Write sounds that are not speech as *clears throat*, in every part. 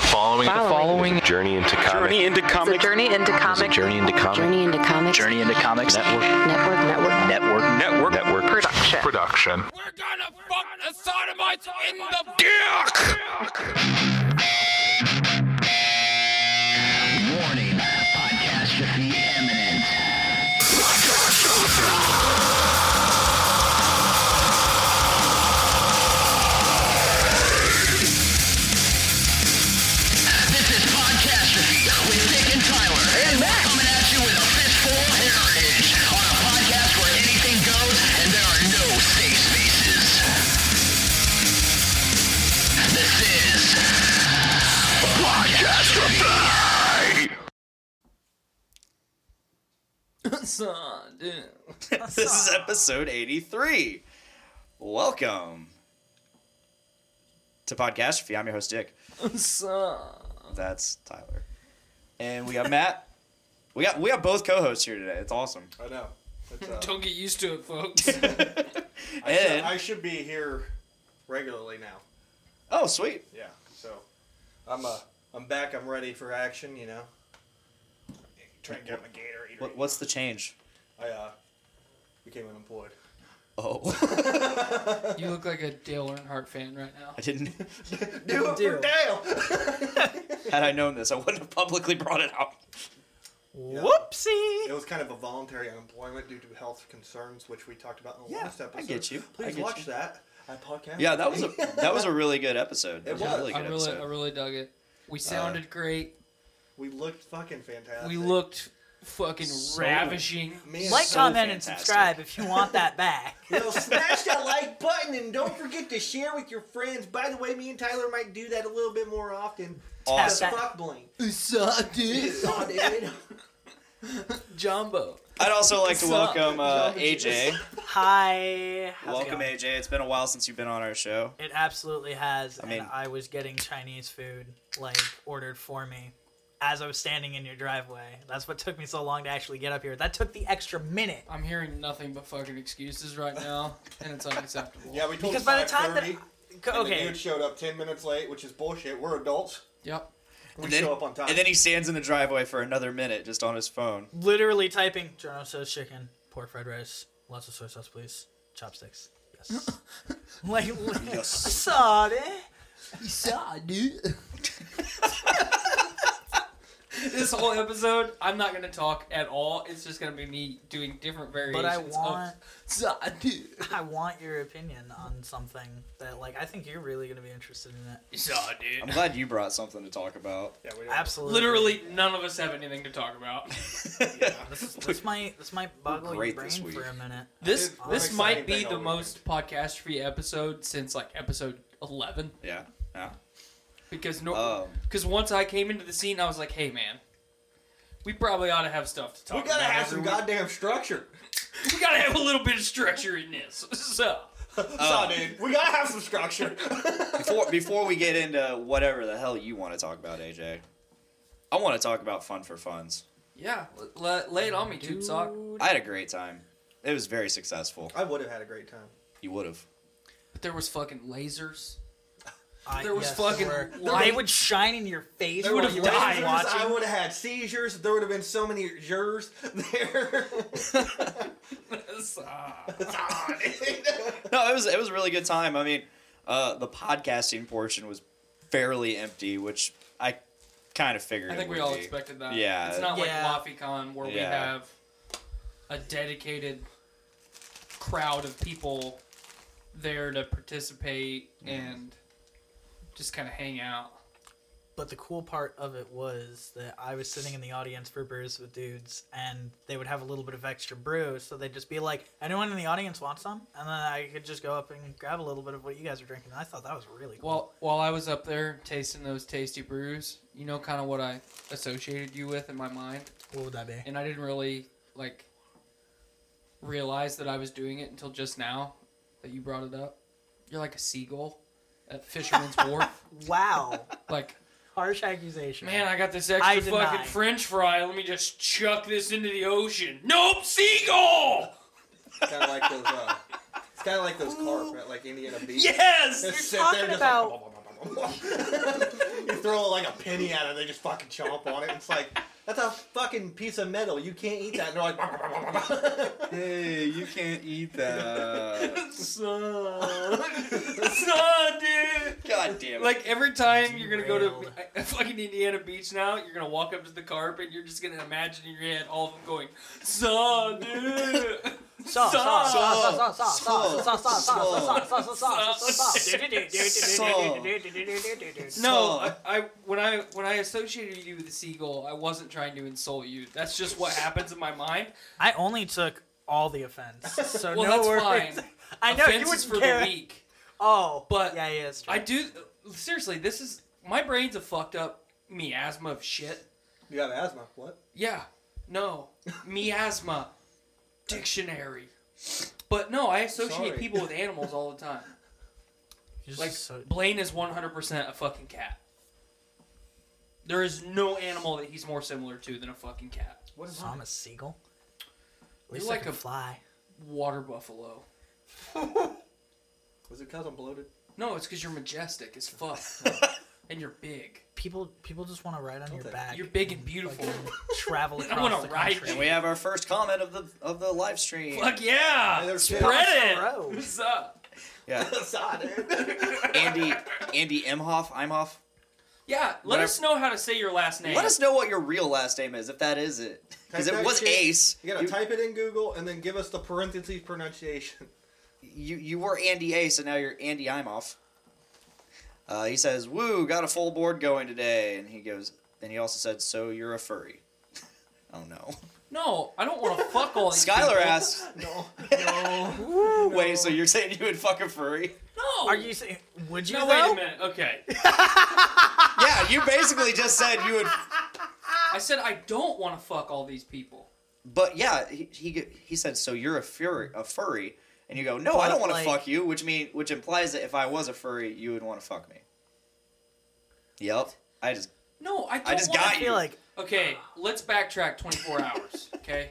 following, the following Journey into comic. Journey into The comic journey into comic Journey into comic. Journey into comics. Journey into Comics Network. Network. Network. Network. network. Network. production. production. Warning. Podcastrophe imminent. This is Podcastrophe with Dick and Tyler. And Matt. Coming at you with a fistful of heritage on a podcast where anything goes and there are no safe spaces. This is Podcastrophe. this is episode 83. Welcome to Podcastrophe. I'm your host, Dick. That's Tyler. And we got Matt. We got we got both co-hosts here today. It's awesome. I know. But, uh, Don't get used to it, folks. I, should, And I should be here regularly now. oh, sweet. Yeah. So I'm uh, I'm back. I'm ready for action. You know. Try and get my Gatorade. What, what's the change? I uh, became unemployed. Oh, you look like a Dale Earnhardt fan right now. *laughs* I didn't. Do it for Dale. Had I known this, I wouldn't have publicly brought it out. It was kind of a voluntary unemployment due to health concerns, which we talked about in the Yeah, last I episode. get you. I Please get watch you. that. I podcast. Yeah, that was a that was a really good episode. That It was a was. really I good really, I episode. really dug it. We sounded great. we looked fucking fantastic. We looked fucking ravishing. Man, Like, so- comment, fantastic. and subscribe if you *laughs* want that back. You know, smash that like button and don't forget to share with your friends. By the way, me and Tyler might do that a little bit more often. Awesome. The fuck bling. *laughs* *laughs* Jumbo. I'd also like to Sup? welcome uh, AJ. Hi. how's it Welcome, going? AJ. It's been a while since you've been on our show. It absolutely has. I mean- and I was getting Chinese food like ordered for me as I was standing in your driveway. That's what took me so long to actually get up here. That took the extra minute. I'm hearing nothing but fucking excuses right now, and it's *laughs* unacceptable. Yeah, we told Because by the time that 5:30, Co- and the okay, dude showed up ten minutes late, which is bullshit. We're adults. Yep. We And then, show up on time. and then he stands in the driveway for another minute just on his phone. literally typing Toronto says chicken, pork fried rice, lots of soy sauce, please, chopsticks. *laughs* Yes. like, I saw it. This whole episode, I'm not gonna talk at all. It's just gonna be me doing different variations. But I of- want, *laughs* *laughs* I want your opinion on something that, like, I think you're really gonna be interested in it. I'm glad you brought something to talk about. yeah, we don't. Absolutely. Literally, none of us have anything to talk about. This, this might *laughs* this might boggle your great brain this week. for a minute. This We're this excited might be about the all most podcast free episode since like episode eleven Yeah. Yeah. because no Um, because once I came into the scene I was like hey man we probably ought to have stuff to talk. We gotta about have every some week. goddamn structure. *laughs* We gotta have a little bit of structure in this. *laughs* So Saw, dude. We gotta have *laughs* some structure. Um, Before before we get into whatever the hell you want to talk about, AJ, I want to talk about fun for funs. yeah, l- l- lay it on me, tube sock. I had a great time. It was very successful. I would have had a great time. You would have. But there was fucking lasers. *laughs* I- There was yes, fucking there were. light. They would shine in your face. would while have you died. died. Lasers, Watching. I would have had seizures. There would have been so many jurors *laughs* there. *laughs* Saw, *laughs* dude. No, it was it was a really good time. I mean, uh, the podcasting portion was fairly empty, which I kind of figured. I it think we would all be. expected that. Yeah. it's not Yeah. like LaFiCon where we Yeah. have a dedicated crowd of people there to participate and just kind of hang out. But the cool part of it was that I was sitting in the audience for brews with dudes, and they would have a little bit of extra brew, so they'd just be like, "Anyone in the audience want some?" And then I could just go up and grab a little bit of what you guys were drinking. And I thought that was really cool. Well, while I was up there tasting those tasty brews, you know, kind of what I associated you with in my mind, what would that be? and I didn't really like realize that I was doing it until just now that you brought it up. You're like a seagull at *laughs* Fisherman's Wharf. Wow, Like, harsh accusation. man, I got this I extra deny. fucking French fry. Let me just chuck this into the ocean. Nope, seagull. kind of like those. Uh, it's kind of like those carp at like Indiana Beach. Yes. Just You're talking about- blah, blah, blah, blah, *laughs* you throw like a penny at it, they just fucking chomp on it. It's like that's a fucking piece of metal. You can't eat that. And they're like, "Bah, bah, bah, bah, bah." Hey, you can't *laughs* eat that. Son, dude. God damn it. Like every time you're gonna go Derailed. to uh, fucking Indiana Beach now, you're gonna walk up to the carpet. You're just gonna imagine in your head all of them going, "Son, dude." *laughs* Saw, saw, saw, saw, saw, saw, saw, saw, saw, saw, saw, saw, saw, saw, saw. No, I, I when I when I associated you with the seagull, I wasn't trying to insult you. That's just what happens in my mind. I only took all the offense, so Well, no that's worries. fine. *laughs* I know you Offense is wouldn't for care. the weak. Oh, But yeah, yeah, it's true. I do seriously. This is my brain's a fucked up miasma of shit. *laughs* you have asthma. What? Yeah, *laughs* no miasma dictionary. But no, I associate Sorry. people with animals all the *laughs* time. You're Like just so- Blaine is one hundred percent a fucking cat. There is no animal that he's more similar to than a fucking cat. What is So I'm a seagull. At least You're I like can a- fly. Water buffalo. Was it because I'm *laughs* bloated? No, it's because you're majestic as fuck, and you're big. People, people just want to ride on your they? back. You're big and beautiful. *laughs* travel I across wanna the ride country. and we have our first comment of the of the live stream. Fuck yeah! there's Spread it. shit. Road. What's up? Yeah. *laughs* Saw, dude. Andy Andy Imhoff, Imhoff. Yeah, let Whatever. us know how to say your last name. Let us know what your real last name is, if that is it. Because Type it that was shit. Ace. You gotta You, type it in Google and then give us the parentheses pronunciation. *laughs* you, you were Andy Ace, and now you're Andy Imhoff. Uh, he says, "Woo, got a full board going today," and he goes. And he also said, "So you're a furry." *laughs* oh no. No, I don't want to fuck all these. Skylar people. asks, *laughs* No, no. *laughs* "Wait, so you're saying you would fuck a furry?" No. Are you saying? Would you? No, though? wait a minute. Okay, yeah, you basically just said you would. I said I don't want to fuck all these people. But yeah, he he, he said, "So you're a furry, a furry," and you go, "No, I But, don't want like- to fuck you," which mean which implies that if I was a furry, you would want to fuck me. Yep, I just *laughs* No, I don't. just wanna- got I feel like Okay, let's backtrack 24 hours, okay?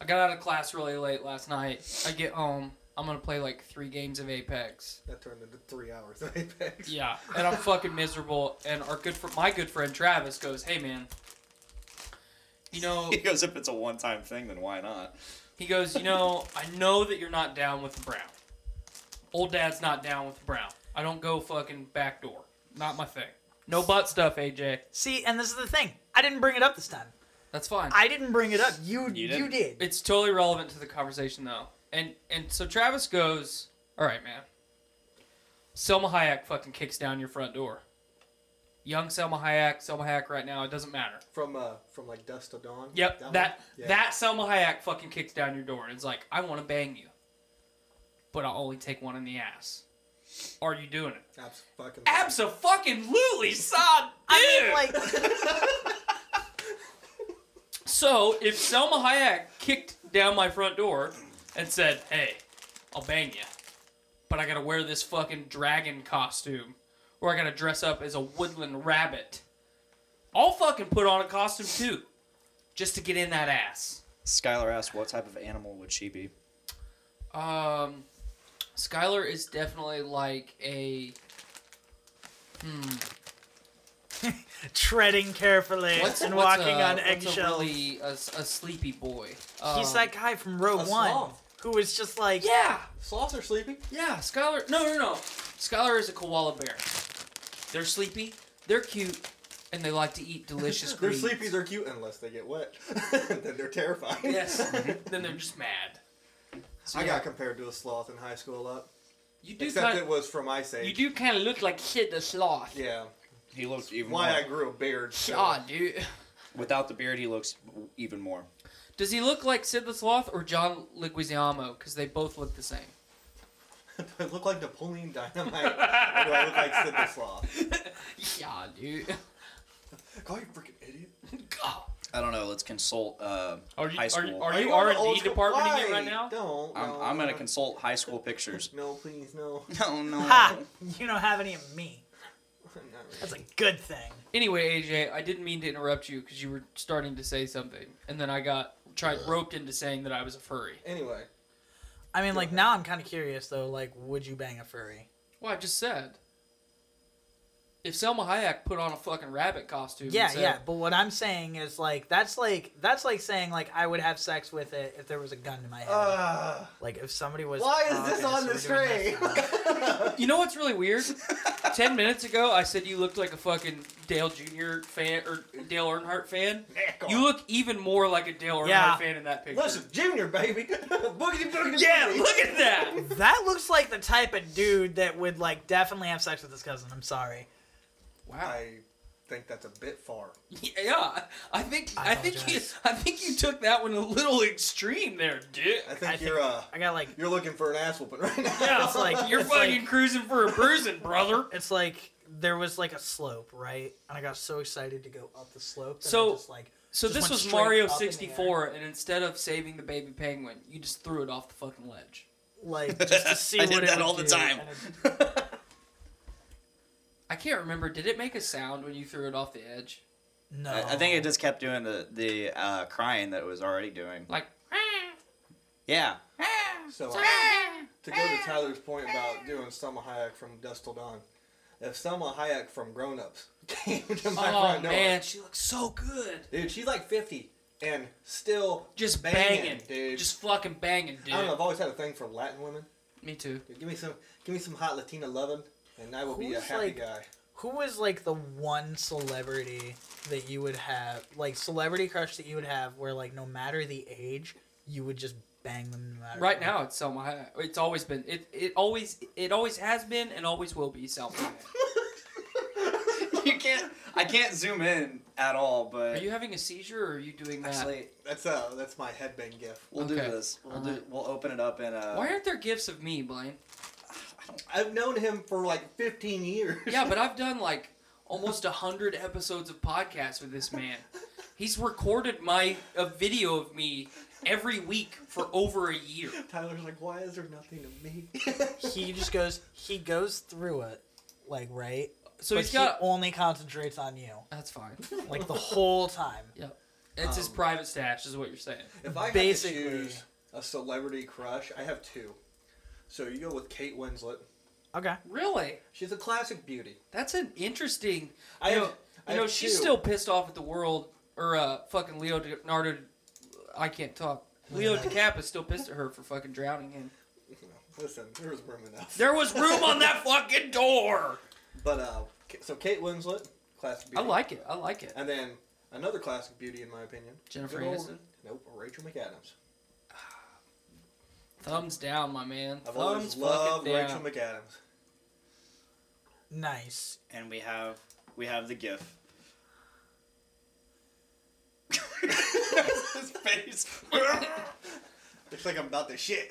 I got out of class really late last night. I get home. I'm going to play like three games of Apex. That turned into three hours of Apex. Yeah. And I'm fucking miserable. And our good fr- my good friend Travis goes, hey, man, you *laughs* know, he goes, "If it's a one time thing, then why not?" he goes, you know, I know that you're not down with the Brown. Old dad's not down with the Brown. I don't go fucking backdoor. Not my thing. No butt stuff, AJ. See, and this is the thing. I didn't bring it up this time. That's fine. I didn't bring it up. You You you, didn't. did. It's totally relevant to the conversation though. And and so Travis goes, "All right, man. Selma Hayek fucking kicks down your front door. Young Selma Hayek, Selma Hayek right now, it doesn't matter. From uh, from like dusk to dawn. Yep, that one? that, Yeah. Selma Hayek fucking kicks down your door and is like, "I want to bang you, but I'll only take one in the ass." Are you doing it? Abs fucking. Absolutely, son. I dude. mean, like, So if Selma Hayek kicked down my front door and said, "Hey, I'll bang you, but I gotta wear this fucking dragon costume, or I gotta dress up as a woodland rabbit," I'll fucking put on a costume too, just to get in that ass. Skylar asked, "What type of animal would she be?" Um, Skylar is definitely like a *laughs* treading carefully what's, and what's walking a- on what's eggshells. A, really, a, a sleepy boy. He's Um, that guy from Row a One sloth. who was just like, yeah. Sloths are sleeping. Yeah, Skylar. No, no, no. Skylar is a koala bear. They're sleepy, they're cute, and they like to *laughs* eat delicious They're greens. sleepy. They're cute unless they get wet. *laughs* then they're terrifying. Yes. then they're just mad. So, *laughs* I yeah. got compared to a sloth in high school a lot. You do Except kind. it was from Ice you Age. do kind of look like shit the sloth. Yeah. He looks even Why I more. grew a beard. so- *laughs* God, dude. Without the beard, he looks w- even more. Does he look like Sid the Sloth or John Leguizamo? Because they both look the same. Do I look like Napoleon Dynamite? or do I look like Sid *laughs* the Sloth? Yeah, dude. *laughs* God, you freaking idiot. God. I don't know. Let's consult uh, Are you- high are school. you- are you- on the R&D old school- department again Why? right now? Don't. I'm, no, I'm gonna no. consult high school pictures. No, please, *laughs* no. no, no. "Ha, you don't have any of me." Not really. That's a good thing. Anyway, AJ, I didn't mean to interrupt you because you were starting to say something, and then I got tried roped into saying that I was a furry. Anyway, I mean, like now I'm kind of curious though. Like, would you bang a furry? Well, I just said. If Selma Hayek put on a fucking rabbit costume, and Yeah, said, yeah. But what I'm saying is like that's like that's like saying like I would have sex with it if there was a gun to my head. Uh, like if somebody was. why is "Oh, this okay, on so the we're doing stream? this now." You know what's really weird? Ten minutes ago, I said you looked like a fucking Dale Jr. fan or Dale Earnhardt fan. Heck You off. look even more like a Dale Earnhardt Yeah. fan in that picture. *laughs* Listen, Junior, baby. *laughs* boogity, boogity, yeah, boogity. look at *laughs* that. that looks like the type of dude that would like definitely have sex with his cousin. I'm sorry. Wow. I think that's a bit far. Yeah, I think I, I think you, apologize. I think you took that one a little extreme there, dude. I think I you're uh, I got like you're looking for an ass whooping right now. *laughs* Yeah, It's like- you're it's fucking like- cruising for a bruising, brother. it's like there was like a slope, right? And I got so excited to go up the slope. That So- I just, like So Just this went was straight Mario up in the air. 64, and instead of saving the baby penguin, you just threw it off the fucking ledge. *laughs* like just to *laughs* see I what did it that would all the do, time. and it- *laughs* I can't remember. Did it make a sound when you threw it off the edge? No, I, I think it just kept doing the the uh, crying that it was already doing. *laughs* Like, Yeah, *laughs* *laughs* So uh, to go to Tyler's point about doing Selma Hayek from Dust Till Dawn, if Selma Hayek from Grown Ups *laughs* came to my oh front door, man, she looks so good. dude, she's like 50 and still Just banging, banging, dude. Just fucking banging, dude. I don't know. I've always had a thing for Latin women. Me too. Dude, give me some, give me some hot Latina loving, and I will be a Who's, happy like- guy. who was like the one celebrity that you would have like celebrity crush that you would have where like no matter the age you would just bang them no matter Right what? now, it's Selma. Hayek. It's always been. It it always it always has been and always will be Selma. Hayek. you can't. I can't zoom in at all, Are but you having a seizure or are you doing that? actually, That's uh, that's my headband gift. we'll do Okay. this. We'll do. We'll open it up and uh. Why aren't there gifts of me, *laughs* Blaine? I've known him for like 15 years. Yeah, but I've done like almost a hundred episodes of podcasts with this man. He's recorded my a video of me every week for over a year. *laughs* Tyler's like, why is there nothing of me? *laughs* he just goes he goes through it like right So but he's he got. only concentrates on you That's fine. like the whole time It's his private stash, is what you're saying. If I Basically. had to choose a celebrity crush, I have two. So you go with Kate Winslet. okay Really? She's a classic beauty. That's an interesting. I you have, know, I you know have she's two. still pissed off at the world, or uh, fucking Leo Leonardo. I can't talk. Leo DiCap is still pissed at her for fucking drowning him. *laughs* Listen, there was room enough. There was room on that fucking door. But uh, K- so Kate Winslet, classic I beauty. like it. I like it. And then another classic beauty, in my opinion. Jennifer Good old- Aniston. Nope, Rachel McAdams. Thumbs down, my man. I've Thumbs always loved fucking down. Rachel McAdams. *laughs* nice And we have we have the GIF. *laughs* His face. *laughs* Looks like I'm about to shit.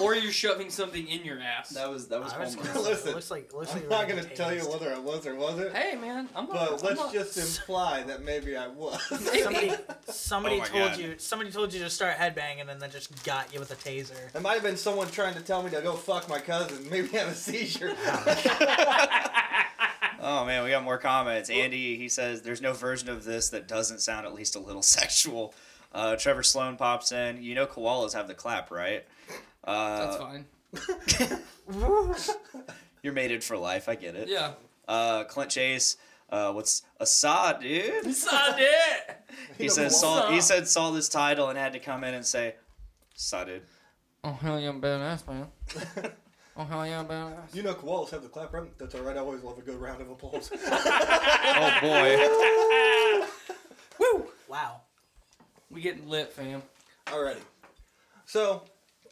or you're shoving something in your ass. that was that was. I was homeless. gonna say, Listen, it looks like it looks like I'm it not was gonna a tell you taste. whether I was or wasn't. Hey, man. I'm not. But I'm let's not- just *laughs* imply that maybe I was. *laughs* somebody somebody Oh my told God. you somebody told you to start headbanging and then just got you with a taser It might have been someone trying to tell me to go fuck my cousin, maybe have a seizure. Oh man, we got more comments. Andy, he says there's no version of this that doesn't sound at least a little *laughs* sexual. Uh, Trevor Sloan pops in. You know koalas have the clap, right? Uh, That's fine. You're mated for life. I get it. Yeah. Uh, Clint Chase. Uh, what's Assad, dude? Sod it. He says koala. saw. He said saw this title and had to come in and say, "Assad, dude." Oh hell yeah, I'm badass, man. *laughs* oh hell yeah, I'm badass. you know koalas have the clap right? That's alright, I always love a good round of applause. *laughs* Oh *laughs* boy. Woo! wow We getting lit, fam. Alrighty. So,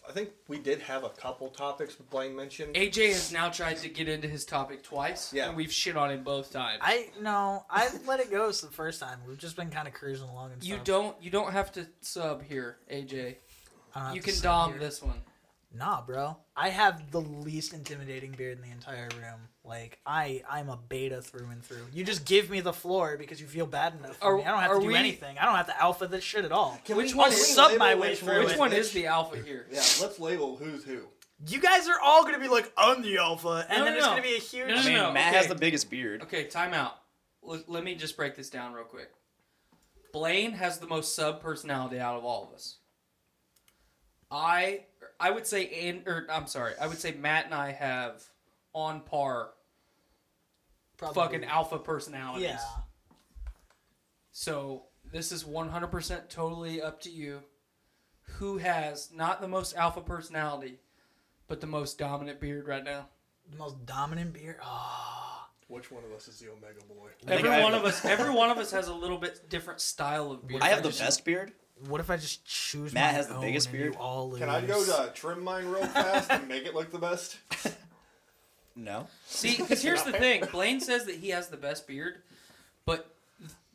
I think we did have a couple topics Blaine mentioned. AJ has now tried to get into his topic twice. Yeah. And we've shit on him both times. I no, I let it go since the first time. We've just been kind of cruising along and you stuff. don't you don't have to sub here, AJ. I don't have You to can sit dom here. this one. Nah, bro. I have the least intimidating beard in the entire room. Like I, I'm a beta through and through. You just give me the floor because you feel bad enough. For Are- me. I don't have are to do we- anything. I don't have to alpha this shit at all. Can Which we- one can we is- sub label my way which through Which it. one is the alpha here? Yeah, let's label who's who. You guys are all gonna be like, I'm the alpha, and No, then no, it's no. gonna be a huge. No, I mean, no, Matt okay. has the biggest beard. Okay, time out. L- let me just break this down real quick. Blaine has the most sub personality out of all of us. I I would say and or I'm sorry, I would say Matt and I have on par Probably. fucking alpha personalities. Yeah. So this is 100% totally up to you. Who has not the most alpha personality, but the most dominant beard right now? The most dominant beer. Oh. Which one of us is the Omega Boy? think Every I- one of us, every one of us has a little bit different style of beard. I have the just- best beard. What if I just choose Matt my has the own biggest and beard. You all lose? Can I go to trim mine real fast and make it look the best? No. See, because here's the thing: Blaine says that he has the best beard, but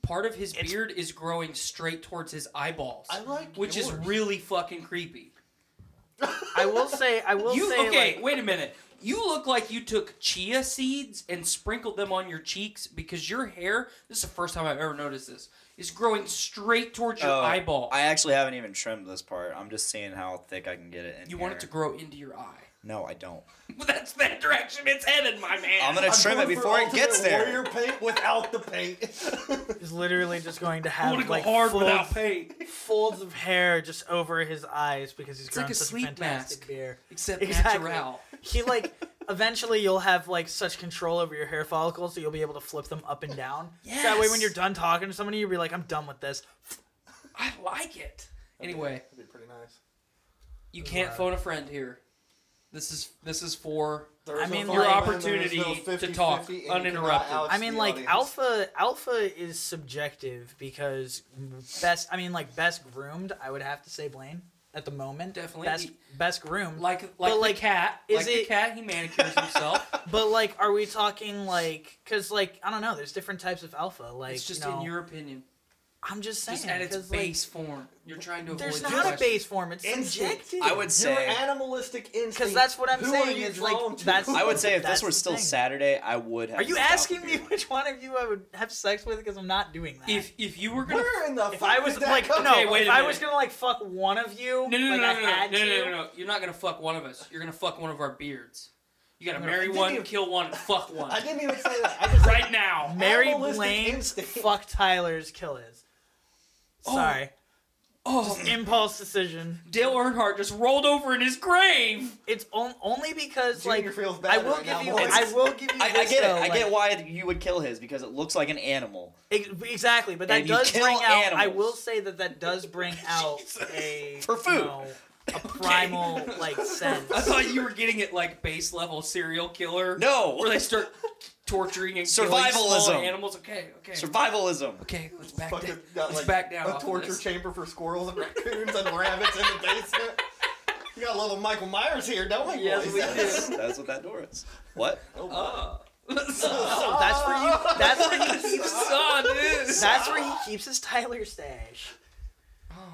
part of his beard is growing straight towards his eyeballs, I like which yours. is really fucking creepy. I will say. I *laughs* will you say. okay? like- wait a minute. You look like you took chia seeds and sprinkled them on your cheeks because your hair. This is the first time I've ever noticed this. Is growing straight towards your Oh, eyeball. I actually haven't even trimmed this part. I'm just seeing how thick I can get it in. you want it here. to grow into your eye. No, I don't. Well, *laughs* that's that direction it's headed, my man. I'm gonna trim it going for before it Ultimate gets there. Warrior paint without the *laughs* paint. Is literally *laughs* just going to I have want to go like hard folds, without pain. folds of hair just over his eyes because he's It's grown like a such sleep a fantastic mask. beard. *laughs* Except Exactly. natural. He *laughs* like eventually you'll have like such control over your hair follicles so you'll be able to flip them up and down. So that way when Yes. you're done talking to somebody, you'll be like, I'm done with this. I like it. Anyway, That'd be pretty nice. you can't Wow. phone a friend here. This is this is for There is I mean, no your fine line, there opportunity is no to 50-50, talk and you uninterrupted. cannot I oust mean the like audience. alpha alpha is subjective because best I mean like best groomed, I would have to say Blaine at the moment. Definitely. Best best groomed. like like like, the cat. is like the it- cat? He manicures himself. But *laughs* like, are we talking like? Cause like, I don't know. There's different types of alpha. Like, it's just you know, in your opinion, I'm just saying. just at its 'cause, like, base form. You're trying to avoid. there's the not a question. base form. It's Instinct. subjective. I would say. Your animalistic instinct. Because that's what I'm Who are saying. you Is like drawn to? that's. I would say if that's this were the still thing. Saturday, I would have. Are you stopped asking the me beard. which one of you I would have sex with? Because I'm not doing that. If if you were gonna Where in the if fuck I was did that like come *laughs* no, Okay, wait if a I was minute. gonna like fuck one of you, No, no, like no, I no, no, had no, no, to. no, no, no. You're not gonna fuck one of us. You're gonna fuck one of our beards. You gotta No, marry I didn't one, even- kill one, and *laughs* fuck one. I didn't even say that. I just Right now. Mary Animalistic Blaine's, instinct. fuck Tyler's, kill his. Oh. Sorry, Oh, impulse decision. Dale Earnhardt just rolled over in his grave. It's on, only because Junior like feels I bad will right give now, you. boys. I will give you. I, I this, get it. though, I like- get why you would kill his because it looks like an animal. Ex- Exactly, but that And you does kill bring out. I animals. will say that that *laughs* does bring out a For you food. know, a *laughs* primal like sense. I thought you were getting it like base level serial killer. No. Where they start torturing and killing small Survivalism. animals. Okay, okay. Survivalism. okay, let's back down. fucking got let's like back down. a off of torture *laughs* *laughs* this. chamber for squirrels and raccoons and rabbits in the basement. You got a little Michael Myers here, don't we? Yes, boys? we do. That's what that door is. What? Uh, Oh, that's where you. That's where *laughs* he keeps. saw this. That's where he keeps his Tyler stash.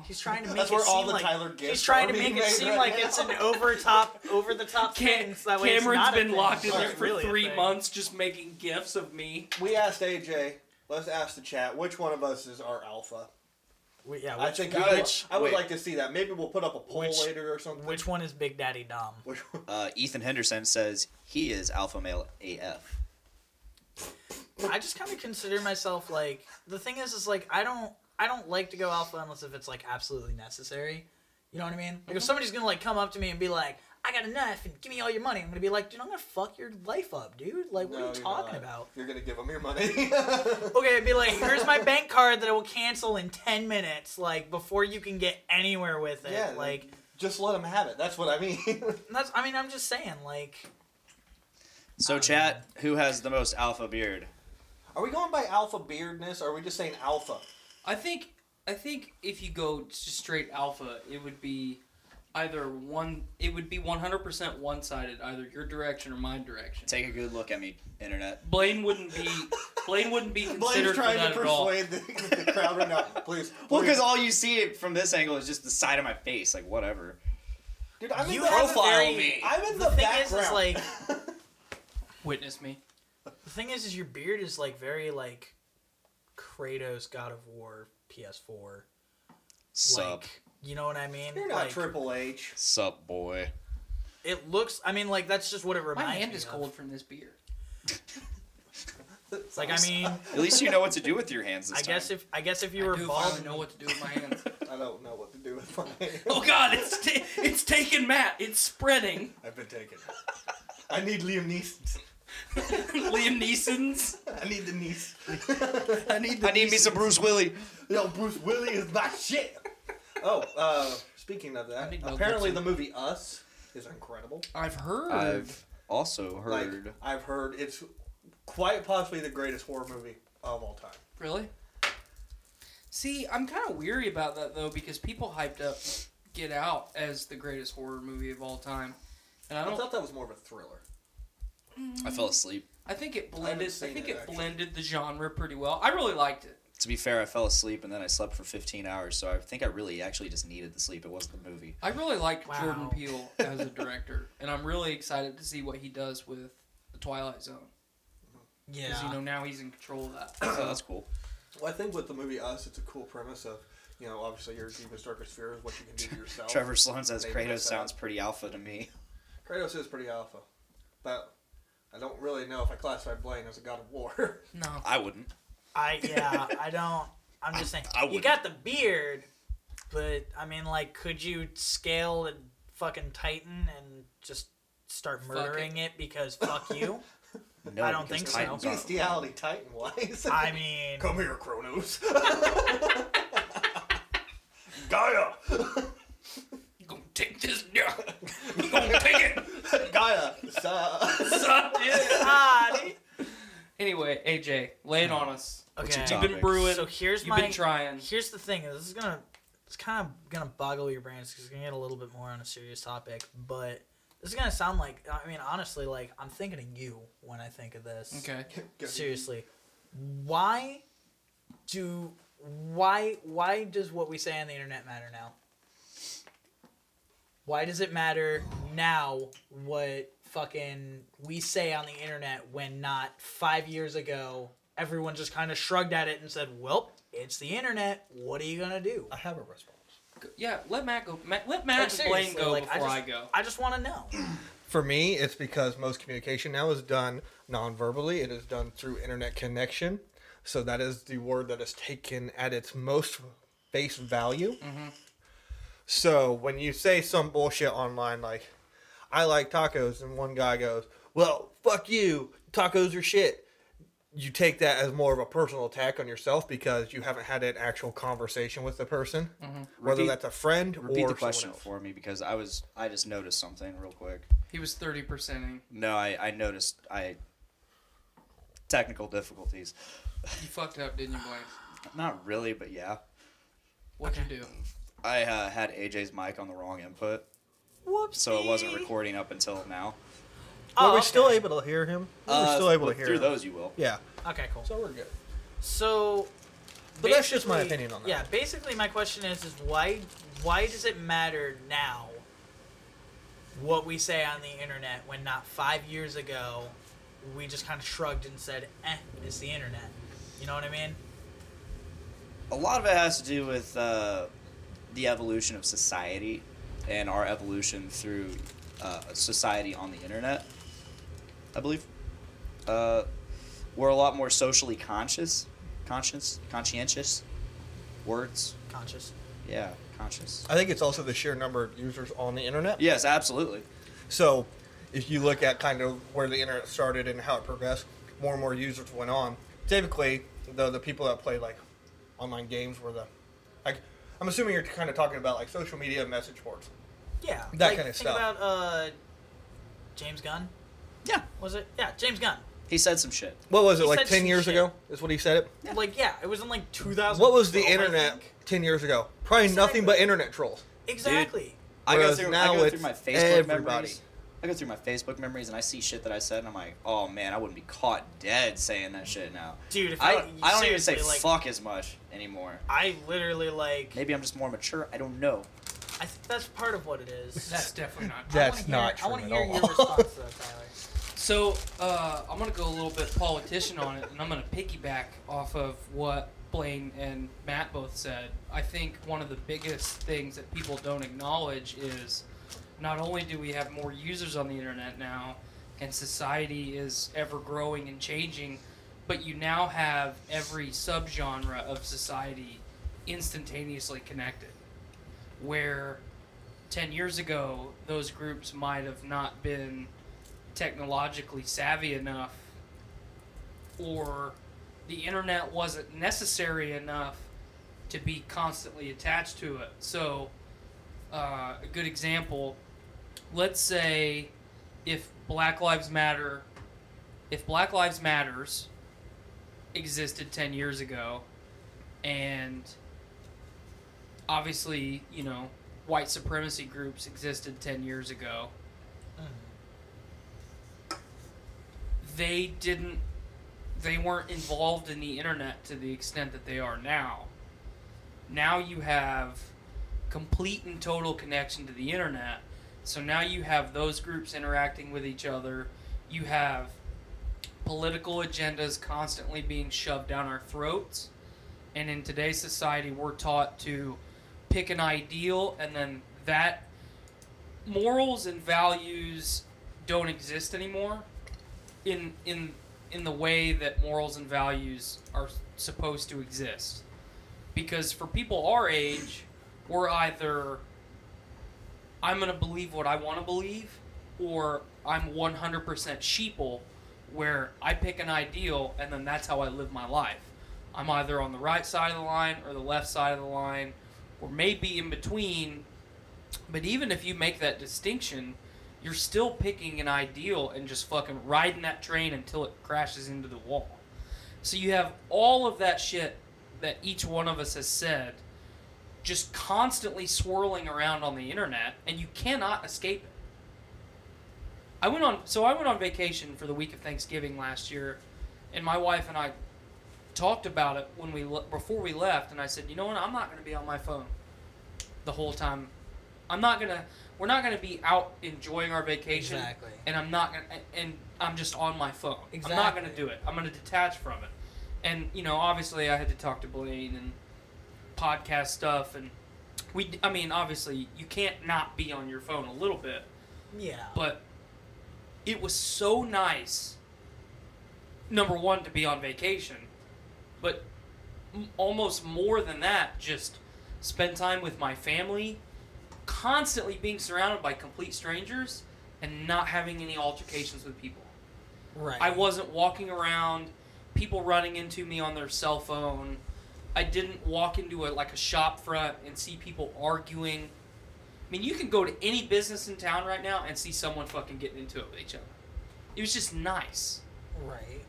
He's trying to make Oh, That's it where all seem the like Tyler gifts he's trying are to make being it made seem right like now. it's an over top, over the top Cam- thing. So that way it's Cameron's not a been thing. locked in It's there not for really a three thing. months, just making gifs of me. *laughs* We asked AJ. Let's ask the chat. Which one of us is our alpha? We- yeah, I which, think I would, which- I would wait. like to see that. Maybe we'll put up a poll Which- later or something. which one is Big Daddy Dom? Which one? Uh, Ethan Henderson says he is alpha male AF. I just kind of consider myself like the thing is is like I don't I don't like to go alpha unless if it's like absolutely necessary. You know what I mean? Mhm. Like if somebody's gonna like come up to me and be like, "I got a knife and give me all your money," I'm gonna be like, "Dude, I'm gonna fuck your life up, dude. Like, what No, are you you're talking not. about?" You're gonna give them your money. *laughs* Okay, I'd be like, "Here's my bank card that I will cancel in ten minutes, like before you can get anywhere with it." Yeah, like Just let them have it. That's what I mean. *laughs* and that's I mean I'm just saying like So Um, chat, who has the most alpha beard? Are we going by alpha beardness? Or are we just saying alpha? I think I think if you go just straight alpha, it would be either one. It would be one hundred percent one sided, either your direction or my direction. Take a good look at me, internet. Blaine wouldn't be Blaine wouldn't be Blake's considered for trying that to at all. persuade the, the crowd right *laughs* now. Please, Well, please. because all you see from this angle is just the side of my face. Like whatever. dude, I'm you in the, have a profile very- me. I'm in the, The thing background. is, is like Witness me. The thing is, is your beard is like very like Kratos God of War PS4. Sup, Like, you know what I mean? You're not like, Triple H. sup, boy. It looks. I mean, like that's just what it My reminds hand me is of. cold from this beer. It's like I *laughs* mean, At least you know what to do with your hands this I guess time. if I guess if you I were do bald, finally know what to do with my hands. I don't know what to do with my. oh God, it's ta- it's taking Matt. It's spreading. *laughs* I've been taken. I need Liam Neeson. Liam Neeson's. I need the *laughs* niece. I need I need me some Bruce Willie. Yo, Bruce Willie is my shit. Oh, uh, speaking of that, need Mel apparently the Gibson. movie Us is incredible. I've heard. I've also Like, heard. I've heard it's quite possibly the greatest horror movie of all time. Really? See, I'm kind of weary about that though because people hyped up Get Out as the greatest horror movie of all time, and I I don't. thought that was more of a thriller. Mm-hmm. I fell asleep. I think it blended. I, seen think it, it, actually. blended the genre pretty well. I really liked it. To be fair, I fell asleep and then I slept for 15 hours, so I think I really actually just needed the sleep. It wasn't the *coughs* movie. I really liked Wow. Jordan Peele as a director, and I'm really excited to see what he does with the Twilight Zone Yeah. because you know now he's in control of that. Oh, So that's cool. Well, I think with the movie Us, it's a cool premise of, you know, obviously your deepest, darkest fear is what you can *laughs* do to yourself. Trevor Sloan says Maybe Kratos that's sounds pretty alpha to me. Kratos is pretty alpha, but I don't really know if I classify Blaine as a god of war. *laughs* No, I wouldn't. I yeah, I don't. I'm just saying. *laughs* I you wouldn't. got the beard, but I mean, like, could you scale a fucking titan and just start murdering it. because fuck *laughs* you? No, I don't because think so. Titans aren't- Bestiality Titan *laughs* wise. I mean, Come here, *laughs* Kronos. Gaia! you *laughs* gonna take this? Yeah, you *laughs* gonna take it? Gaia! Sa- son? Yeah. God. Anyway, AJ, lay it on us. Okay. your You've been Topics. brewing. So here's You've my. been trying. Here's the thing. This is gonna. It's kind of gonna boggle your brains because it's gonna get a little bit more on a serious topic, but this is gonna sound like. I mean, honestly, like I'm thinking of you when I think of this. Okay. seriously why do why why does what we say on the internet matter now why does it matter now what fucking we say on the internet when not five years ago everyone just kind of shrugged at it and said well it's the internet what are you gonna do I have a response. Yeah, let Matt go. Matt, let Matt and Blaine seriously, go like, before I, just, I go. I just want to know For me, it's because most communication now is done non-verbally. It is done through internet connection. So that is the word that is taken at its most face value. Mm-hmm. So when you say some bullshit online like, I like tacos, and one guy goes, well, fuck you, tacos are shit. You take that as more of a personal attack on yourself because you haven't had an actual conversation with the person, whether Mm-hmm. Repeat- that's a friend or Repeat the someone question else. for me because I was I just noticed something real quick. He was thirty percenting. No, I, I noticed I technical difficulties. You fucked up, didn't you, Blaine? Not really, but yeah. What'd you do? I uh, had AJ's mic on the wrong input, whoops so it wasn't recording up until now. oh, Were we okay. still able to hear him? We We're Uh, still able to but hear Through him. those, you will. Yeah. okay cool So we're good. So, But that's just my basically- opinion on that. Yeah, basically, my question is: is why why does it matter now what we say on the internet when not five years ago we just kind of shrugged and said, "Eh, it's the internet." You know what I mean? A lot of it has to do with uh, the evolution of society and our evolution through uh, society on the internet. I believe uh, we're a lot more socially conscious, conscious, conscientious. Words, Conscious. yeah, conscious. I think it's also the sheer number of users on the internet. Yes, absolutely. So, if you look at kind of where the internet started and how it progressed, more and more users went on. Typically, the the people that played like online games were the like. I'm assuming you're kind of talking about like social media and message boards. Yeah. That like, kinda think stuff. about uh, James Gunn. Yeah, Was it? Yeah, James Gunn. he said some shit. What was it He like said ten some years shit. ago? Is what he said it. Like, yeah, it was in like 2000. What was the internet ten years ago? Probably nothing but Exactly. internet trolls. Exactly. I go Whereas through now I go through it's my Facebook everybody. memories. I go through my Facebook memories and I see shit that I said and I'm like, oh man, I wouldn't be caught dead saying that shit now. Dude, if I, I- I don't even say seriously, like- fuck as much anymore. I literally like. Maybe I'm just more mature. I don't know. I think that's part of what it is. That's definitely not. That's I wanna hear- not I want to true hear at your all. response to that, Tyler. *laughs* So uh, I'm gonna go a little bit politician on it, and I'm gonna piggyback off of what Blaine and Matt both said. I think one of the biggest things that people don't acknowledge is not only do we have more users on the internet now, and society is ever growing and changing, but you now have every subgenre of society instantaneously connected, where 10 years ago those groups might have not been technologically savvy enough or the internet wasn't necessary enough to be constantly attached to it. So, uh, a good example, let's say if Black Lives Matter, if Black Lives Matters existed 10 years ago, and obviously, you know, white supremacy groups existed 10 years ago. Mm. They didn't they weren't involved in the internet to the extent that they are now. Now you have complete and total connection to the internet. So now you have those groups interacting with each other. You have political agendas constantly being shoved down our throats. And in today's society, we're taught to pick an ideal and then that morals and values don't exist anymore in in in the way that morals and values are supposed to exist. Because for people our age, we're either I'm going to believe what I want to believe or I'm 100% sheeple where I pick an ideal and then that's how I live my life. I'm either on the right side of the line or the left side of the line or maybe in between. But even if you make that distinction, you're still picking an ideal and just fucking riding that train until it crashes into the wall. So you have all of that shit that each one of us has said just constantly swirling around on the internet and you cannot escape it. I went on so I went on vacation for the week of Thanksgiving last year and my wife and I talked about it when we le- before we left and I said, "You know what? I'm not going to be on my phone the whole time. I'm not going to we're not going to be out enjoying our vacation Exactly. and I'm not going to and I'm just on my phone. I'm not going to Exactly. do it. I'm going to detach from it." And you know, obviously I had to talk to Blaine and podcast stuff and we d- I mean, obviously you can't not be on your phone a little bit, Yeah. but it was so nice number one to be on vacation but m- almost more than that just spend time with my family constantly being surrounded by complete strangers and not having any altercations with people right. I wasn't walking around, people running into me on their cell phone. I didn't walk into a like a shop front and see people arguing. I mean, you can go to any business in town right now and see someone fucking getting into it with each other. It was just nice. Right.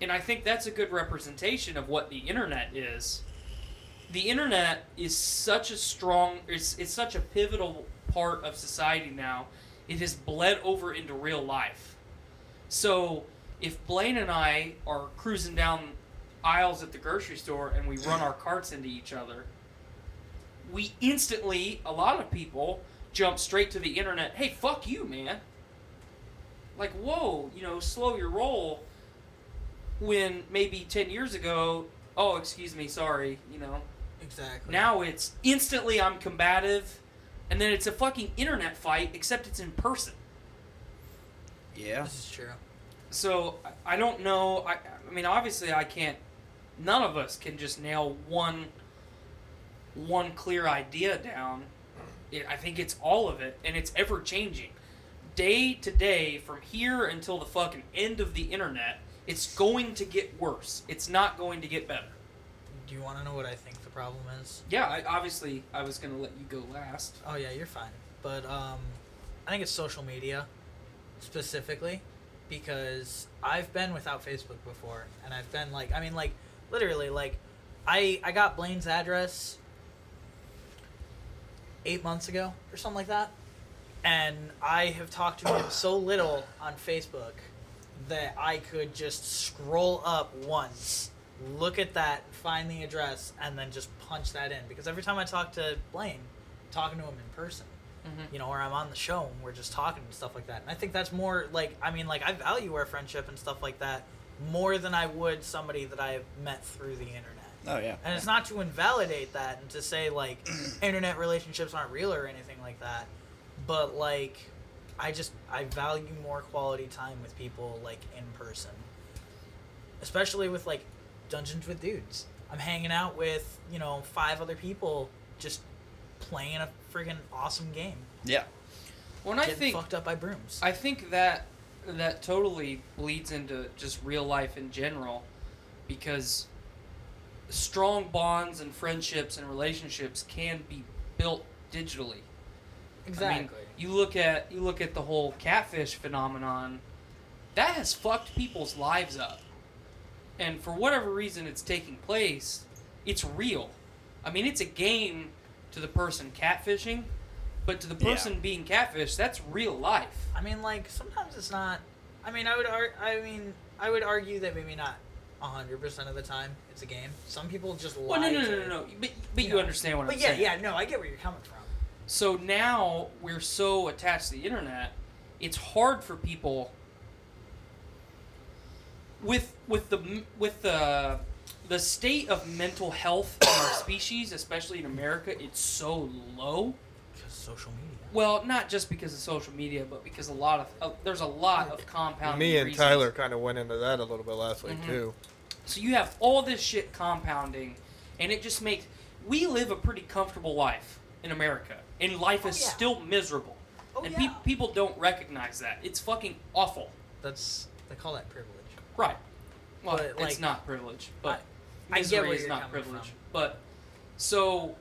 And I think that's a good representation of what the internet is. The internet is such a strong, it's, it's such a pivotal part of society now. It has bled over into real life. So if Blaine and I are cruising down aisles at the grocery store and we run our carts into each other, we instantly, a lot of people, jump straight to the internet. Hey, fuck you, man. Like, whoa, you know, slow your roll when maybe 10 years ago, oh, excuse me, sorry, you know. Exactly. Now it's instantly I'm combative, and then it's a fucking internet fight, except it's in person. Yeah. This is true. So I I don't know. I, I mean, obviously, I can't. None of us can just nail one one clear idea down. It, I think it's all of it, and it's ever changing. Day to day, from here until the fucking end of the internet, it's going to get worse. It's not going to get better. Do you want to know what I think the problem is? Yeah, I, obviously, I was gonna let you go last. Oh yeah, you're fine. But um, I think it's social media, specifically, because I've been without Facebook before, and I've been like, I mean, like, literally, like, I I got Blaine's address eight months ago or something like that, and I have talked to him so little on Facebook that I could just scroll up once. Look at that, find the address, and then just punch that in. Because every time I talk to Blaine, talking to him in person, you know, or I'm on the show and we're just talking and stuff like that. And I think that's more like, I mean, like I value our friendship and stuff like that more than I would somebody that I have met through the internet. Oh yeah. And it's not to invalidate that and to say like internet relationships aren't real or anything like that, but like I just I value more quality time with people like in person. Especially with like Dungeons with Dudes. I'm hanging out with, you know, five other people just playing a friggin' awesome game. Yeah. When I getting think fucked up by brooms. I think that that totally bleeds into just real life in general because strong bonds and friendships and relationships can be built digitally. I mean, you look at you look at the whole catfish phenomenon. That has fucked people's lives up, and for whatever reason it's taking place, it's real. I mean, it's a game to the person catfishing, but to the Yeah. person being catfished, that's real life. I mean, like sometimes it's not. I mean, I would. Ar- I mean, I would argue that maybe not hundred percent of the time it's a game. Some people just lie. Well, no, no, to- no, no, no. But, but you know. understand what But I'm yeah, saying. yeah, no, I get where you're coming from. So now we're so attached to the internet, it's hard for people with with the m- with the the state of mental health in our species, especially in America, it's so low. Because social media. Well, not just because of social media, but because a lot of uh, there's a lot of compounding. Me and reasons. Tyler kind of went into that a little bit last week Mhm. too. So you have all this shit compounding, and it just makes. We live a pretty comfortable life in America, and life Oh, is yeah. still miserable. Oh, and yeah. peop people don't recognize that. It's fucking awful. That's they call that privilege. Right. Well, But, like, it's not privilege, but I- I get misery where is you're not coming privilege. from. But so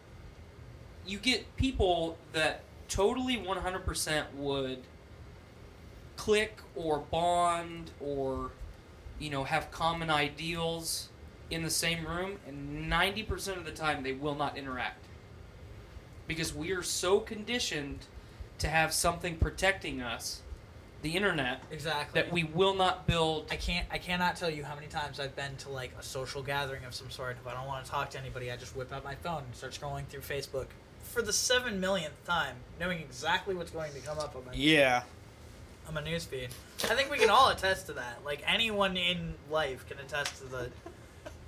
you get people that totally 100% would click or bond or you know have common ideals in the same room and 90% of the time they will not interact because we are so conditioned to have something protecting us the internet Exactly. that we will not build I can't. I cannot tell you how many times I've been to like a social gathering of some sort. If I don't want to talk to anybody, I just whip out my phone and start scrolling through Facebook for the seven millionth time, knowing exactly what's going to come up on my Yeah. on my newsfeed. I think we can all attest to that. Like anyone in life can attest to the,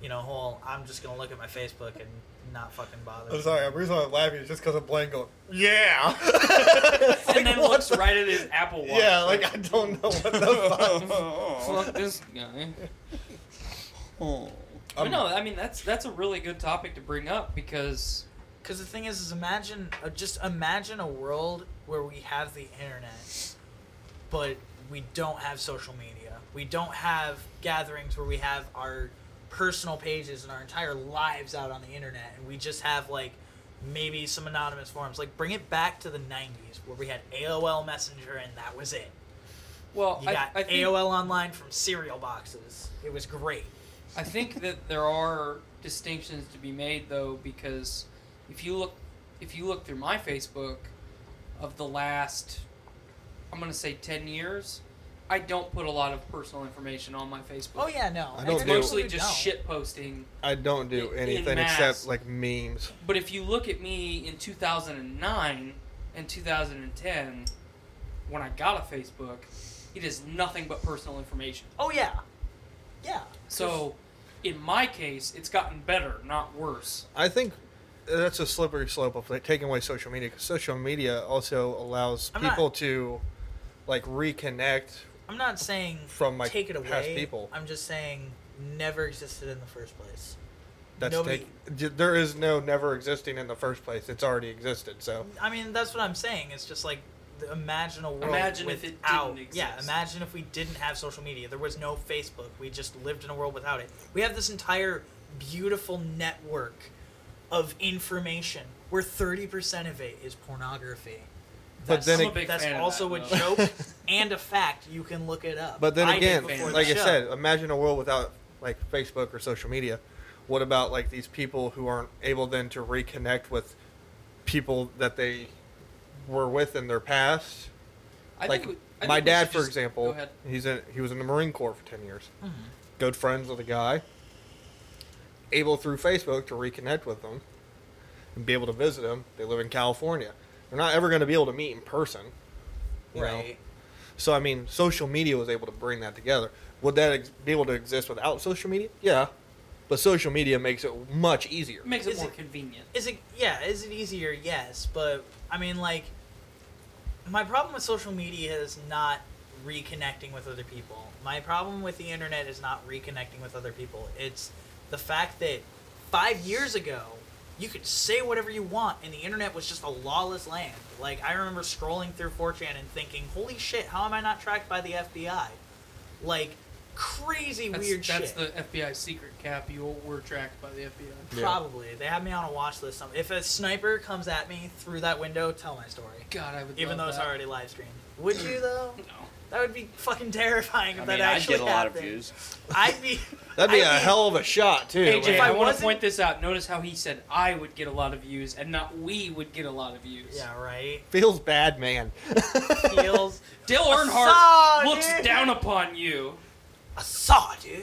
you know, whole I'm just gonna look at my Facebook and not fucking bother. I'm sorry. The reason I'm laughing is just because of Blaine going, yeah. *laughs* and It's *laughs* like, then what looks the- right at his Apple Watch. Yeah, like I don't know what the fuck. Oh. fuck this guy. Um, But no, I mean that's that's a really good topic to bring up because Because the thing is, is imagine uh, just imagine a world where we have the internet, but we don't have social media. We don't have gatherings where we have our personal pages and our entire lives out on the internet, and we just have like maybe some anonymous forums. Like bring it back to the '90s where we had AOL Messenger and that was it. well, You I, got I think AOL Online from cereal boxes. It was great. I think that there are distinctions to be made though because if you look if you look through my Facebook of the last I'm gonna say ten years, I don't put a lot of personal information on my Facebook. Oh yeah, no, I it's don't do- mostly Absolutely just don't. shit posting. *laughs* I don't do In- in anything mass. except like memes. But if you look at me in 2009 and 2010, when I got a Facebook, it is nothing but personal information. Oh yeah, yeah. So, in my case, it's gotten better, not worse. I think that's a slippery slope of like, taking away social media because social media also allows I'm not- people to like reconnect. I'm not saying From, like, take it away. past people. I'm just saying never existed in the first place. That's Nobody- take- j- there is no never existing in the first place. It's already existed. So I mean, that's what I'm saying. It's just like the- imagine a world Imagine if without. it didn't Yeah, exist. imagine if we didn't have social media. There was no Facebook. We just lived in a world without it. We have this entire beautiful network of information where 30% of it is pornography. But That's, then I'm a big that's fan of also that, a though. *laughs* joke and a fact. You can look it up. But then I did again, before the like I show. said, imagine a world without like Facebook or social media. What about like these people who aren't able then to reconnect with people that they were with in their past? I like think we- I my think we dad, should for just- Go example, ahead. Mm-hmm. he's in he was in the Marine Corps for ten years. Good friends with a guy, able through Facebook to reconnect with them and be able to visit them. They live in California. They're not ever going to be able to meet in person. you know? right. So I mean, social media was able to bring that together. Would that ex- be able to exist without social media? Yeah, but social media makes it much easier. It makes it Is more it- convenient. Is it yeah, is it easier? Yes, but I mean like my problem with social media is not reconnecting with other people. My problem with the internet is not reconnecting with other people. It's the fact that 5 years ago you could say whatever you want, and the internet was just a lawless land. Like I remember scrolling through 4chan and thinking, "Holy shit, how am I not tracked by the FBI?" Like crazy That's, weird that's shit. the FBI secret cap. You were tracked by the FBI. Yeah. Probably they have me on a watch list. Some if a sniper comes at me through that window, tell my story. God, I would. Even though love it's that. already live streamed. Would *clears throat* you though? No. That would be fucking terrifying I if that mean, I'd actually get a lot of happened. views. *laughs* I'd be. That'd be I'd a hell of a shot too. AJ, if man. I, I want to wasn't- point this out. Notice how he said I would get a lot of views and not we would get a lot of views. *laughs* Yeah, right. Feels bad, man. Feels. Dale Earnhardt Saw, looks dude. down upon you. I saw, *laughs* dude.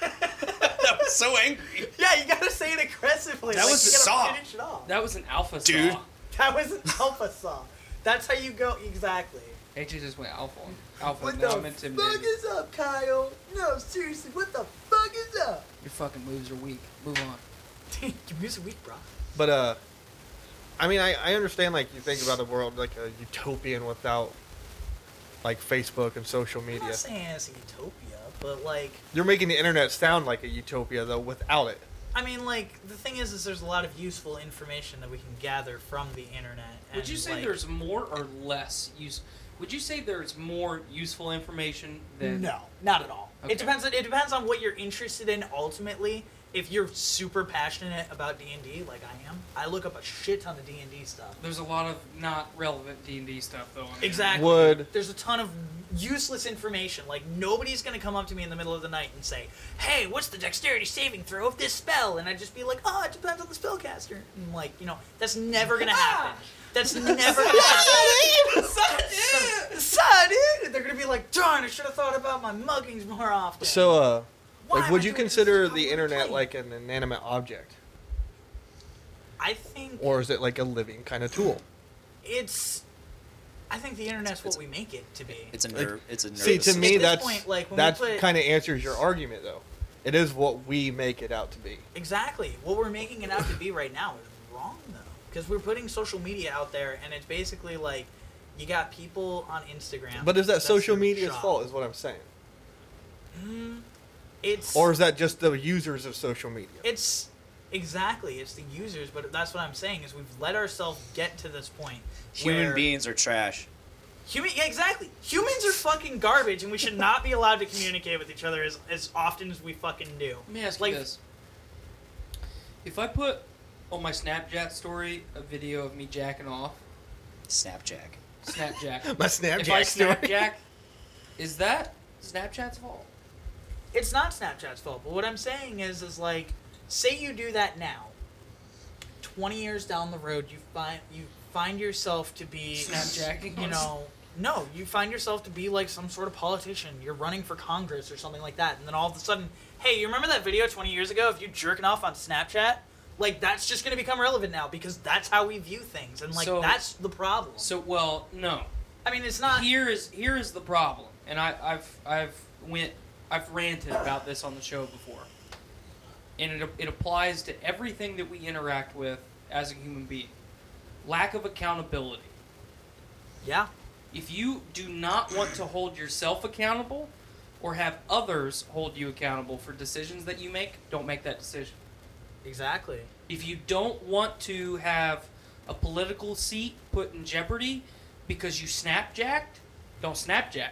that was so angry. Yeah, you gotta say it aggressively. That like, was you a gotta saw. Finish it off. That was an alpha Dude. saw. That was an alpha saw. That's how you go exactly. AJ just went alpha. on- Alpha. What now I'm the intimidated. fuck is up, Kyle? No, seriously, what the fuck is up? Your fucking moves are weak. Move on. Dude, your music weak, bro. *laughs* But uh, I mean, I, I understand like you think about a world like a utopian without like Facebook and social I'm media. not saying it's a utopia, but like, You're making the internet sound like a utopia though without it. I mean, like the thing is, is there's a lot of useful information that we can gather from the internet. And, Would you say like, there's more or less use? Would you say there's more useful information than? No, not at all. Okay. It depends. On, it depends on what you're interested in. Ultimately, if you're super passionate about D and D, like I am, I look up a shit ton of D and D stuff. There's a lot of not relevant D and D stuff though. on the Exactly. Would There's a ton of useless information. Like nobody's gonna come up to me in the middle of the night and say, "Hey, what's the dexterity saving throw of this spell?" And I'd just be like, "Oh, it depends on the spellcaster." And like, you know, that's never gonna happen. That's never gonna happen. So- so- dude, They're gonna be like, "Darn, I should have thought about my muggings more often." so uh, Why like am would I you doing this? consider I'm the gonna internet play. like an inanimate object, I think or is it like a living kind of tool? it's. I think the internet's It's- what we make it to be. It's a nerd. It's a nerd. See, to At me, this that's point, like, when we that put- kind of answers your argument though. It is what we make it out to be. Exactly. What we're making it out to be right now is wrong, though. Because we're putting social media out there, and it's basically like you got people on Instagram. But is that that's social their media's job. fault? Is what I'm saying. Mm, It's Or is that just the users of social media? it's exactly it's the users, but that's what I'm saying is we've let ourselves get to this point. Human where- beings are trash. Human, yeah, exactly. Humans are fucking garbage, and we should not be allowed to communicate with each other as, as often as we fucking do. Let me ask Like- you this: If I put on my Snapchat story a video of me jacking off, Snapjack. *laughs* Snapjack. *laughs* My if I Snapchat story. Snapjack, is that Snapchat's fault? It's not Snapchat's fault, but what I'm saying is, is like, say you do that now. Twenty years down the road, you find you find yourself to be Snapjacking? You know, no, you find yourself to be like some sort of politician. You're running for Congress or something like that, and then all of a sudden, hey, you remember that video 20 years ago of you jerking off on Snapchat? Like that's just gonna become relevant now because that's how we view things, and like So- that's the problem. So well, no. I mean, it's not. Here is here is the problem, and I, I've I've went I've ranted about this on the show before, and it it applies to everything that we interact with as a human being. Lack of accountability. yeah, If you do not want to hold yourself accountable, or have others hold you accountable for decisions that you make, don't make that decision. exactly. if you don't want to have a political seat put in jeopardy because you snapjacked, don't snapjack.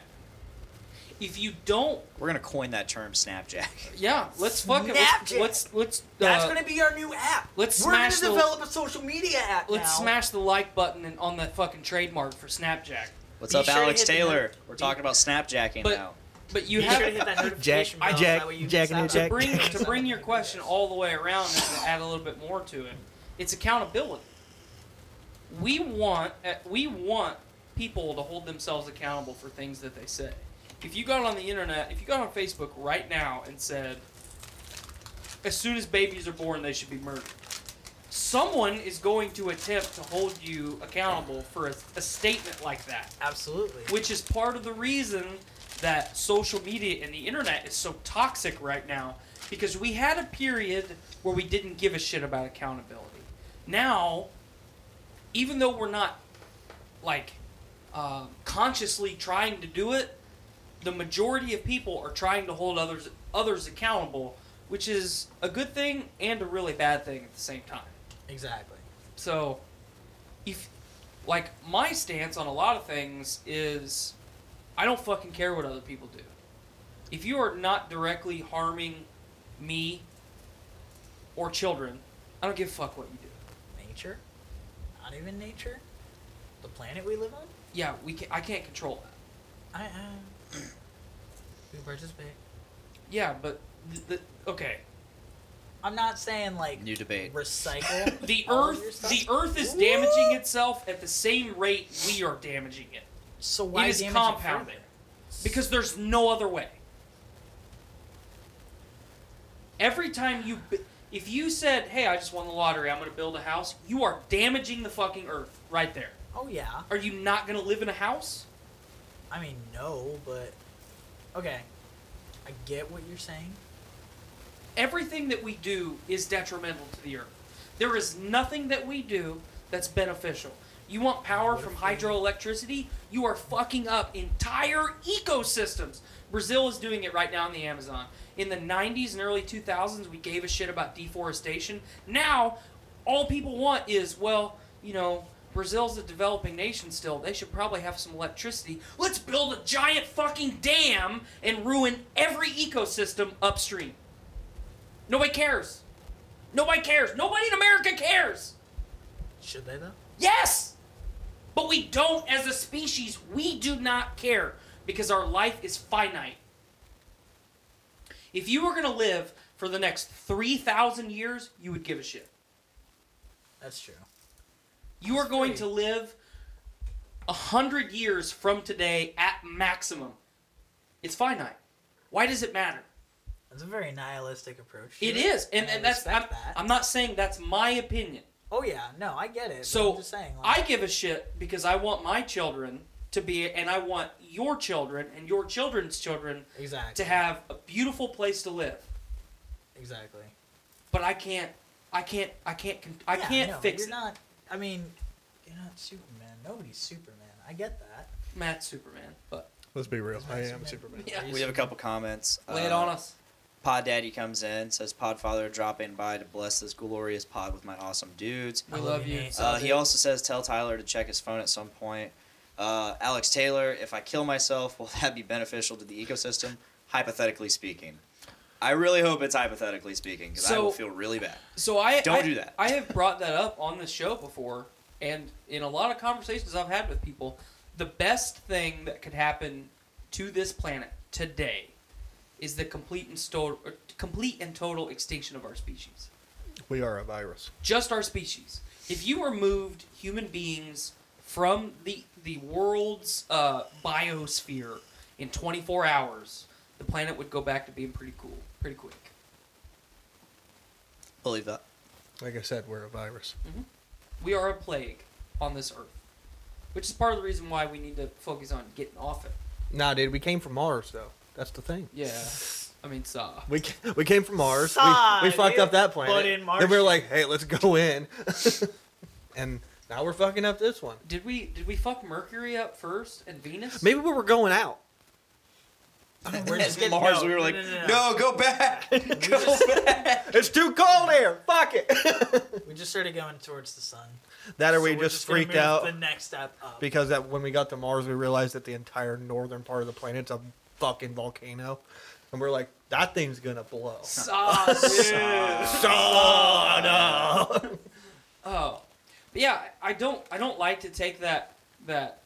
If you don't, We're gonna coin that term, Snapjack. *laughs* yeah, let's fuck it. Let's Snapjack. let's let's, That's uh, gonna be our new app. let's We're smash the- gonna develop a social media app let's now. smash the like button and on that fucking trademark for snapjack. What's Be up, sure to Alex hit the Taylor? note- We're talking about Snapjacking But- now. But you You have have to hit that notification Jack- bell. Jack- that way you Jack and can the stop to Jack. bring it. to bring your question all the way around and to add a little bit more to it. It's accountability. We want uh, we want people to hold themselves accountable for things that they say. If you got on the internet, if you got on Facebook right now and said, as soon as babies are born, they should be murdered. Someone is going to attempt to hold you accountable for a, a statement like that Absolutely. which is part of the reason that social media and the internet is so toxic right now because we had a period where we didn't give a shit about accountability. Now, even though we're not like um consciously trying to do it, the majority of people are trying to hold others others accountable, which is a good thing and a really bad thing at the same time. Exactly. So, if like my stance on a lot of things is, I don't fucking care what other people do. If you are not directly harming me or children, I don't give a fuck what you do. Nature? Not even nature? The planet we live on? Yeah, we can, I can't control that. I, uh, we participate. Yeah, but the, the okay, I'm not saying like New debate. *laughs* recycle. the all of your Earth stuff. the Earth is damaging itself at the same rate we are damaging it. So why it is damage compounded further? because there's no other way every time you bu- if you said hey i just won the lottery i'm going to build a house you are damaging the fucking earth right there Oh yeah. are you not going to live in a house I mean no, but okay. I get what you're saying. everything that we do is detrimental to the earth there is nothing that we do that's beneficial you want power from hydroelectricity you are fucking up entire ecosystems brazil is doing it right now in the amazon in the 90s and early 2000s we gave a shit about deforestation now all people want is well you know brazil's a developing nation still they should probably have some electricity let's build a giant fucking dam and ruin every ecosystem upstream nobody cares nobody cares nobody in america cares Should they though? Yes! But we don't, as a species, we do not care because our life is finite. If you were going to live for the next 3,000 years, you would give a shit. That's true. You are going to live 100 years from today at maximum. It's finite. Why does it matter? That's a very nihilistic approach. to It is. And, I and that's, I'm, respect that. I'm not saying that's my opinion. Oh yeah, no, I get it. but So I'm just saying, I like, give a shit because I want my children to be, and I want your children and your children's children exactly, to have a beautiful place to live. exactly. But I can't, I can't, I can't, con- I Yeah, can't no, fix you're it. not. I mean, you're not Superman. Nobody's Superman. I get that. Matt Superman, but Let's be real. I am Superman. Superman. yeah, We have a couple comments. lay it Uh, on us. Pod Daddy comes in, says Podfather dropping by to bless this glorious pod with my awesome dudes. We I love love you, you. Nate. Uh, he also says tell Tyler to check his phone at some point. Uh, Alex Taylor, if I kill myself, will that be beneficial to the ecosystem? Hypothetically speaking, I really hope it's hypothetically speaking because I So- will feel really bad. So I Don't I- do that. I have brought that up on this show before, and in a lot of conversations I've had with people, the best thing that could happen to this planet today is the complete and sto- er, complete and total extinction of our species. We are a virus. Just our species. If you removed human beings from the the world's uh, biosphere in 24 hours, the planet would go back to being pretty cool, pretty quick. Believe that. Like I said, we're a virus. we are a plague on this earth, which is part of the reason why we need to focus on getting off it. Nah, dude, we came from Mars though. That's the thing. Yeah, I mean, saw. We ca- we came from Mars. Sigh, we, we fucked dude. up that planet. But in Mars- Then we were like, hey, let's go in. *laughs* and now we're fucking up this one. Did we did we fuck Mercury up first and Venus? Maybe we were going out. *laughs* We're just getting Mars, no, we were no, like, no, no, no. no, go back. It's too cold here. Fuck it. *laughs* *laughs* We just started going towards the sun. that or we So we're just, gonna freaked move out The next step up. because that when we got to Mars, we realized that the entire northern part of the planet's a fucking volcano, and we're like, that thing's gonna blow. Saw. dude. *laughs* Oh no! oh, but yeah, I don't I don't like to take that that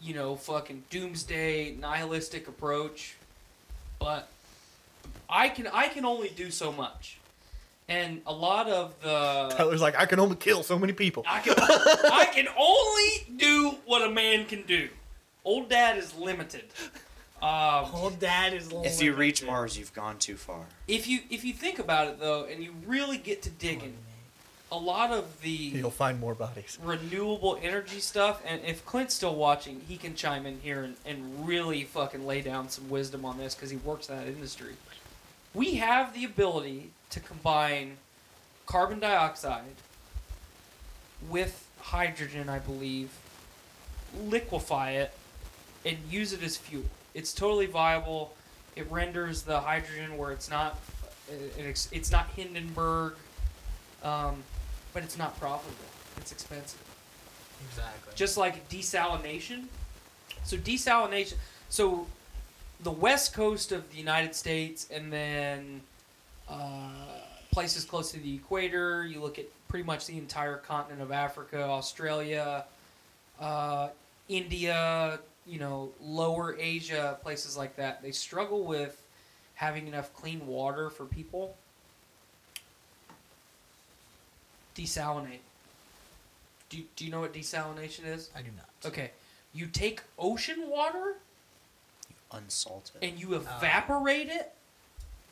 you know fucking doomsday nihilistic approach, but I can I can only do so much, and a lot of the *laughs* Tyler's like, I can only kill so many people. I can, I can only do what a man can do. Old dad is limited. Um, Old dad is. if you reach Mars, you've gone too far. if you if you think about it though, and you really get to digging, a lot of the You'll find more bodies. renewable energy stuff, and if Clint's still watching, he can chime in here and, and really fucking lay down some wisdom on this because he works in that industry. We have the ability to combine carbon dioxide with hydrogen, I believe, liquefy it, and use it as fuel. It's totally viable. It renders the hydrogen where it's not, uh, it's it's not Hindenburg. Um, but it's not profitable. It's expensive. Exactly. Just like desalination. So desalination. So the west coast of the United States, and then uh, places close to the equator. You look at pretty much the entire continent of Africa, Australia, uh, India. You know, lower Asia, places like that. They struggle with having enough clean water for people. Desalinate. Do, do you know what desalination is? I do not. Okay. You take ocean water Unsalted. and you evaporate it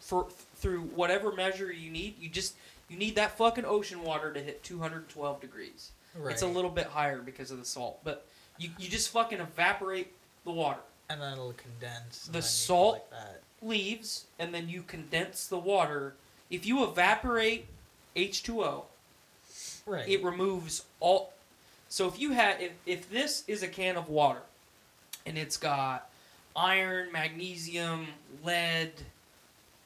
for through whatever measure you need. You just you need that fucking ocean water to hit 212 degrees. It's a Right. little bit higher because of the salt, but you, you just fucking evaporate the water. And then it'll condense. and The then you can salt- Like that. leaves and then you condense the water. If you evaporate H2O, Right. it removes all. So if you had, if, if this is a can of water and it's got iron, magnesium, lead,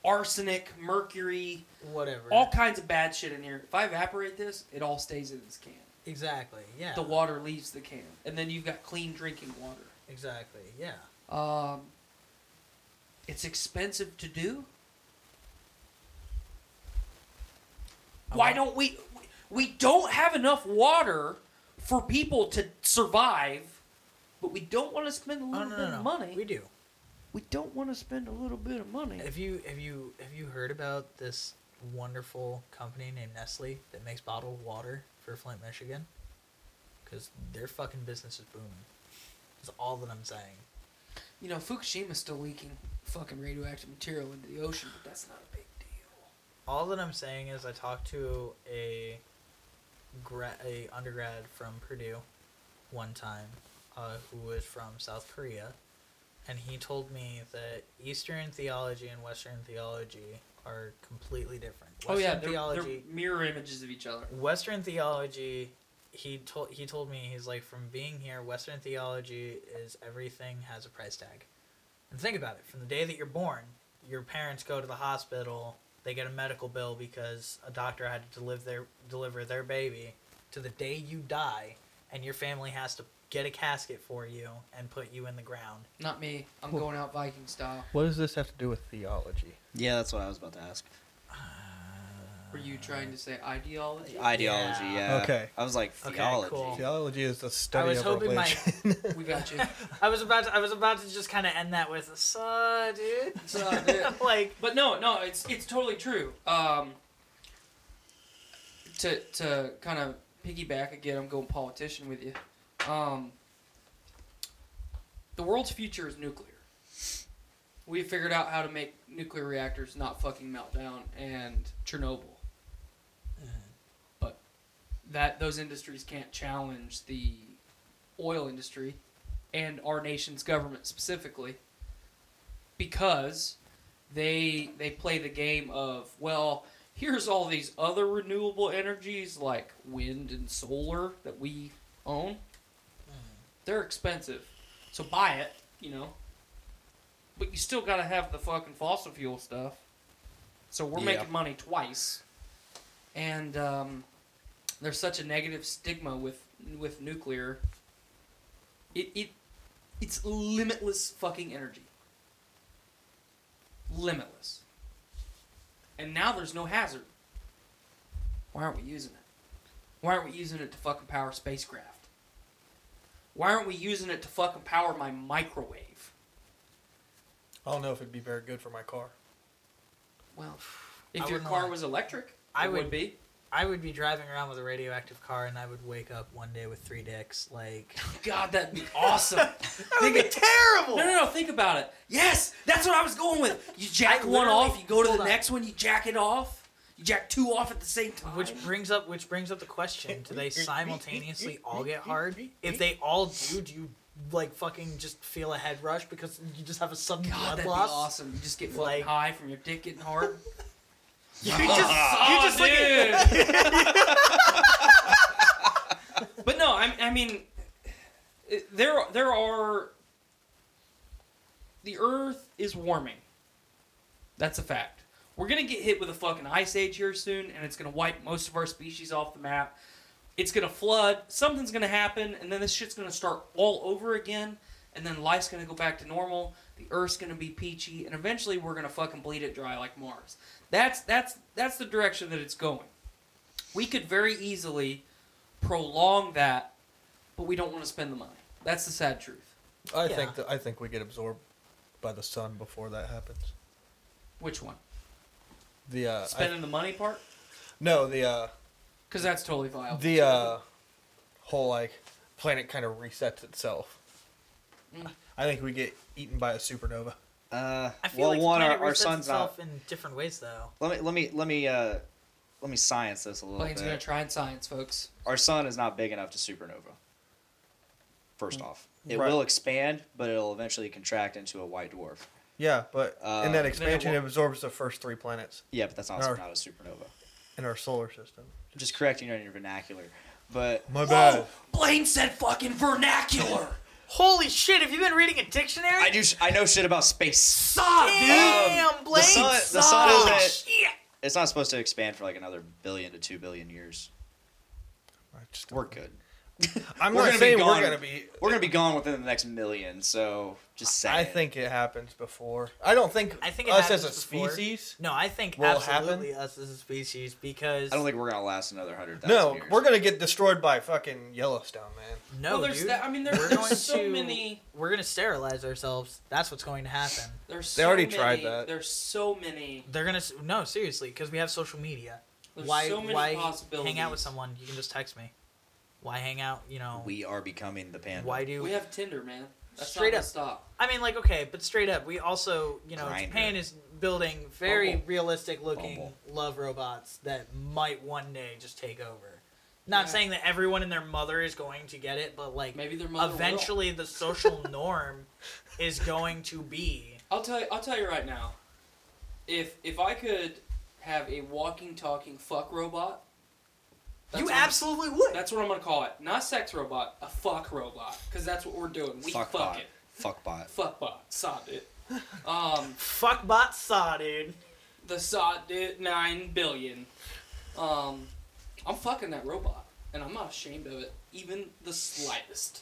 arsenic, mercury, Whatever. all kinds of bad shit in here, if I evaporate this, it all stays in this can. Exactly. Yeah. The water leaves the can. And then you've got clean drinking water. Exactly. Yeah. Um, it's expensive to do. Why don't we? we- We don't have enough water for people to survive, but we don't want to spend a Oh, little no, bit no, no. of money. We do. We don't want to spend a little bit of money. Have you have you have you heard about this wonderful company named Nestle that makes bottled water for Flint, Michigan? Because their fucking business is booming. That's all that I'm saying. You know, Fukushima's still leaking fucking radioactive material into the ocean, but that's not a big deal. All that I'm saying is I talked to a gra- a undergrad from Purdue one time uh, who was from South Korea, and he told me that Eastern theology and Western theology are completely different. Oh, Western theology mirror images of each other. Western theology, he told he told me he's like from being here. Western theology is everything has a price tag. And think about it: from the day that you're born, your parents go to the hospital, they get a medical bill because a doctor had to deliver their deliver their baby, to the day you die, and your family has to get a casket for you and put you in the ground. Not me. I'm going out Viking style. What does this have to do with theology? yeah, that's what I was about to ask. Were you trying to say ideology? Ideology, Yeah. yeah. Okay. I was like, Okay, theology. cool. Theology is the study was of hoping my- religion. *laughs* We got you. I was about to, I was about to just kind of end that with "Suh, dude." *laughs* Suh, dude. like uh, *laughs* But no, no, it's it's totally true. Um, to to kind of piggyback again, I'm going politician with you. Um, the world's future is nuclear. We figured out how to make nuclear reactors not fucking melt down and Chernobyl. But that those industries can't challenge the oil industry and our nation's government specifically because they they play the game of well here's all these other renewable energies like wind and solar that we own they're expensive so buy it you know but you still got to have the fucking fossil fuel stuff so we're Yeah. making money twice and um, there's such a negative stigma with with nuclear it, it it's limitless fucking energy limitless. And now there's no hazard. Why aren't we using it? Why aren't we using it to fucking power spacecraft? Why aren't we using it to fucking power my microwave? I don't know if it'd be very good for my car. Well, I if your wouldn't car like- was electric, I it would, would- be. I would be driving around with a radioactive car, and I would wake up one day with three dicks. Like *laughs* God, that'd be *laughs* awesome. that would be terrible. No, no, no. Think about it. Yes, that's what I was going with. You jack I one literally- off, you go to hold the on. next one, you jack it off. You jack two off at the same time. Which brings up, which brings up the question: Do they simultaneously all get hard? If they all do, do you like fucking just feel a head rush because you just have a sudden God, blood that'd be loss? awesome. You just get fucking Like- high from your dick getting *laughs* hard. You just, Oh, you just like dude. *laughs* but no, I, I mean, it- there there are. The Earth is warming. That's a fact. We're gonna get hit with a fucking ice age here soon, and it's gonna wipe most of our species off the map. It's gonna flood. Something's gonna happen, and then this shit's gonna start all over again. And then life's gonna go back to normal. The Earth's gonna be peachy, and eventually we're gonna fucking bleed it dry like Mars. That's that's that's the direction that it's going. We could very easily prolong that, but we don't want to spend the money. That's the sad truth. I Yeah. think that I think we get absorbed by the sun before that happens. Which one? The uh, I, Spending the money part? no the uh, Because that's totally viable. the uh, whole like planet kind of resets itself. Mm. I think we get eaten by a supernova. Uh, I feel well, like one, the our, planet our resets sun's itself not. in different ways though. Let me let me let me uh, let me science this a little Blaine's gonna bit. try and science, folks. our sun is not big enough to supernova. First off, it Hmm. Right. will expand, but it'll eventually contract into a white dwarf. Yeah, but in Uh, that expansion, it what- absorbs the first three planets Yeah, but that's not, Or- not a supernova. in our solar system. Oh! I'm just correcting you on your vernacular. But My Whoa! Blaine said fucking vernacular! Holy shit! Have you been reading a dictionary? I do. sh- I know shit about space. Stop, dude! Damn, Blake. The sun. The sucks. sun isn't. Shit. It's not supposed to expand for like another billion to two billion years. I just- We're good. I'm we're not gonna be saying gone. we're gonna be. We're gonna be gone within the next million. So just saying. I think it happens before. I don't think. I think it us as a happens before. species. No, I think Will absolutely us as a species because I don't think we're gonna last another hundred thousand No, years. we're gonna get destroyed by fucking Yellowstone, man. no, well, there's dude. that. I mean, there's, We're there's going so to- many. We're gonna sterilize ourselves. That's what's going to happen. There's They so already many, tried that. There's so many. They're gonna s- no, seriously, because we have social media. There's why so many why possibilities. hang out with someone? You can just text me. Why hang out? You know. We are becoming the panda. why do We have Tinder, man. That's Straight not up. to stop. I mean, like, okay, but straight up, we also, you know, Grindr. Japan is building very Bumble. realistic looking Bumble. love robots that might one day just take over. Not Yeah. saying that everyone and their mother is going to get it, but like, Maybe their mother will. eventually *laughs* the social norm is going to be. I'll tell you. I'll tell you right now. If if I could have a walking, talking fuck robot, that's you what I'm- absolutely would. That's what I'm gonna call it. Not sex robot, a fuck robot, because that's what we're doing. We fuck, Fuck bot. it. Fuck bot. Fuck bot. Sod it. Um, Fuck bot saw, dude. the sod it nine billion. Um, I'm fucking that robot, and I'm not ashamed of it, even the slightest.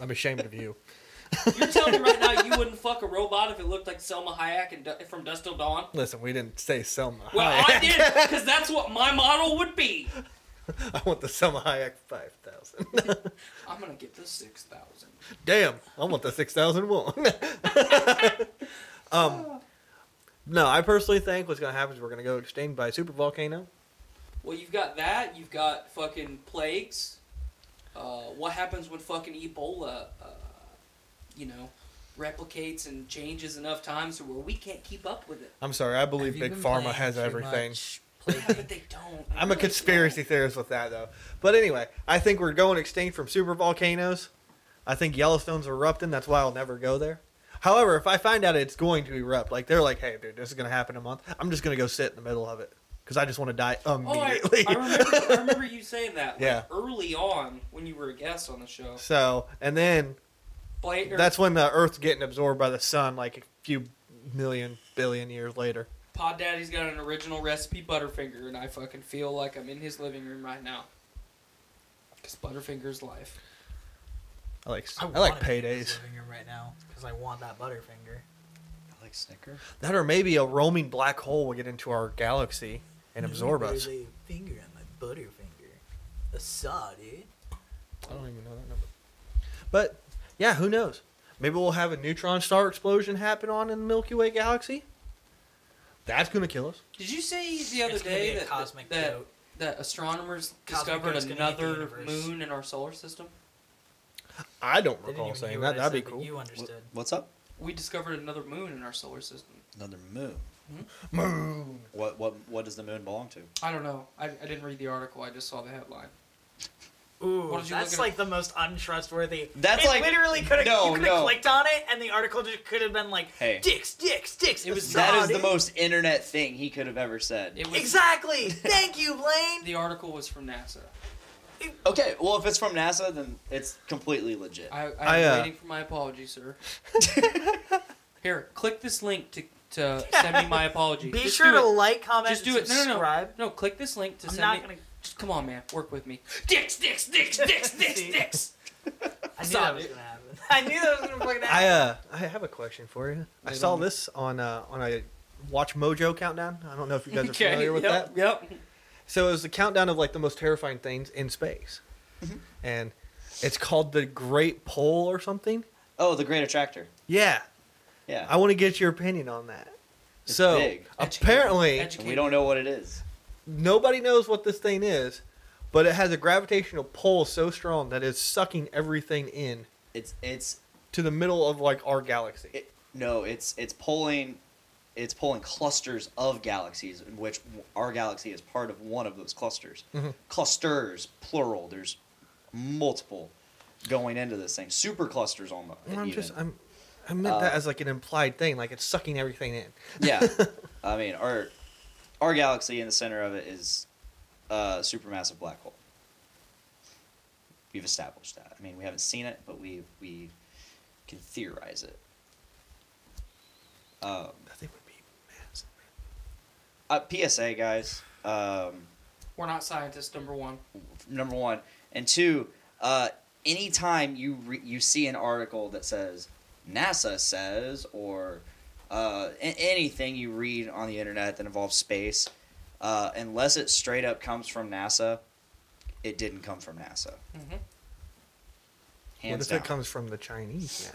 I'm ashamed of you. You're telling me right now you wouldn't fuck a robot if it looked like Selma Hayek and Du- from Dust Till Dawn? Listen, we didn't say Selma. Well, I Hayek. did, because that's what my model would be. *laughs* I want the Selma Hayek five thousand. *laughs* I'm gonna get the six thousand. Damn, I want the six thousand one. *laughs* um, no, I personally think what's gonna happen is we're gonna go extinct by a super volcano. Well, you've got that. You've got fucking plagues. Uh, what happens when fucking Ebola, uh, you know, replicates and changes enough times to where we can't keep up with it? I'm sorry, I believe Big Pharma has everything. Yeah, but they don't. They *laughs* I'm a really *laughs* conspiracy theorist with that though. But anyway, I think we're going extinct from super volcanoes. I think Yellowstone's erupting. That's why I'll never go there. However, if I find out it's going to erupt, like they're like, "Hey, dude, this is gonna happen in a month," I'm just gonna go sit in the middle of it because I just want to die don't. Oh, I, immediately. I, remember, I remember you saying that. like, Yeah. early on when you were a guest on the show. *laughs* so, and then Blade, or that's when the Earth's getting absorbed by the sun, like a few million billion years later. Pod Daddy's got an original recipe Butterfinger, and I fucking feel like I'm in his living room right now. Because Butterfinger's life. I like I, wanna like be in this paydays. Living room right now because I want that Butterfinger. I like Snicker. That or maybe a roaming black hole will get into our galaxy and absorb us. Lay a finger on my Butterfinger. A saw, dude. I don't even know that number. But yeah, who knows? Maybe we'll have a neutron star explosion happen on in the Milky Way galaxy. That's gonna kill us. Did you say the other It's gonna day be a that cosmic that, joke. that astronomers Cosmic discovered joke's gonna hit the another universe. moon in our solar system? I don't They didn't recall even hear saying that. what I That'd said, be but cool. You Wh- understood. What's up? We discovered another moon in our solar system. Another moon. Moon. What what what does the moon belong to? I don't know. I, I didn't read the article. I just saw the headline. Ooh, What did you that's look it like the most untrustworthy. That's it like- literally could have no, you could have no. clicked on it and the article just could have been like Hey. dicks, dicks, dicks. It a was- saw, That is the dude." most internet thing he could have ever said. It was *laughs* Exactly. Thank you, Blaine. the article was from NASA. okay, well if it's from NASA, then it's completely legit. I, I'm I, uh, waiting for my apology, sir. Here, click this link to *laughs* to send me my apologies. Be Just sure do to it. like, comment, Just do and it. No, no, no. subscribe. No, click this link to I'm send not me. gonna- Just come on, man. Work with me. Dicks, dicks, dicks, *laughs* dicks, dicks, See? dicks. I knew Stop that was it. gonna happen. *laughs* I knew that was gonna *laughs* fucking I happen. uh, I have a question for you. I Wait saw on me. this on uh, on a Watch Mojo countdown. I don't know if *laughs* you guys are familiar with that. yep, Yep. So it was the countdown of like the most terrifying things in space, and it's called the Great Pole or something. Oh, the Great Attractor. Yeah, Yeah. I want to get your opinion on that. It's so big. apparently, Educate and we don't know what it is. nobody knows what this thing is, but it has a gravitational pull so strong that it's sucking everything in It's it's to the middle of like our galaxy. it, no, it's it's pulling it's pulling clusters of galaxies in which our galaxy is part of one of those clusters. Mm-hmm. Clusters plural. There's multiple going into this thing. Super clusters almost. Well, I'm even. Uh, just I'm I meant that as like an implied thing, like it's sucking everything in. yeah. I mean, our our galaxy in the center of it is a supermassive black hole. We've established that. I mean, we haven't seen it, but we we can theorize it. Um, That thing would be massive. uh, PSA, guys. Um, We're not scientists, number one. number one and two uh, anytime you re- you see an article that says nasa says or uh, a- anything you read on the internet that involves space uh, unless it straight up comes from nasa it didn't come from nasa Mhm. Hands what if down. it comes from the Chinese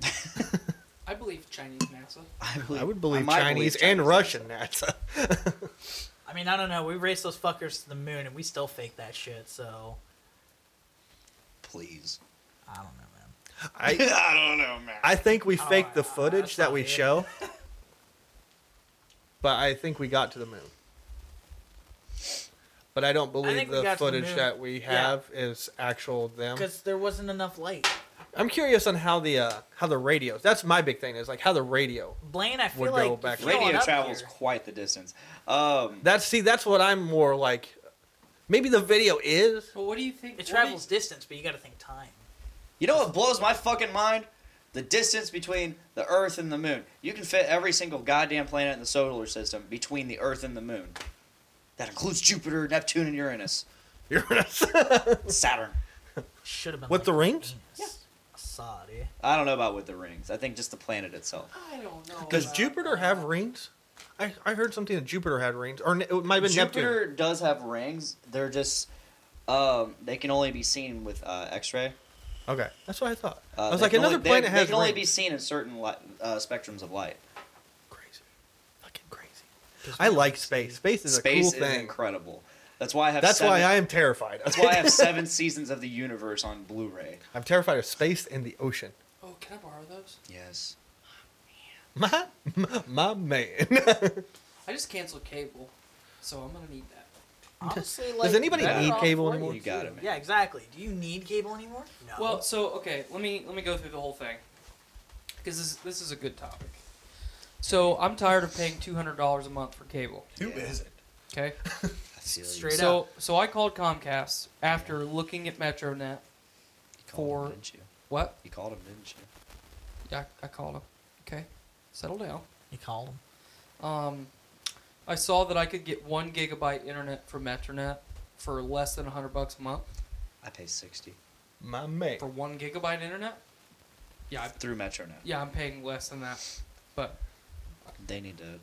NASA? I believe Chinese NASA. I, believe, I would believe might Chinese, and Russian NASA. I mean, I don't know. We raced those fuckers to the moon, and we still fake that shit. So Please. I don't know, man. *laughs* I Ah, I don't know, man. I think we faked I- the I- I footage that saw we it. *laughs* show, but I think we got to the moon. But I don't believe think we the got to the footage moon. that we have is actual them. Because there wasn't enough light. I'm curious on how the uh, how the radios. That's my big thing is like how the radio. Blaine, I feel Would like go back if you went Radio up travels here- quite the distance. Um, That's see that's what I'm more like. Maybe the video is *laughs* Well, what do you think? It what travels do distance, but you got to think time. You know what blows my fucking mind? The distance between the Earth and the Moon. You can fit every single goddamn planet in the solar system between the Earth and the Moon. That includes Jupiter, Neptune, and Uranus, Saturn. Should have been With like the rings? Venus. I saw it, eh? I don't know about with the rings. I think just the planet itself. you- I don't know. Does about Jupiter have rings? I, I heard something that Jupiter had rings, or ne- it might have been Jupiter Neptune. does have rings. They're just um, they can only be seen with uh, X-ray. Okay, that's what I thought. Uh, I was they like, can another only, they- planet they, has can only be rings. seen in certain li- uh, spectrums of light. Crazy, fucking crazy. I like space. Space is Space a cool is thing. incredible. That's why I have. That's seven, why I am terrified. Of That's why I *laughs* have it. seven seasons of the universe on Blu-ray. I'm terrified of space and the ocean. *laughs* Oh, can I borrow those? Yes. My my *laughs* man. I just canceled cable, so I'm gonna need that. Honestly, *laughs* like Does anybody better need off cable for anymore? You got it, man. Yeah, exactly. Do you need cable anymore? No. Well, so okay, let me let me go through the whole thing, because this this is a good topic. So I'm tired of paying two hundred dollars a month for cable. Who is Yeah. it? Okay, I feel Straight up. so so I called Comcast after looking at MetroNet. for- didn't you? What? You called him, didn't you? Yeah, I, I called them. Okay, settle down. You called him. Um, I saw that I could get one gigabyte internet from MetroNet for less than hundred bucks a month I pay sixty My man. for one gigabyte internet. Yeah, I, through Metro now. yeah, I'm paying less than that, but They need to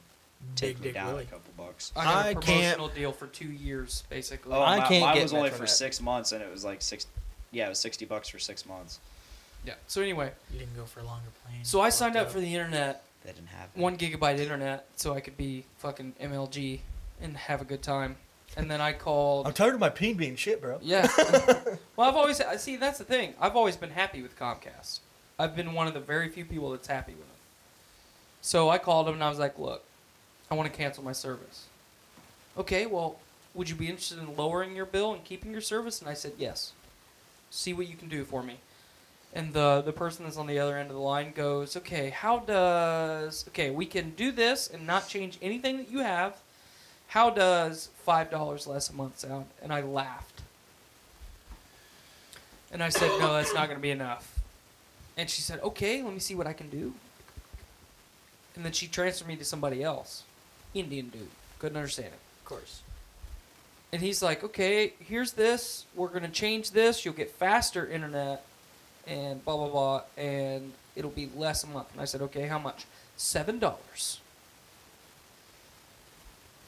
take Big me Dick down Willie. a couple bucks. I got a I can't- promotional deal for two years basically. Oh, I my, can't mine get was only for Metronet. six months, and it was like six. Yeah, it was sixty bucks for six months. Yeah. So anyway, You didn't go for a longer plane. so I signed up for the internet, They didn't have it. one gigabyte internet, so I could be fucking MLG and have a good time. And then I I'm called. tired of my peen being shit, bro. *laughs* Yeah. well, I've always I see that's the thing. I've always been happy with Comcast. I've been one of the very few people that's happy with them. So I called them and I was like, "Look, I want to cancel my service." Okay, well, would you be interested in lowering your bill and keeping your service? And I said, "Yes." See what you can do for me. And the the person that's on the other end of the line goes, "Okay, how does okay, we can do this and not change anything that you have. How does $5 less a month sound?" And I laughed. And I said, "No, that's not going to be enough." And she said, "Okay, let me see what I can do." and then she transferred me to somebody else, Indian dude, couldn't understand it. Of course. And he's like, okay, here's this. We're going to change this. You'll get faster internet and blah, blah, blah. And it'll be less a month. And I said, okay, how much? $7.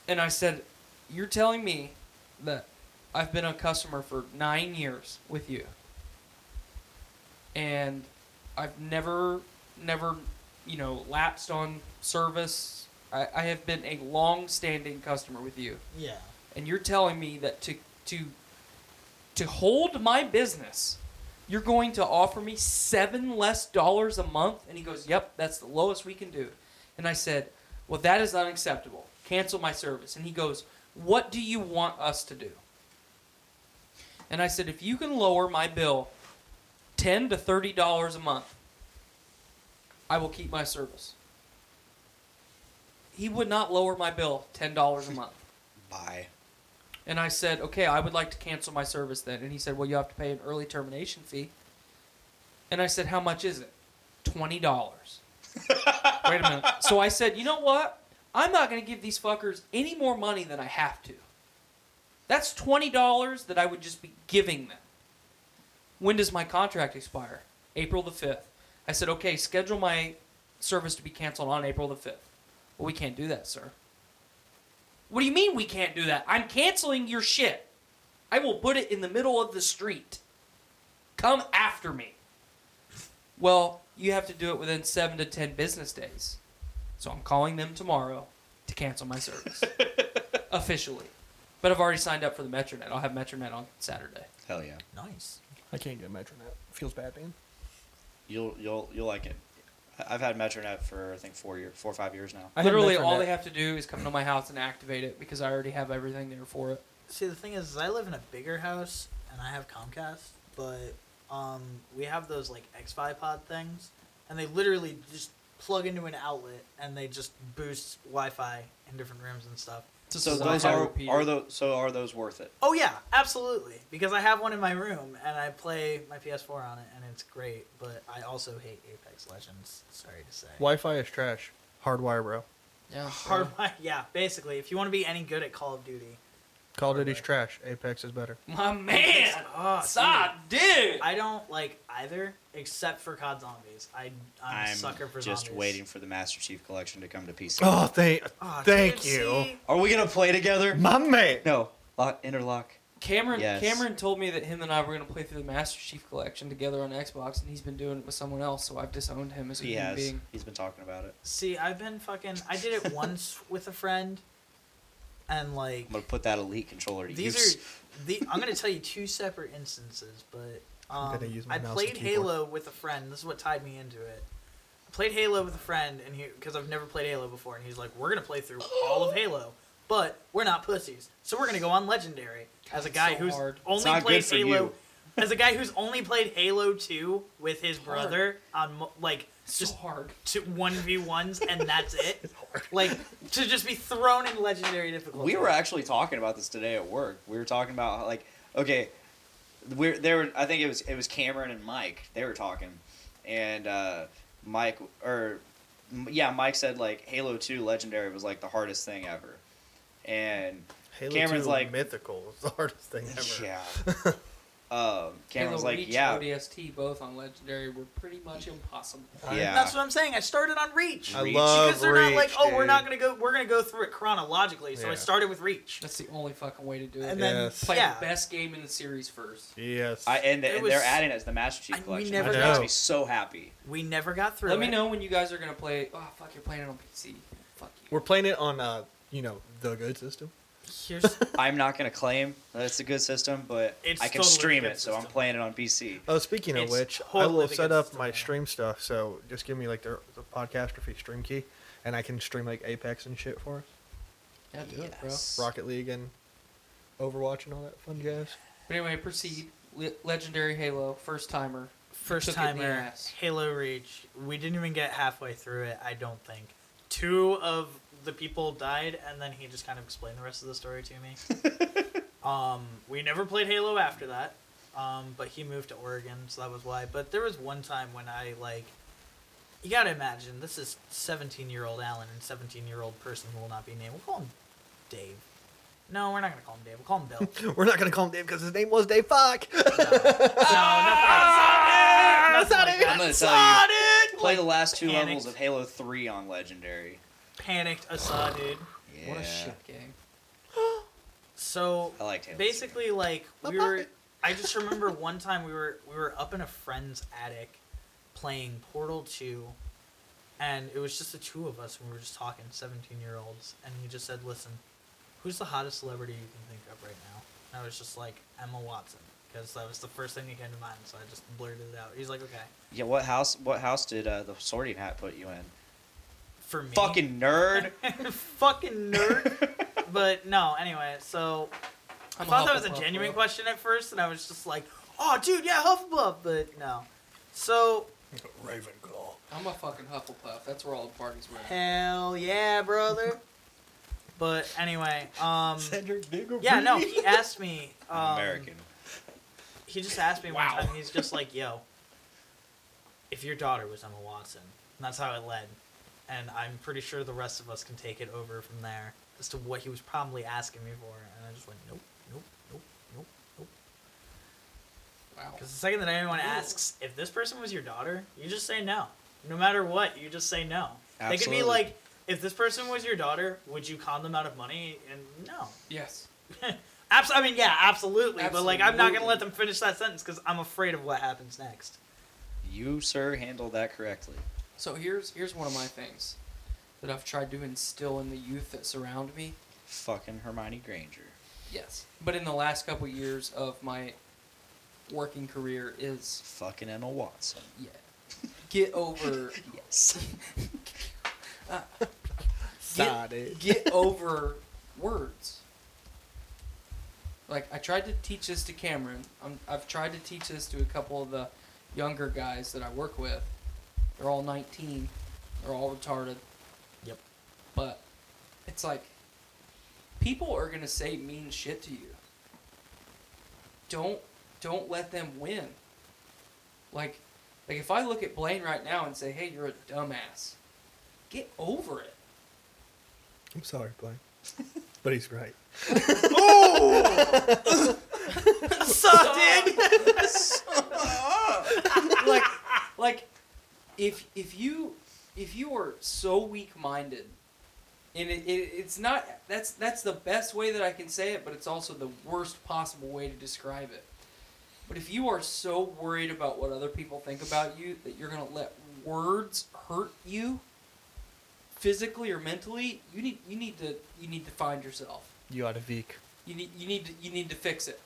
And I said, you're telling me that I've been a customer for nine years with you. And I've never, never, you know, lapsed on service. I, I have been a long standing customer with you Yeah. and you're telling me that to to to hold my business you're going to offer me seven less dollars a month and he goes yep that's the lowest we can do and i said well that is unacceptable cancel my service and he goes what do you want us to do and i said if you can lower my bill 10 to 30 dollars a month i will keep my service he would not lower my bill 10 dollars a month Bye. and I said, okay, I would like to cancel my service then. And he said, well, you have to pay an early termination fee. And I said, how much is it? $20. Wait a minute. So I said, you know what? I'm not going to give these fuckers any more money than I have to. That's $20 that I would just be giving them. When does my contract expire? April the 5th. I said, okay, schedule my service to be canceled on April the 5th. Well, we can't do that, sir. What do you mean we can't do that? I'm canceling your shit. I will put it in the middle of the street. Come after me. Well, you have to do it within seven to ten business days. So I'm calling them tomorrow to cancel my *laughs* service. Officially. But I've already signed up for the Metronet. I'll have Metronet on Saturday. Hell yeah. Nice. I can't get Metronet. Feels bad, man. You'll you'll you'll like it. I- I've had MetroNet for I think four year, four or five years now. I have Literally, all Metronet. they have to do is come to my house and activate it because I already have everything there for it. See, the thing is, is I live in a bigger house and I have Comcast, but um, we have those like XFi pod things, and they literally just plug into an outlet and they just boost Wi-Fi in different rooms and stuff. Just So as a those high are repeater. are those so are those worth it? Oh yeah, absolutely. Because I have one in my room and I play my PS4 on it and it's great. But I also hate Apex Legends. Sorry to say. Wi-Fi is trash. Hardwire, bro. Yeah, Hard, *laughs* yeah, basically, if you want to be any good at Call of Duty, Call of Duty's trash. Apex is better. My man! Oh, Sod, dude! I don't like either, except for COD Zombies. I I'm, a I'm sucker for just zombies. waiting for the Master Chief Collection to come to PC. *laughs* Oh, thank, Aw, thank Ah, dude, you, see? Are we gonna play together? my man. No, lock, interlock. Cameron Yes. Cameron told me that him and I were going to play through the Master Chief collection together on Xbox, and he's been doing it with someone else, so I've disowned him as a He human has. being. He's been talking about it. See, I've been fucking. I did it once with a friend, and like I'm gonna put that Elite controller to these use. are the. I'm gonna tell you two separate instances, but um, gonna use my I mouse and played keyboard. Halo with a friend. This is what tied me into it. I played Halo with a friend, and he because I've never played Halo before, and he's like, "We're gonna play through all of Halo." But we're not pussies, so we're gonna go on Legendary. As a God, guy so who's hard. only It's not played good for Halo, you. as a guy who's only played Halo Two with his brother on mo- like So just hard. to one v ones and that's it. Like to just be thrown in legendary difficulty. we were actually talking about this today at work. We were talking about how, like, okay, we're there. Were, I think it was it was Cameron and Mike. They were talking, and uh, Mike or m- yeah, Mike said like Halo Two Legendary was like the hardest thing ever, and Halo Cameron's 2 like- mythical. It's the hardest thing ever. *laughs* yeah. Um, Cameron's Halo like, Reach yeah, and ODST both on Legendary were pretty much impossible. yeah. That's what I'm saying. I started on Reach. I Reach. love because they're not like, Reach, oh, we're dude. not gonna go. We're gonna go through it chronologically. So I Yeah. started with Reach, That's the only fucking way to do it. and then Yes. Play yeah, the best game in the series first. Yes. I, and, and was- they're adding it to the Master Chief And we Collection. never That got- makes me so happy. we never got through. Let it. me know when you guys are going to play. Oh, fuck, you're playing it on PC. Fuck you. We're playing it on, uh, you know, the good system. Here's I'm not going to claim that it's a good system, but It's I can totally a stream good it, so I'm system. playing it on PC. Oh, speaking of It's which, I totally will the set good up system, my yeah. stream stuff. So just give me like the, the podcastrophy stream key, and I can stream like Apex and shit for us, Yeah, do it, bro. Yes. Rocket League and Overwatch and all that fun jazz. *laughs* But anyway, proceed. Le- Legendary Halo, first timer. first Took it in the timer ass. Halo Reach. We didn't even get halfway through it. I don't think. Two of the people died, and then he just kind of explained the rest of the story to me. *laughs* um, we never played Halo after that, um, but he moved to Oregon, so that was why. But there was one time when I like You gotta imagine this is 17 year old Alan and 17 year old person who will not be named. We'll call him Dave. No, we're not gonna call him Dave. We'll call him Bill. *laughs* We're not gonna call him Dave because his name was Dave *laughs* Fuck. Ah! That's not it. I'm gonna tell you. Play the last two panicked. levels of Halo 3 on Legendary. Panicked Asa, dude. Yeah. What a shit. Gang. So I liked Halo. basically, like My we were. pocket. I just remember one time we were we were up in a friend's attic, playing Portal Two, and it was just the two of us, and we were just talking, seventeen year olds, and he just said, "Listen, who's the hottest celebrity you can think of right now?" And I was just like Emma Watson, because that was the first thing that came to mind, so I just blurted it out. He's like, "Okay, Yeah, what house? What house did uh, the sorting hat put you in? for me." Fucking nerd. *laughs* *laughs* fucking nerd. but no, anyway, so I I'm a thought that was Hufflepuff, a genuine bro. question at first, and I was just like, "Oh, dude, yeah, Hufflepuff," but no. So Ravenclaw. I'm a fucking Hufflepuff. That's where all the parties were. at. hell yeah, brother. but anyway, *laughs* um, Cedric Diggory. yeah, no, he asked me. Um, American. He just asked me Wow. one time. He's just like, "Yo, if your daughter was Emma Watson," and that's how it led. And I'm pretty sure the rest of us can take it over from there as to what he was probably asking me for. And I just went, "Nope, nope, nope, nope, nope." Wow. Because the second that anyone asks if this person was your daughter, you just say no. No matter what, you just say no. They could Absolutely. be like, if this person was your daughter, would you con them out of money? And no. *laughs* Yes. Abs- I mean, yeah, absolutely. But like, I'm not gonna Absolutely. let them finish that sentence because I'm afraid of what happens *laughs* next. You sir handled that correctly. So here's here's one of my things that I've tried to instill in the youth that surround me. Fucking Hermione Granger. Yes. But in the last couple years of my working career is Fucking Emma Watson. *laughs* yeah. Get over Yes. get, Sorry. get over words. Like I tried to teach this to Cameron. I'm, I've tried to teach this to a couple of the younger guys that I work with. They're all 19. They're all retarded. Yep. But it's like people are gonna say mean shit to you. Don't don't let them win. Like like if I look at Blaine right now and say, "Hey, you're a dumbass," get over it. I'm sorry, *laughs* Blaine. but he's right. *laughs* Suck, dude. like *laughs* like if if you if you are so weak minded and it, it, it's not that's that's the best way that I can say it but it's also the worst possible way to describe it but if you are so worried about what other people think about you that you're going to let words hurt you physically or mentally you need you need to you need to find yourself You ought to *laughs* veek. you need you need to, you need to fix it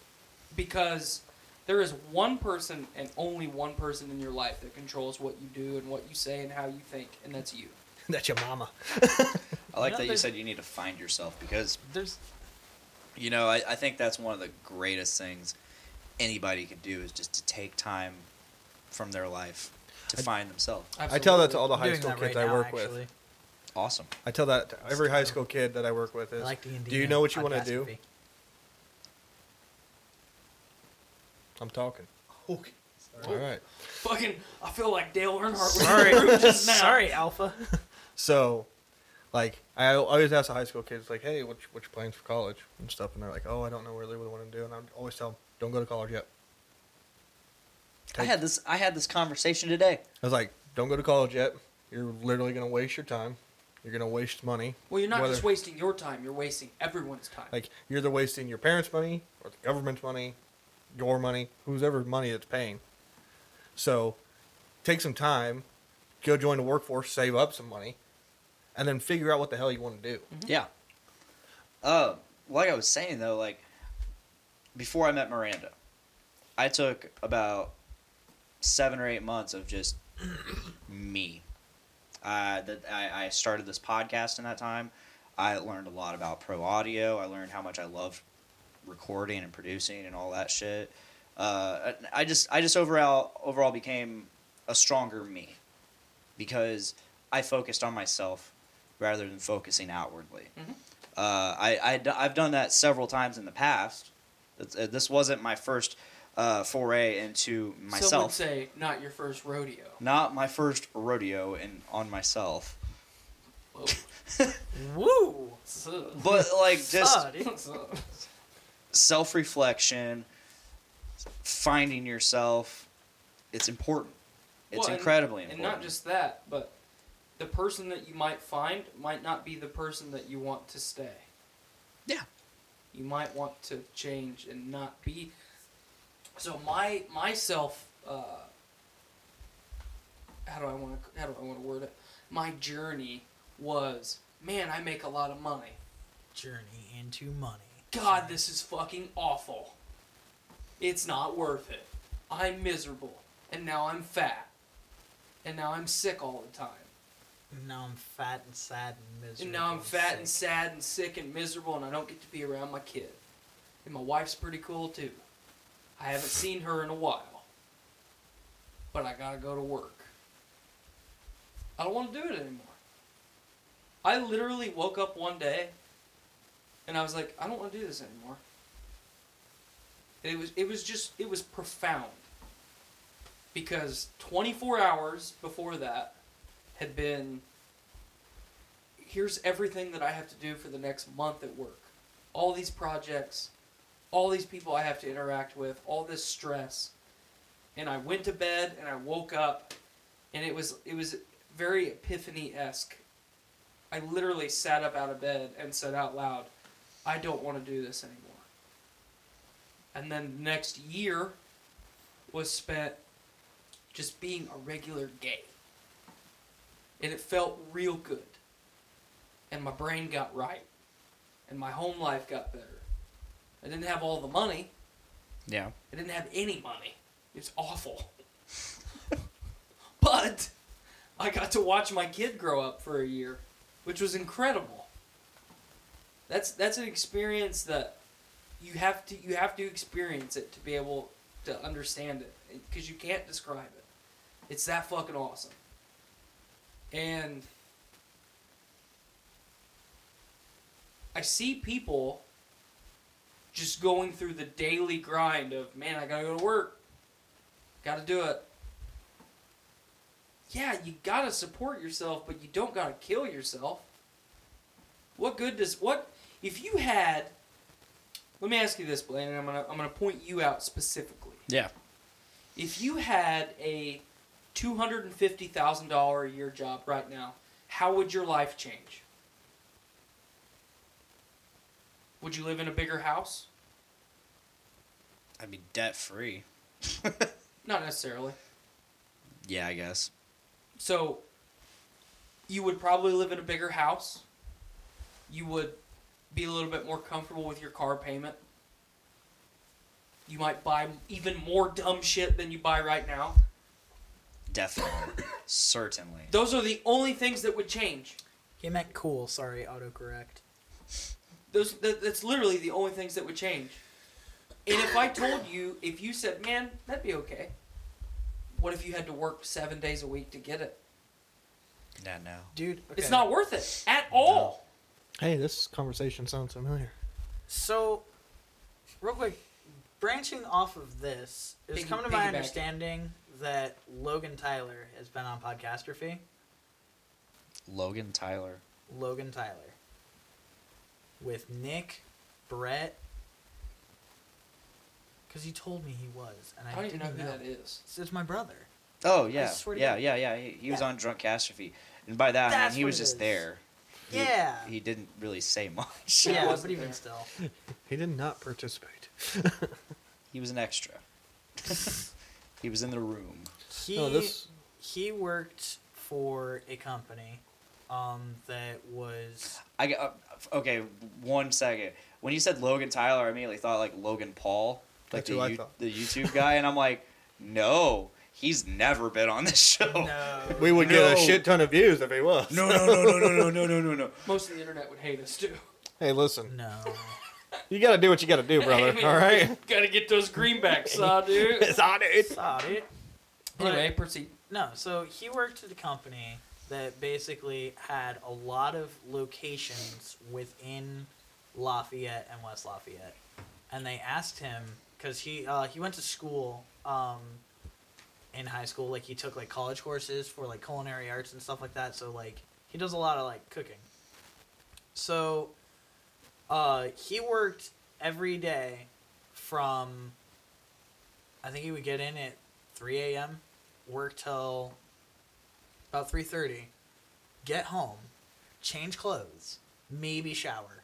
because there is one person and only one person in your life that controls what you do and what you say and how you think, and that's you. That's your mama. I like know, that you there's- said you need to find yourself because There's you know I, I think that's one of the greatest things anybody can do is just to take time from their life to find themselves. I tell that to all Absolutely. the high doing school that right kids I now, work actually. with. Awesome. I tell that to every high school kid that I work with I is. like the do you know what you want to do? I'm talking. Okay. All right. Fucking, I feel like Dale Earnhardt. was in the room *laughs* Sorry, just now. sorry, Alpha. *laughs* So, like, I always ask the high school kids, like, hey, what you, what you plans for college and stuff? And they're like, oh, I don't know really what I want to do. And I always tell them, don't go to college yet. I had this I had this conversation today. I was like, don't go to college yet. You're literally going to waste your time. You're going to waste money. *laughs* Well, you're not Whether- just wasting your time; you're wasting everyone's time. Like, you're either wasting your parents' money or the government's money, your money, whose ever money that's paying. So, take some time, go join the workforce, save up some money, and then figure out what the hell you want to do. Yeah. Uh, like I was saying though, like before I met Miranda, I took about seven or eight months of just me. Uh, that I, I started this podcast in that time. I learned a lot about pro audio. I learned how much I love recording and producing and all that shit. Uh, I I just I just overall overall became a stronger me because I focused on myself rather than focusing outwardly. Uh, I, I, have done that several times in the past. That's- uh, This wasn't my first uh, foray into Some would myself. say not your first rodeo. Not my first rodeo and on myself, Whoa. Woo! but *laughs* like just Ah, *laughs* dude. self reflection, finding yourself. It's important. It's Well, and- incredibly and, important. not just that, but the person that you might find might not be the person that you want to stay. Yeah. You might want to change and not be. So my myself, uh, how do I want to how do I want to word it? My journey was, man, I make a lot of money. Journey into money. God, this is fucking awful. It's not worth it. I'm miserable. And now I'm fat. And now I'm sick all the time. Now I'm fat and sad and miserable. And now I'm fat and sick. sad and sick and miserable and I don't get to be around my kid. And my wife's pretty cool too. I haven't seen her in a while. But I gotta go to work. I don't wanna do it anymore. I literally woke up one day and I was like, I don't wanna do this anymore. And it was it was just it was profound. Because twenty four hours before that had been here's everything that I have to do for the next month at work. All these projects, all these people I have to interact with, all this stress. And I went to bed and I woke up and it was it was very epiphany esque. I literally sat up out of bed and said out loud, I don't want to do this anymore. And then the next year was spent just being a regular gay. And it felt real good and my brain got right and my home life got better i didn't have all the money yeah. i didn't have any money it's awful *laughs* but i got to watch my kid grow up for a year which was incredible that's that's an experience that you have to you have to experience it to be able to understand it because you can't describe it it's that fucking awesome and I see people just going through the daily grind of, man, I gotta go to work. Gotta do it. Yeah, you gotta support yourself, but you don't gotta kill yourself. What good does what if you had let me ask you this, Blaine, and I'm gonna I'm gonna point you out specifically. Yeah. If you had a two hundred and fifty thousand dollar a year job right now, how would your life change? Would you live in a bigger house? I'd be debt *laughs* free. Not necessarily. yeah, I guess. So, you would probably live in a bigger house. You would be a little bit more comfortable with your car payment. You might buy even more dumb shit than you buy right now. Definitely. Certainly. Those are the only things that would change. He meant cool. Sorry, autocorrect. Those that, that's literally the only things that would change. And if I told you, if you said, "Man, that'd be okay," what if you had to work seven days a week to get it? Yeah, no. Dude, It's okay. not worth it at all. Hey, this conversation sounds familiar. So, real quick, branching off of this, it's Piggy- coming to my piggybacking. understanding that Logan Tyler has been on Podcastrophe. Logan Tyler. Logan Tyler. With Nick, Brett. Because he told me he was, and I, I don't even didn't know who that is. It's, it's *laughs* my brother. Oh yeah, swear to yeah, God. yeah, yeah. He, he was Yeah. on Drunk Catastrophe, and by that I That's mean he what was it just is. there. He- Yeah. He didn't really say much. He yeah, wasn't but even there. *laughs* still. He did not participate. *laughs* He was an extra. *laughs* he was in the room. He, No, this he worked for a company um, that was. I got uh, okay. One second. When you said Logan Tyler, I immediately thought like Logan Paul, like That's the who I you- thought. *laughs* the YouTube guy, and I'm like, no, he's never been on this show. Oh. No. we would get No. a shit ton of views if he was. no, no, no, no, no, no, no, no, no, *laughs* no. Most of the internet would hate us too. *laughs* Hey, listen, No. you got to do what you got to do, brother. I *laughs* mean, all right. Gotta get those greenbacks, saw dude. *laughs* It's on it. Saw it. anyway, proceed. No, so he worked at a company that basically had a lot of locations within Lafayette and West Lafayette. and they asked him because he uh, he went to school um, in high school. Like he took like college courses for like culinary arts and stuff like that. So like he does a lot of like cooking. So uh, he worked every day from I think he would get in at 3 a.m. work till about 3:30, get home, change clothes, maybe shower,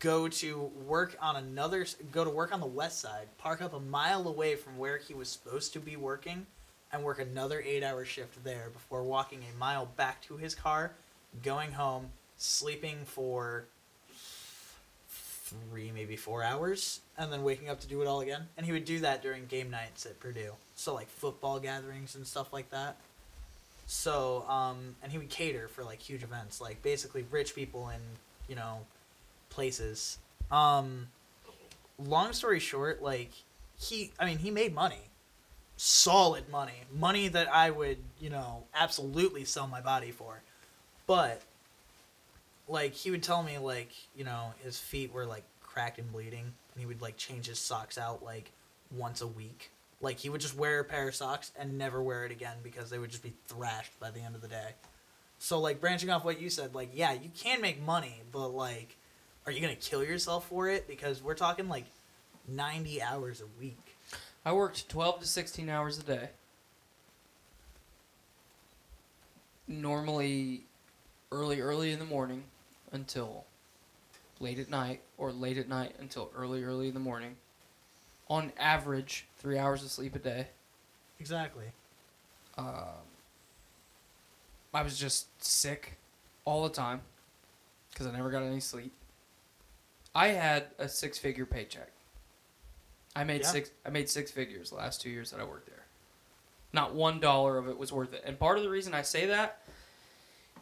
go to work on another go to work on the west side, park up a mile away from where he was supposed to be working and work another 8-hour shift there before walking a mile back to his car, going home, sleeping for three, maybe four hours, and then waking up to do it all again. And he would do that during game nights at Purdue. So like football gatherings and stuff like that. So, um, and he would cater for like huge events, like basically rich people in, you know, places. Um, long story short, like he, I mean, he made money, solid money, money that I would, you know, absolutely sell my body for. But like he would tell me like you know his feet were like cracked and bleeding and he would like change his socks out like once a week like he would just wear a pair of socks and never wear it again because they would just be thrashed by the end of the day so like branching off what you said like yeah you can make money but like are you gonna kill yourself for it because we're talking like 90 hours a week I worked 12 to 16 hours a day. Normally early, early in the morning until late at night, or late at night until early, early in the morning. On average, three hours of sleep a day. exactly Um, I was just sick all the time because I never got any sleep. I had a six-figure paycheck. I made Yeah. six. I made six figures the last two years that I worked there. Not one dollar of it was worth it. And part of the reason I say that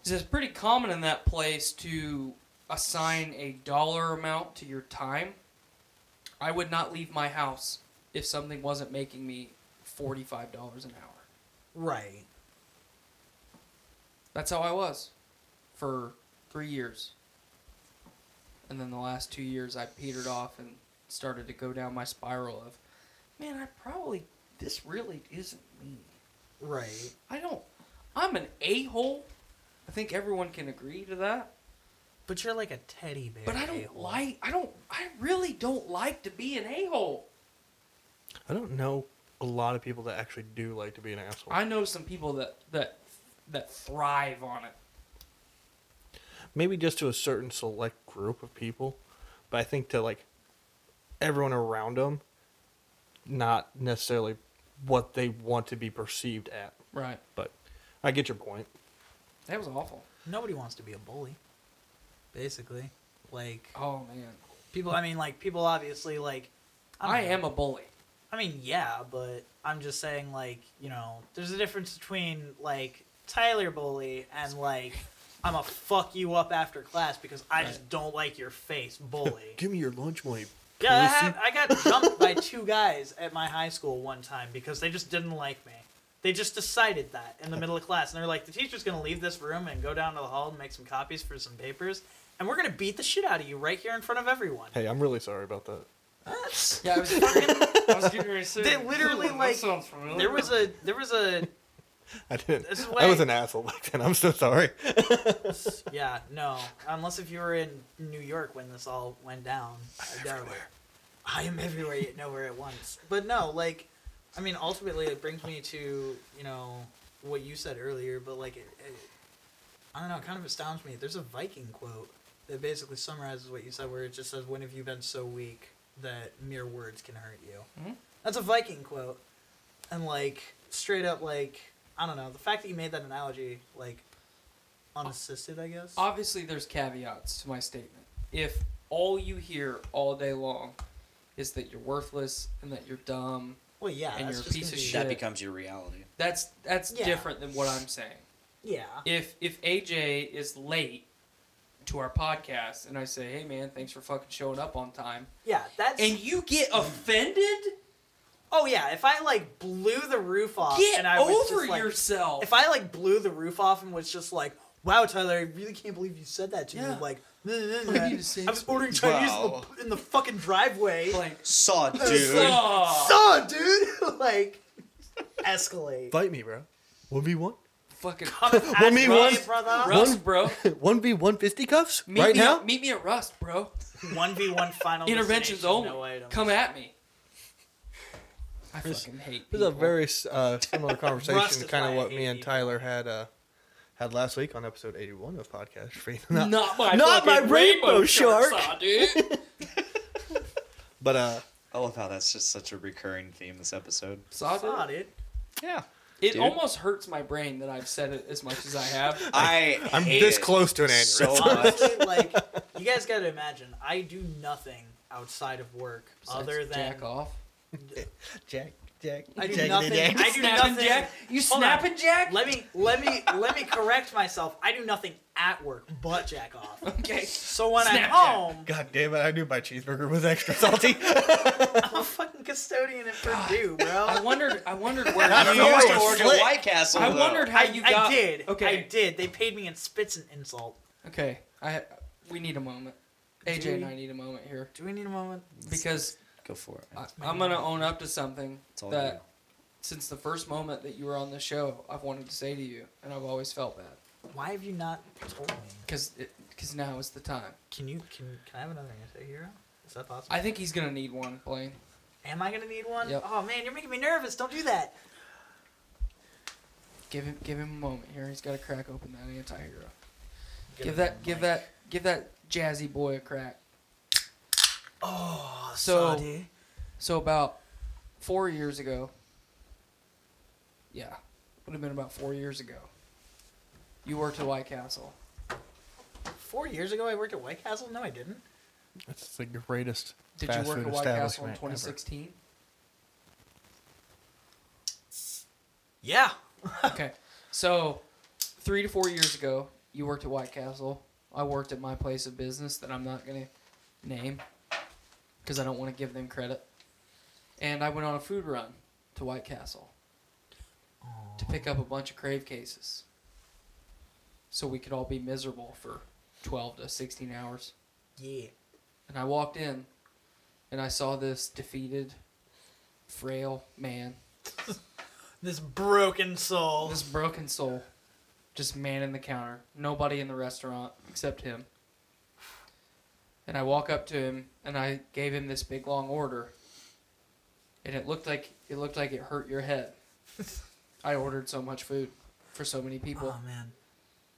is it's pretty common in that place to assign a dollar amount to your time. I would not leave my house if something wasn't making me forty-five dollars an hour. right That's how I was for three years. And then the last two years, I petered off and started to go down my spiral of, man, I probably, this really isn't me. right I don't, I'm an a hole. I think everyone can agree to that. but you're like a teddy bear But I don't a-hole. like, I don't, I really don't like to be an a hole. I don't know a lot of people that actually do like to be an asshole. I know some people that, that, that thrive on it. Maybe just to a certain select group of people, but I think to like everyone around them, not necessarily what they want to be perceived at. Right. But I get your point. That was awful. nobody wants to be a bully basically like Oh, man. people i mean like people obviously like I don't know. am a bully. i mean yeah but i'm just saying like you know there's a difference between like tyler bully and like i'm a fuck you up after class because i just don't like your face bully me your lunch money. yeah I, have, I got jumped by two guys at my high school one time because they just didn't like me they just decided that in the middle of class and they're like the teacher's going to leave this room and go down to the hall and make some copies for some papers and we're going to beat the shit out of you right here in front of everyone Hey, I'm really sorry about that. Yeah, I was *laughs* fucking. I was getting ready to say. They literally, "Hmm, like, That sounds familiar. there was a there was a I didn't. This is I why- was an asshole back then. I'm so sorry. *laughs* yeah no unless if you were in New York when this all went down. I doubt it. I am everywhere yet nowhere at once. But no, like, I mean, ultimately it brings me to you know what you said earlier, but like, it, it, I don't know, it kind of astounds me. There's a Viking quote that basically summarizes what you said, where it just says, "When have you been so weak that mere words can hurt you?" Hmm? That's a Viking quote, and like straight up, like I don't know, the fact that you made that analogy, like unassisted, I guess. *laughs* Obviously, there's caveats to my statement. If all you hear all day long is that you're worthless and that you're dumb, Well, yeah, and that's you're a just piece gonna of be- shit. That becomes your reality. that's that's Yeah. different than what I'm saying. Yeah, If if AJ is late to our podcast and I say, "Hey man, thanks for fucking showing up on time," yeah, that's and you *laughs* get offended, Oh yeah, if I like blew the roof off get and I was over just, like, yourself. If I like blew the roof off and was just like, "Wow, Tyler, I really can't believe you said that to Yeah. me." Like, *laughs* I was ordering Chinese Wow. in, the, in the fucking driveway. Like, *laughs* Saw, dude. oh, Saw, dude. *laughs* like, escalate. Fight me, bro. One v one. fucking Come at me me, one- brother. Rust, *laughs* bro. *laughs* One v one fisticuffs Meet right me, now. meet me at Rust, bro. One v one final. Interventions destination, only. No item. Come at me. I fucking hate. This is people. a very *laughs* uh, similar Rust conversation, is kind why I of what hate me and you. Tyler had uh, had last week on episode eighty-one of podcast. Free *laughs* not, Not- my not my fucking rainbow shark, shark. saw, dude. But uh, I love how that's just such a recurring theme this episode. saw, dude. Saw, dude. Yeah. It Dude. almost hurts my brain that I've said it as much as I *laughs* have. I I'm hate this it close to an aneurysm. so much. Honestly, like, you guys got to imagine. I do nothing outside of work other Besides than jack off. *laughs* Jack, Jack, I do Jack, nothing. Jack. I do Snapping nothing. jack. You Hold on. snapping jack? Let me let me let me correct myself. I do nothing at work but jack off. Okay. So when Snap I'm jack. home, God damn it! I knew my cheeseburger was extra *laughs* salty. I'm a fucking custodian at Purdue, bro. I wondered. I wondered where *laughs* Not You you. yours. used *laughs* I to work at slick. White Castle. I though. wondered how you I got. did. Okay. I did. They paid me in spits and insult. Okay. I. We need a moment. AJ and I need a moment here Do we need a moment? because Go for it. I, I'm gonna own up to something It's all that you. since the first moment that you were on the show, I've wanted to say to you, and I've always felt bad Why have you not told me? because because now is the time. Can you can can I have another anti-hero? Is that possible? I think he's gonna need one, Blaine. Am I gonna need one? Yep. Oh man, you're making me nervous. Don't do that. Give him give him a moment here. He's got to crack open that anti-hero. Get give it on that the give mic. that give that jazzy boy a crack. Oh, So- sorry. So about four years ago, yeah, would have been about four years ago. You worked at White Castle. Four years ago, I worked at White Castle. No, I didn't. That's the greatest. Did fast you work food at White Castle in establishment ever. 2016? Yeah. okay, so three to four years ago, you worked at White Castle. I worked at my place of business that I'm not gonna name because I don't want to give them credit. And I went on a food run to White Castle to pick up a bunch of crave cases, so we could all be miserable for 12 to 16 hours. Yeah. And I walked in and I saw this defeated, frail man, This broken soul. this broken soul, just man in the counter, nobody in the restaurant except him. And I walk up to him and I gave him this big long order. And it looked like it looked like it hurt your head. I ordered so much food for so many people. oh man.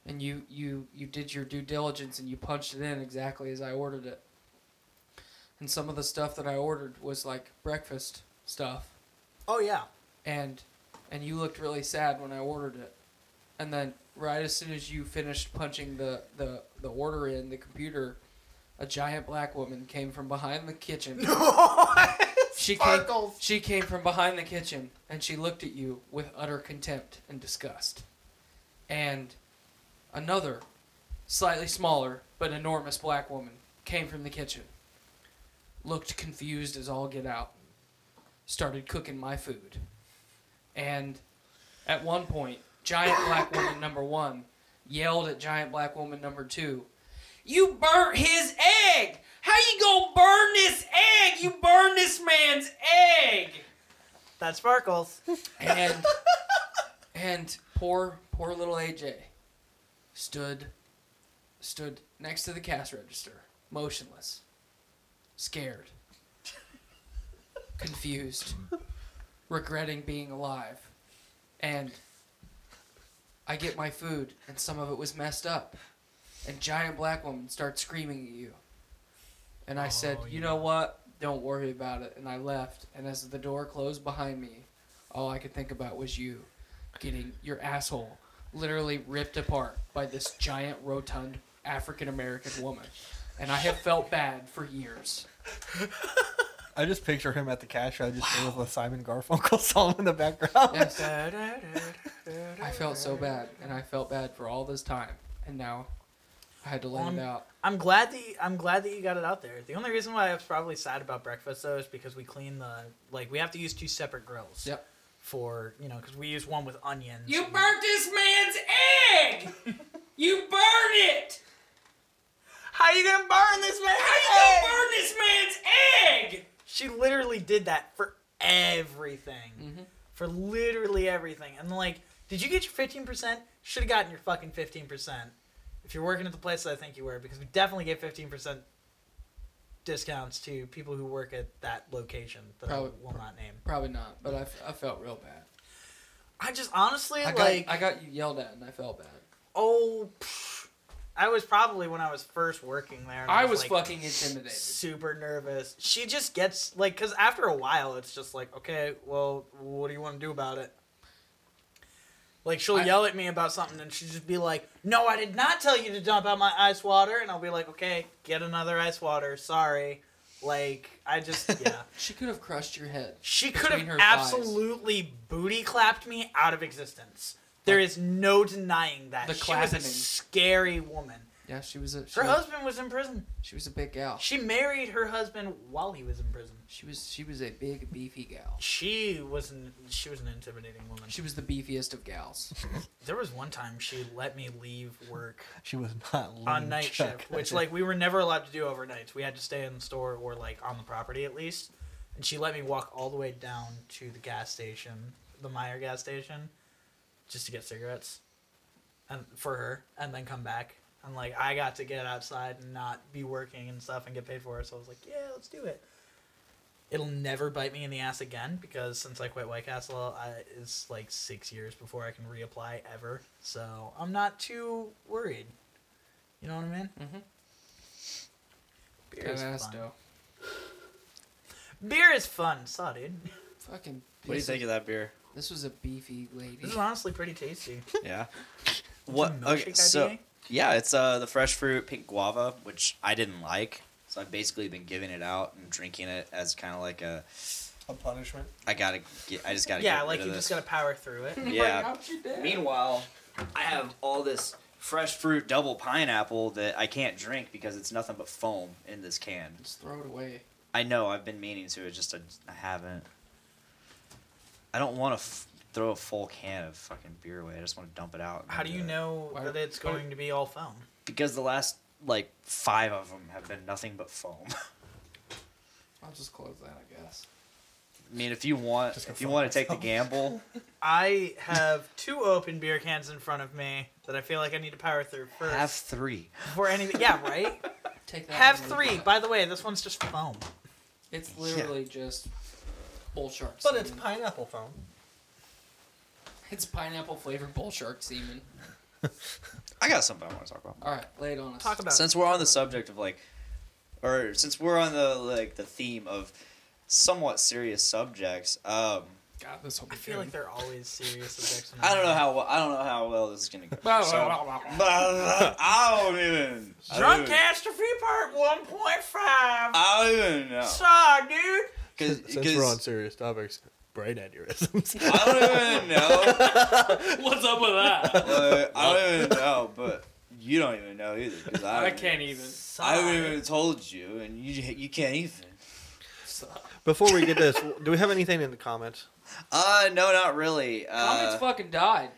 and you you you did your due diligence and you punched it in exactly as I ordered it. And some of the stuff that I ordered was like breakfast stuff, Oh yeah. and and you looked really sad when I ordered it. And then right as soon as you finished punching the the the order in the computer, a giant black woman came from behind the kitchen. She came, Sparkles. she came from behind the kitchen and she looked at you with utter contempt and disgust. And another, slightly smaller but enormous black woman came from the kitchen, looked confused as all get out, started cooking my food. And at one point, giant black woman number one yelled at giant black woman number two, You burnt his egg! How you gonna burn this egg? You burned this man's egg! That sparkles. And and poor poor little AJ stood stood next to the cash register, motionless, scared, confused, regretting being alive. And I get my food and some of it was messed up. And giant black woman starts screaming at you. And I said, Oh, "You know what? Don't worry about it." And I left. And as the door closed behind me, all I could think about was you getting your asshole literally ripped apart by this giant, rotund African American woman. And I have felt bad for years. I just picture him at the cash register with a Simon Garfunkel *laughs* song in the background. Yes, I I felt so bad, and I felt bad for all this time. And now I had to let Um, it out. I'm glad that you, I'm glad that you got it out there. The only reason why I was probably sad about breakfast though is because we clean the like we have to use two separate grills. Yep. For you know, because we use one with onions. You and- *laughs* burnt this man's egg! you burn it! How How you gonna burn this man? Hey, you burn this man's egg! She literally did that for everything. Mm-hmm. For literally everything. And like, did you get your 15%? Should have gotten your fucking 15%. If you're working at the place that I think you were, because we definitely get 15% discounts to people who work at that location that Probably- I will not name. Probably not, but I, f- I felt real bad. I just honestly, I got, like, I got you yelled at and I felt bad. oh, pff, I was probably when I was first working there. and I was like, fucking intimidated. super nervous. She just gets like, because after a while, it's just like, okay, well, what do you want to do about it? Like she'll I- yell at me about something, and she'll just be like, "No, I did not tell you to dump out my ice water," and I'll be like, "Okay, get another ice water. Sorry." Like I *laughs* just yeah, She could have crushed your head. she could Between have her thighs. absolutely booty clapped me out of existence. There is no denying that. The she was a clapping. scary woman. Yeah, she was a she, Her was, husband was in prison. she was a big gal. She married her husband while he was in prison. She was she was a big beefy gal. She was an she was an intimidating woman. She was the beefiest of gals. There was one time she let me leave work She was not on lean night chuck. shift, which like we were never allowed to do overnights. We had to stay in the store or like on the property at least. And she let me walk all the way down to the gas station, the Meyer gas station, just to get cigarettes, and for her, and then come back. And like I got to get outside and not be working and stuff and get paid for it. So I was like, yeah, let's do it. It'll never bite me in the ass again because since I quit White Castle, I, it's like six years before I can reapply ever. So I'm not too worried. You know what I mean? Mm-hmm. Mhm. Beer *laughs* That is ass fun. though. Beer is fun. Saw, dude. Fucking. What do you think of that beer? This was a beefy lady. *laughs* This is honestly pretty tasty. Yeah. What? Okay, Milkshake so IPA? yeah, it's uh the fresh fruit pink guava, which I didn't like. So I've basically been giving it out and drinking it as kind of like a A punishment. I gotta get I just gotta yeah, get like rid you of just this. gotta power *laughs* through it. Yeah. Out your dad. Meanwhile, I have all this fresh fruit double pineapple that I can't drink because it's nothing but foam in this can. Just throw it away. I know I've been meaning to, it's just I, I haven't. I don't want to f- throw a full can of fucking beer away. I just want to dump it out. and How do you it. know Why- that it's why- going to be all foam? Because the last like five of them have been nothing but foam. *laughs* I'll just close that, I guess. I mean, if you want, Just go if you fuck want to take the gamble, I have *laughs* two open beer cans in front of me that I feel like I need to power through first have three. before any. Yeah, *laughs* right. Take that. have and leave three. that. By the way, this one's just foam. It's literally just bull shark. But it's semen. pineapple foam. it's pineapple flavored bull shark semen. I got something I want to talk about. All right, lay it on us. Talk about it. Since we're on the subject of like, or since we're on the like the theme of somewhat serious subjects, um, God, this will be I feel like they're always serious subjects. I don't know how well, I don't know how well this is gonna go. Blah, blah, So- blah, uh, blah, blah. I don't even. *laughs* I don't even- Drunkastrophe Part One Point Five. I don't even know. Saw, dude. Cause, Since 'cause we're on serious topics, brain *laughs* aneurysms. I don't even know. *laughs* What's up with that? Uh, I don't even know, but you don't even know either. 'cause *laughs* I, I don't can't even- even. I haven't even told you, and you you can't even. Before we get this, do we have anything in the comments? Uh, no, not really. Comments Uh, fucking died.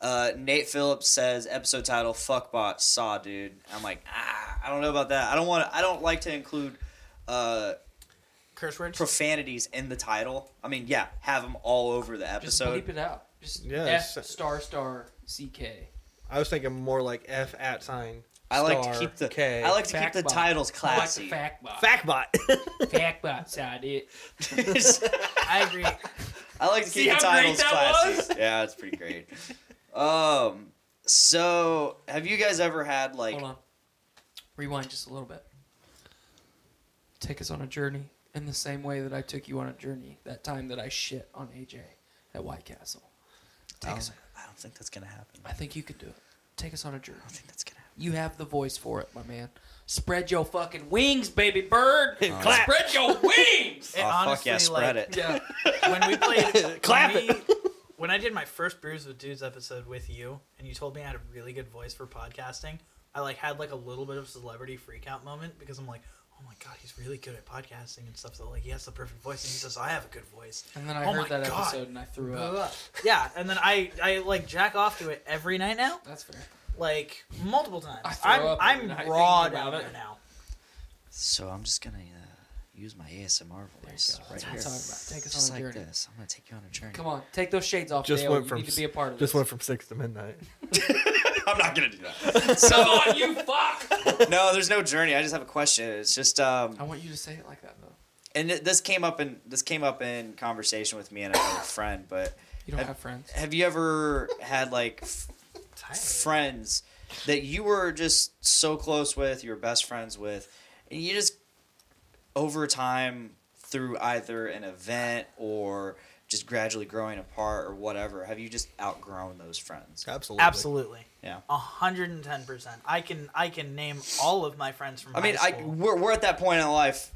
uh, Nate Phillips says episode title "Fuckbot Saw Dude." I'm like, ah, I don't know about that. I don't want. I don't like to include uh, Curse words. profanities in the title. I mean, yeah, have them all over the Just episode. bleep it out. Just Yeah, F it's- star star CK. I was thinking more like F at sign. I like to star, keep the K. I like to keep Fact the bot. titles I like the classy. *laughs* fact box. Factbot. Fact box, I did. I agree. *laughs* I like to See keep the how titles great that classy. *laughs* Yeah, it's pretty great. um, so have you guys ever had *laughs* like? Hold on. Rewind just a little bit. Take us on a journey in the same way that I took you on a journey that time that I shit on AJ at White Castle. Take I us, don't- Um, I don't think that's gonna happen. I I think you could do it. Take us on a journey. don't think that's gonna happen. You have the voice for it, my man. Spread your fucking wings, baby *laughs* bird. Spread your wings. It oh fuck honestly, yeah, spread it. *laughs* like, yeah. When we played, Clap when it. we- When I did my first Brews with Dudes episode with you, and you told me I had a really good voice for podcasting, I like had like a little bit of celebrity freak out moment because I'm like, oh my god, he's really good at podcasting and stuff. So like, he has the perfect voice, and he says I have a good voice. And then I Oh my heard that God. Uh, episode and I threw up. Yeah, and then I I like jack off to it every night now. That's fair. like multiple times. I throw I'm up I'm when I think raw about down it. there now. So I'm just gonna uh, use my ASMR voice right here. That's all right. Take us Just on a like journey. this. I'm gonna take you on a journey. Come on, take those shades off. Just Dale. went you from need to s- be a part of Just this. went from six to midnight. I'm not gonna do *laughs* that. *laughs* So on, you fuck. no, there's no journey. I just have a question. It's just um, *laughs* I want you to say it like that though. and it- this came up in this came up in conversation with me and another friend. But You don't have friends. have you ever had like f- friends that you were just so close with, you were best friends with, and you just over time through either an event or just gradually growing apart or whatever, have you just outgrown those friends? Absolutely. Absolutely. Yeah. hundred and ten percent. I can I can name all of my friends from I mean, high I school. we're, we're at that point in life,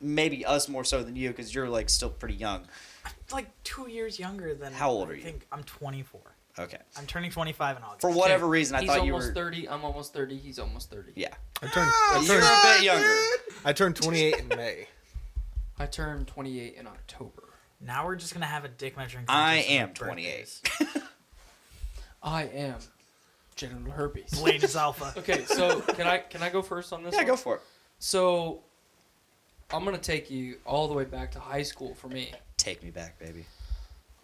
maybe us more so than you because you're like still pretty young. like two years younger than How old I are you? think I'm 24. Okay. I'm turning 25 in August. For whatever reason, I He's thought you almost were. thirty. I'm almost thirty. He's almost thirty. Yeah. I turned, I, You're turned, a bit younger. I turned 28 in May. I turned 28 in October. Now we're just gonna have a dick measuring. I contest for am birthdays. 28. *laughs* I am genital herpes. Blade is alpha. *laughs* *laughs* okay, so can I can I go first on this? Yeah, one? go for it. So I'm gonna take you all the way back to high school for me. Take me back, baby.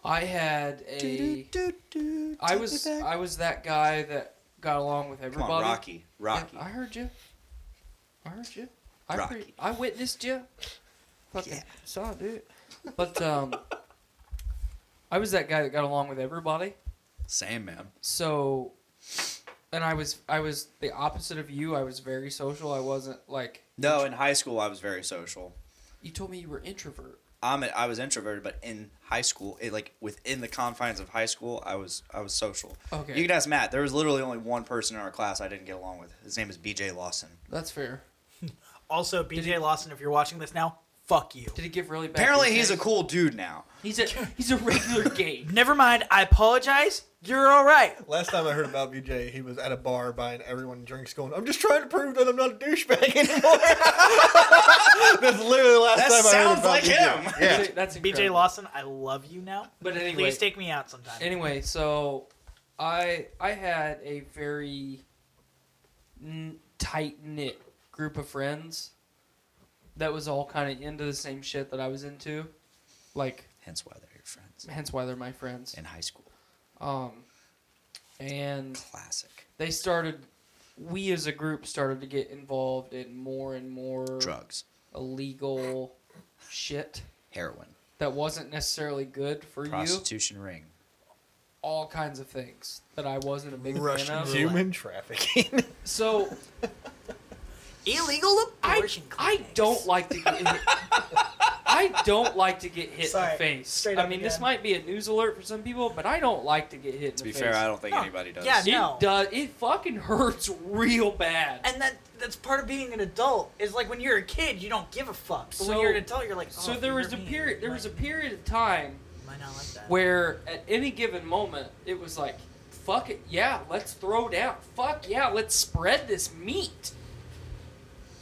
I had a I was I was that guy that got along with Come everybody. on, Rocky. Yeah, Rocky. I heard you. I heard you. I Rocky. Pre- I witnessed you. Fucking Yeah. saw it, dude. But um, I was that guy that got along with everybody. Same, man. so and i was i was the opposite of you i was very social i wasn't like No, in high school I was very social. you told me you were introvert I'm a, I was introverted, but in high school, it, like within the confines of high school, I was I was social. Okay. You can ask Matt. There was literally only one person in our class I didn't get along with. His name is B.J. Lawson. that's fair Also, BJ Lawson, if you're watching this now, fuck you. did he give really bad Apparently, he's a consent? cool dude now. he's a he's a regular gay Never mind. I apologize. You're all right. Last time I heard about BJ, he was at a bar buying everyone drinks, going, "I'm just trying to prove that I'm not a douchebag *laughs* anymore." That's literally the last That time I heard sounds about like BJ. him. Yeah. That's- that's BJ incredible. Lawson, I love you now. but anyway Please take me out sometime. anyway so i i had a very n- tight knit group of friends that was all kind of into the same shit that i was into like Hence why they're your friends hence why they're my friends in high school. um and Classic they started we as a group started to get involved in more and more drugs, illegal shit heroin, that wasn't necessarily good for you prostitution ring. all kinds of things that i wasn't a big Russian fan of human trafficking. *laughs* so Illegal i, abortion. I clinics. don't like to get hit i don't like to get hit in Sorry, the face straight i up mean this again. might be a news alert for some people but i don't like to get hit in To the be face fair, I don't think No. anybody does. Yeah, it No. does it fucking hurts real bad And that that's part of being an adult. Is like when you're a kid, you don't give a fuck. But when So- you're an adult, you're like. Oh, so there was a period there was a period of time Might not like that. where at any given moment it was like fuck it yeah let's throw down fuck yeah let's spread this meat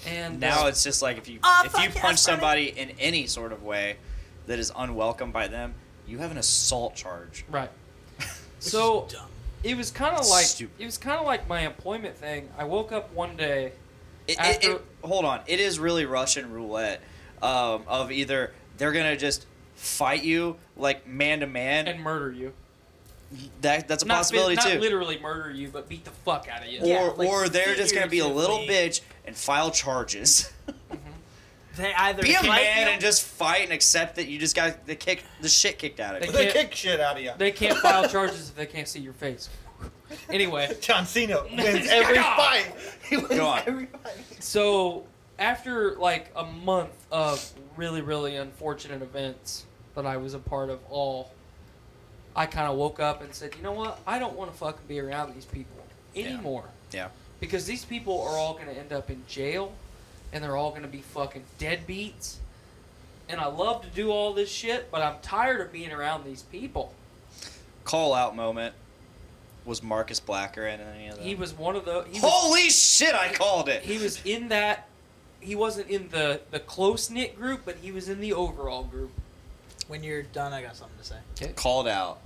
and Now uh, it's just like if you Oh, if fuck you yes, punch buddy. somebody in any sort of way that is unwelcome by them, you have an assault charge. *laughs* right so dumb. it was kind of like Stupid. it was kind of like my employment thing i woke up one day It, it, After- it, hold on, it is really Russian roulette um, of either they're gonna just fight you like man to and man. murder you That that's a not, fi- possibility not too. literally murder you but beat the fuck out of you Or, Yeah, like, or they're just gonna be a little bitch figuratively. and file charges. They either be a *laughs* fight man you- and just fight and accept that you just got the kick the shit kicked out of They you. can't- they kick shit out of you. they can't file charges if they can't see your face anyway *laughs* John *laughs* Cena wins every Shut up. fight. He wins Go on. every fight. So after like a month of really really unfortunate events that I was a part of all, I kind of woke up and said, you know what? I don't want to fucking be around these people anymore Yeah. because these people are all going to end up in jail and they're all going to be fucking deadbeats. And I love to do all this shit, but I'm tired of being around these people. Call out moment was Marcus Blacker in any of that? He was one of the he was- Holy shit! I called *laughs* it. he was in that he wasn't in the the close knit group, but he was in the overall group. When you're done, I got something to say. called out.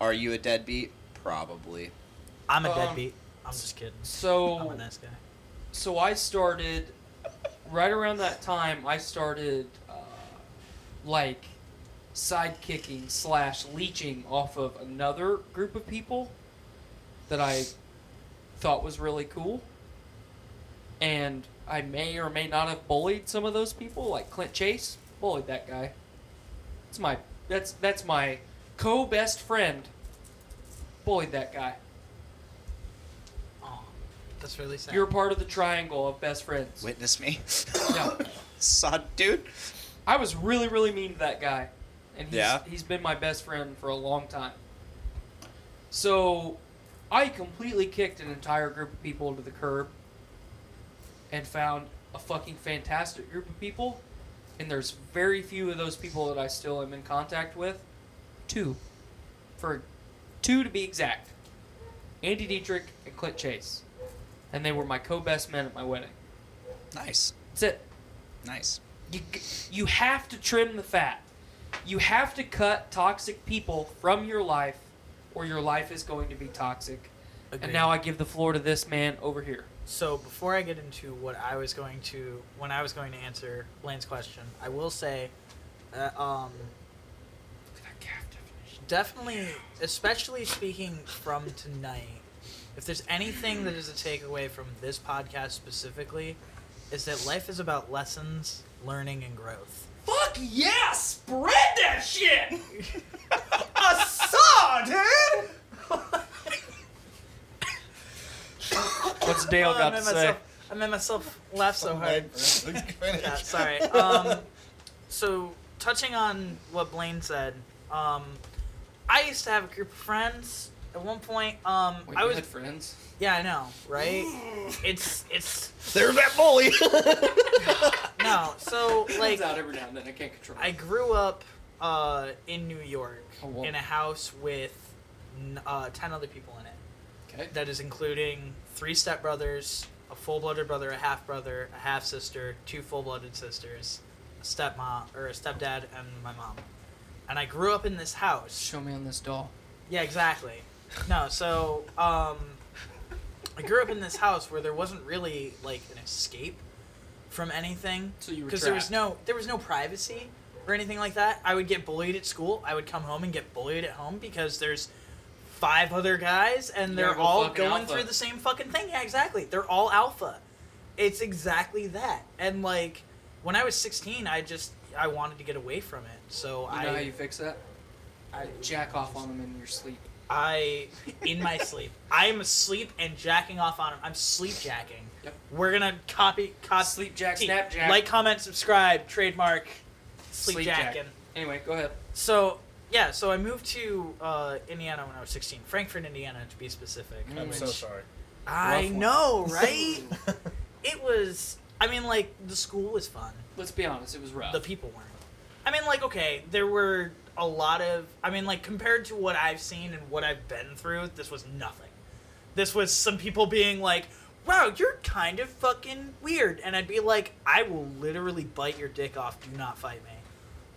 Are you a deadbeat? Probably. I'm a Um, deadbeat. I'm just kidding. I'm So a nice guy. so I started right around that time. I started uh, like sidekicking slash leeching off of another group of people that I thought was really cool, and I may or may not have bullied some of those people. Like Clint Chase bullied that guy. That's my that's that's my co best friend. Bullied that guy. Oh, that's really sad. You're part of the triangle of best friends. Witness me. *laughs* Yeah. Sod dude. I was really, really mean to that guy, and he's, Yeah? he's been my best friend for a long time. So, I completely kicked an entire group of people to the curb, and found a fucking fantastic group of people. And there's very few of those people that I still am in contact with. Two, for two to be exact, Andy Dietrich and Clint Chase, and they were my co-best men at my wedding. Nice. That's it Nice. you you have to trim the fat. You have to cut toxic people from your life, or your life is going to be toxic. Agreed. And now I give the floor to this man over here. So before I get into what I was going to, when I was going to answer Lane's question, I will say, uh, um, definitely, especially speaking from tonight, if there's anything that is a takeaway from this podcast specifically, is that life is about lessons, learning, and *laughs* growth. Fuck yes! Spread that *laughs* shit! Saw, dude. What's Dale Oh, I got made to say? myself, I made myself laugh so Oh, hard. *laughs* Yeah, Finish. sorry. Um, so touching on what Blaine said, um, I used to have a group of friends. At one point, um, Wait, I you was had friends. *laughs* yeah, I know, right? it's it's There's that bully. *laughs* no. So like, Comes out every now and then. I can't control. I it. grew up uh, in New York Oh, whoa. in a house with n- uh, ten other people in it. okay. That is including three stepbrothers, a full blooded brother, a half brother, a half sister, two full blooded sisters, a stepmom or a stepdad, and my mom. And I grew up in this house. Show me on this doll. Yeah, exactly. No, so um, I grew up in this house where there wasn't really like an escape from anything. So you were because there was trapped. no there was no privacy or anything like that. I would get bullied at school. I would come home and get bullied at home because there's five other guys and Yeah, they're go all fucking going alpha. through the same fucking thing. Yeah, exactly. They're all alpha. It's exactly that. And like when I was 16, I just I wanted to get away from it. So You I know how you fix that? I Jack off on them in your sleep. I in my sleep. I am asleep and jacking off on him. I'm sleep jacking. Yep. We're gonna copy copy Sleep jack, snap jack. Like, comment, subscribe, trademark, sleep, jack. jacking. Anyway, go ahead. So yeah, so I moved to uh, Indiana when I was 16, Frankfort, Indiana to be specific. Mm. I'm so sorry. I Rough one. *laughs* know, right? it was. I mean, like the school was fun. Let's be honest. It was rough. The people weren't. I mean, like okay, there were a lot of. I mean, like compared to what I've seen and what I've been through, this was nothing. This was some people being like, "Wow, you're kind of fucking weird," and I'd be like, "I will literally bite your dick off. Do not fight me."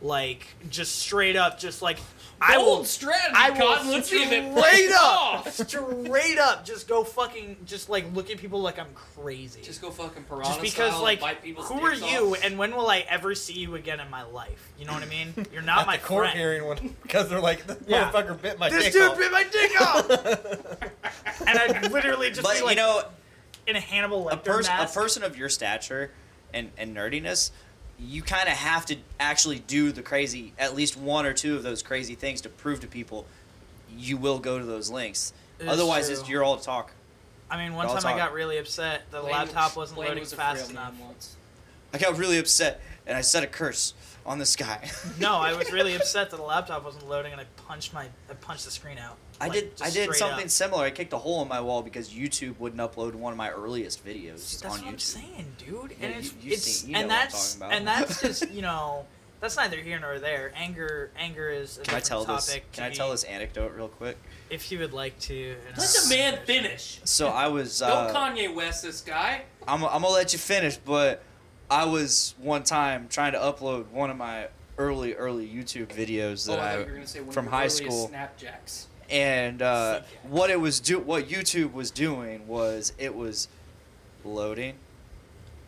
Like just straight up, just like I will Bold strategy. I God, will let's see if it straight pays up, *laughs* off. straight up, just go fucking, just like look at people like I'm crazy. Just go fucking piranha Just because, style like, and bite people's who are dicks you, off. and when will I ever see you again in my life? You know what I mean? You're not At my the court friend. hearing *laughs* one because they're like, this Yeah. motherfucker bit my This dick dude off. bit my dick off, and I'd literally just But be like, you know, in a Hannibal a Lecter person a mask. person of your stature and, and nerdiness, you kind of have to actually do the crazy at least one or two of those crazy things to prove to people you will go to those links. It is Otherwise, true. it's you're all talk. I mean, one I'll time I talk. got really upset. The Blaine laptop was- wasn't Blaine loading was a fast frail man enough. once. I got really upset and I said a curse on this guy. *laughs* No, I was really upset that the laptop wasn't loading, and I punched my, I punched the screen out. I Like, did. just I did straight something up. similar. I kicked a hole in my wall because YouTube wouldn't upload one of my earliest videos That's on what YouTube. I'm saying, dude. Yeah, and it's, you- you it's see- you and know what I'm that's talking about. *laughs* and that's just you know that's neither here nor there. Anger, anger is. A Can I different tell topic this? to Can I be- tell this anecdote real quick? If you would like to. and Let I'll- the man finish. So *laughs* I was. Don't Uh, Kanye West this guy. I'm, I'm gonna let you finish, but I was one time trying to upload one of my early, early YouTube videos that oh, I, thought you were I, gonna say one from of your high earliest school. Snapjacks. and uh, what it was do what YouTube was doing was it was loading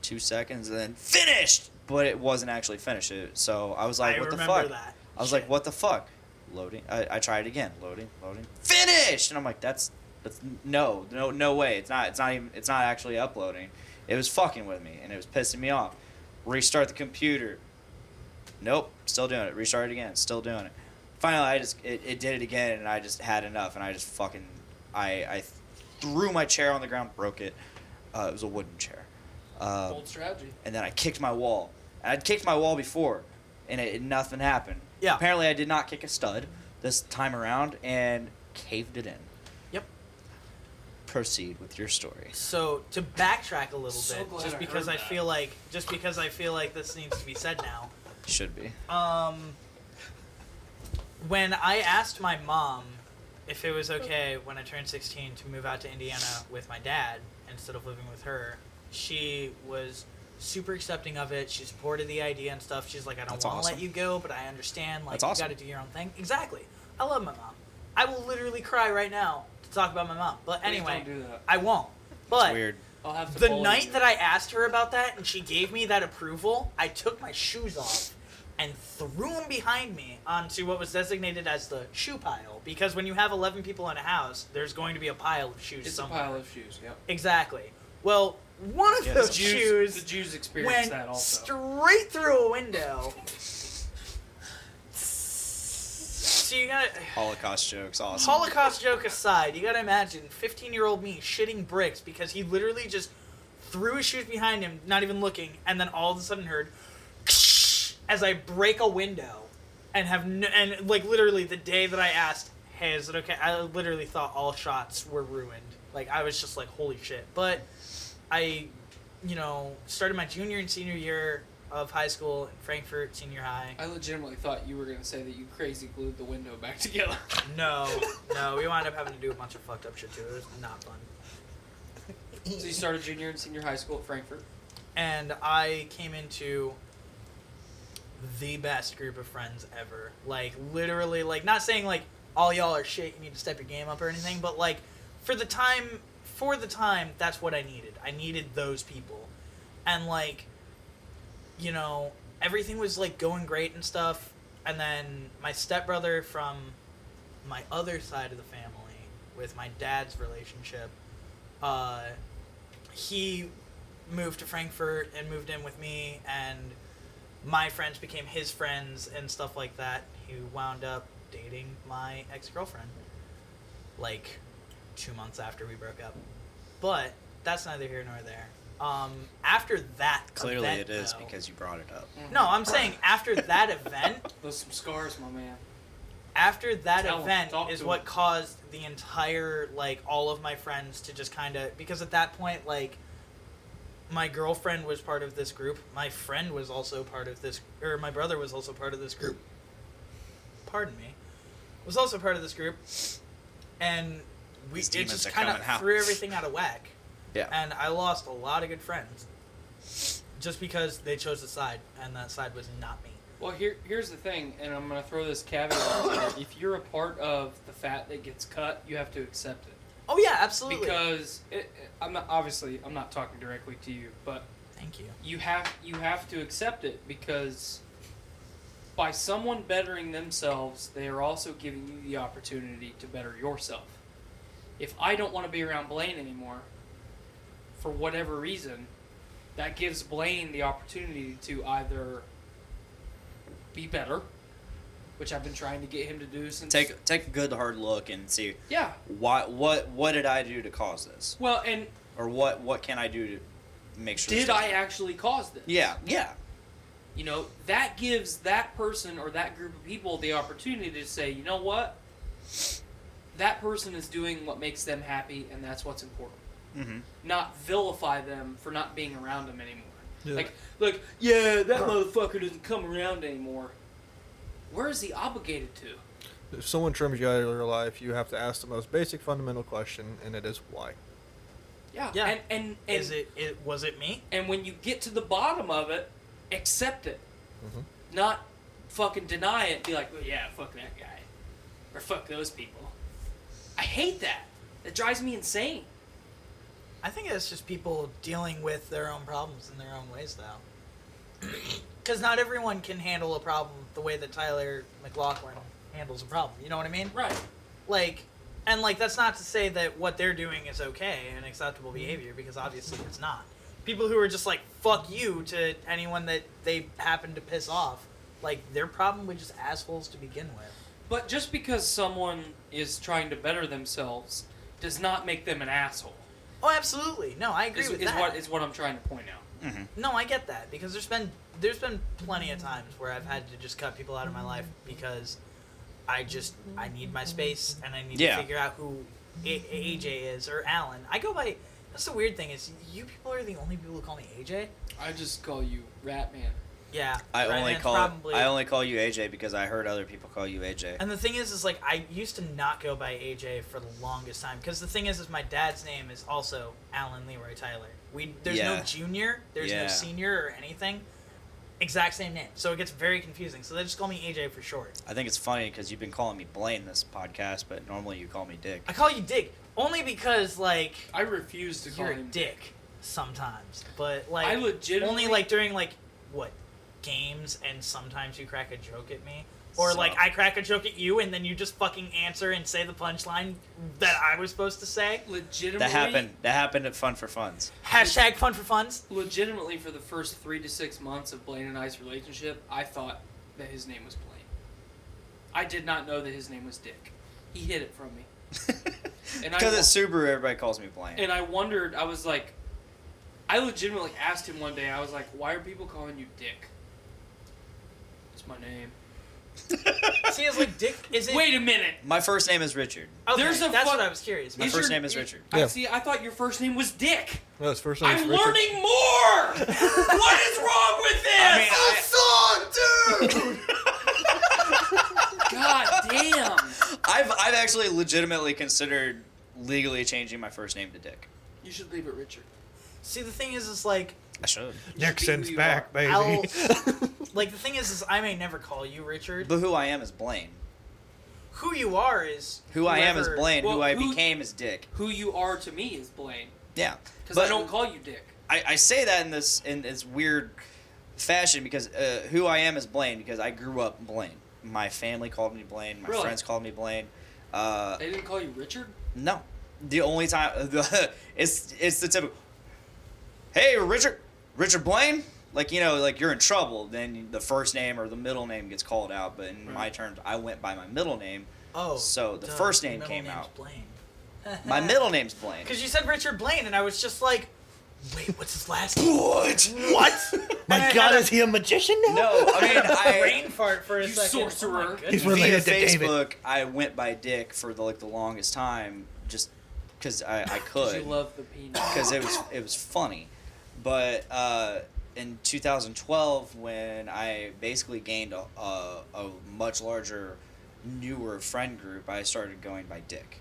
two seconds and then finished, but it wasn't actually finished. It, so I was like, I what the remember fuck? that. I was Shit. like, what the fuck? Loading. I, I tried again. Loading. Loading. Finished. And I'm like, that's that's no no no way. It's not it's not even it's not actually uploading. It was fucking with me and it was pissing me off. Restart the computer. Nope, still doing it. Restart it again, still doing it. Finally, I just it, it did it again, and I just had enough, and I just fucking I I threw my chair on the ground, broke it. Uh, it was a wooden chair, uh, Bold strategy. and then I kicked my wall. And I'd kicked my wall before, and it, it- nothing happened. Yeah. Apparently, I did not kick a stud this time around, and caved it in. Yep. Proceed with your story. So to backtrack a little So bit, glad just I because heard I that. feel like just because I feel like this needs to be said now. Should be. Um, when I asked my mom if it was okay when I turned 16 to move out to Indiana with my dad instead of living with her, she was super accepting of it. She supported the idea and stuff. She's like, I don't want That's to awesome. let you go, but I understand. Like, That's awesome. you got to do your own thing. Exactly. I love my mom. I will literally cry right now to talk about my mom. But Please anyway, don't do that. I won't. But Weird. I'll have to the follow night you. that I asked her about that and she gave me that approval, I took my shoes off and threw them behind me onto what was designated as the shoe pile. Because when you have 11 people in a house, there's going to be a pile of shoes it's somewhere. a pile of shoes. *laughs* Yep. Exactly. Well, one of Yeah, those the Jews, the shoes Jews experience went that also. straight through *laughs* a window. so you gotta. Holocaust jokes. Awesome. Holocaust joke aside, you gotta imagine 15 year old me shitting bricks because he literally just threw his shoes behind him, not even looking, and then all of a sudden heard *laughs* as I break a window and have no, and like literally the day that I asked, hey, is it okay? I literally thought all shots were ruined. Like I was just like, holy shit. But I, you know, started my junior and senior year of high school in Frankfurt, senior high. I legitimately thought you were gonna say that you crazy glued the window back *laughs* together. No, no, we wound up having to do a bunch of fucked up shit too. It was not fun. so you started junior and senior high school at Frankfurt. and I came into the best group of friends ever. Like literally, like not saying like all y'all are shit. You need to step your game up or anything, but like for the time, for the time, that's what I needed. I needed those people, and like, you know, everything was like going great and stuff. And then my stepbrother from my other side of the family, with my dad's relationship, uh, he moved to Frankfurt and moved in with me, and my friends became his friends and stuff like that. He wound up dating my ex girlfriend, like two months after we broke up. But that's neither here nor there. Um, after that, Clearly, event, it is though- because you brought it up. no, I'm saying after that event, Those some scars, my man. after that Tell 'em, event talk is to what 'em. caused the entire like all of my friends to just kind of because at that point like my girlfriend was part of this group my friend was also part of this or my brother was also part of this group pardon me was also part of this group and we These it demons just are kind coming out. of threw everything out of whack Yeah. and i lost a lot of good friends just because they chose a side and that side was not me Well, here here's the thing, and I'm gonna throw this caveat out there. If you're a part of the fat that gets cut, you have to accept it oh yeah absolutely because it, I'm not obviously I'm not talking directly to you, but thank you you have you have to accept it because by someone bettering themselves, they are also giving you the opportunity to better yourself. If I don't want to be around Blaine anymore, for whatever reason, that gives Blaine the opportunity to either be better, which I've been trying to get him to do since Take take a good hard look and see yeah. why what what did I do to cause this, Well, and or what what can I do to make sure. this did I doesn't- actually cause this? Yeah, yeah. You know, that gives that person or that group of people the opportunity to say, you know what? That person is doing what makes them happy, and that's what's important. Mm-hmm. Not vilify them for not being around them anymore. Yeah. Like, like, yeah, that motherfucker doesn't come around anymore. Where is he obligated to? If someone trims you out of your life, you have to ask the most basic fundamental question, and it is why. Yeah. Yeah. And and and, is it, it was it me and when you get to the bottom of it, accept it. Mhm. Mm-hmm. "Oh, Not fucking deny it. Be like, well, yeah, fuck that guy, or fuck those people. I hate that. It drives me insane. I think it's just people dealing with their own problems in their own ways, though. *clears throat* Because not everyone can handle a problem the way that Tyler McLaughlin handles a problem. You know what I mean? Right. Like, and like that's not to say that what they're doing is okay and Mm-hmm. acceptable behavior, because obviously it's not. People who are just like "fuck you" to anyone that they happen to piss off, like they're probably just assholes to begin with. But just because someone is trying to better themselves does not make them an asshole. Oh, absolutely. No, I agree Is, with is that. what is what I'm trying to point out. Mm-hmm. No, I get that because there's been there's been plenty of times where I've had to just cut people out of my life because I just I need my space and I need Yeah. to figure out who a- AJ is or Alan. I go by. That's the weird thing is you people are the only people who call me AJ. I just call you Rat Man. Yeah, I right, only that's call probably. I only call you AJ because I heard other people call you AJ. And the thing is, is like I used to not go by AJ for the longest time because the thing is, is my dad's name is also Alan Leroy Tyler. We there's no Yeah. junior, there's Yeah. no senior or anything. Exact same name, so it gets very confusing. So they just call me AJ for short. I think it's funny because you've been calling me Blaine this podcast, but normally you call me Dick. I call you Dick only because like I refuse to call you're a him dick sometimes, but like I legitimately- only like during like what games, and sometimes you crack a joke at me. Or So- like I crack a joke at you, and then you just fucking answer and say the punchline that I was supposed to say. Legitimately, That happened. That happened at Fun for Funds. Hashtag fun for funds. Legitimately, for the first three to six months of Blaine and I's relationship, I thought that his name was Blaine. I did not know that his name was Dick. He hid it from me, *laughs* and Because I it's Subaru, everybody calls me Blaine. and I wondered. I was like, I legitimately asked him one day. I was like, "Why are people calling you Dick?" It's my name. See, it's like Dick. Is it? Wait a minute. *laughs* My first name is Richard. okay, there's a that's fuck- what I was curious. My About. Is first your- name is your- Richard. Yeah. I see. I thought your first name was Dick. No, his first name is I'm Richard. learning more. what is wrong with this? *laughs* I mean, I, *laughs* God damn. *laughs* I've I've actually legitimately considered legally changing my first name to Dick. You should leave it, Richard. See, the thing is, is like I should. Nixon's Nixon's who you back, back, are. baby. *laughs* I'll, like the thing is, is I may never call you Richard. But who I am is Blaine. Who you are is Who I am is whoever- Blaine. Well, who I who- became is Dick. Who you are to me is Blaine, Yeah. because But I don't call you Dick. I, I say that in this in this weird fashion because uh, who I am is Blaine because I grew up Blaine. My family called me Blaine. My Really? friends called me Blaine. Uh, They didn't call you Richard. no, the only time *laughs* it's it's the typical. Hey, Richard, Richard Blaine. Like you know, like you're in trouble. Then the first name or the middle name gets called out. But in my terms, I went by my *laughs* middle name. Oh, So the duh, first your name middle came name's out. Blaine. My middle *laughs* name's Blaine. Because you said Richard Blaine, and I was just like, wait, what's his last name? What? *laughs* What? My God, is he a magician now? No, *laughs* I mean I. Brain fart for a You second. Oh my sorcerer. goodness. He's via related to David. Facebook, I went by Dick for the, like the longest time, just because I, *laughs* I 'Cause could, You love the peanut. because it was it was funny. But uh, in 2012, when I basically gained a, a, a much larger, newer friend group, I started going by Dick.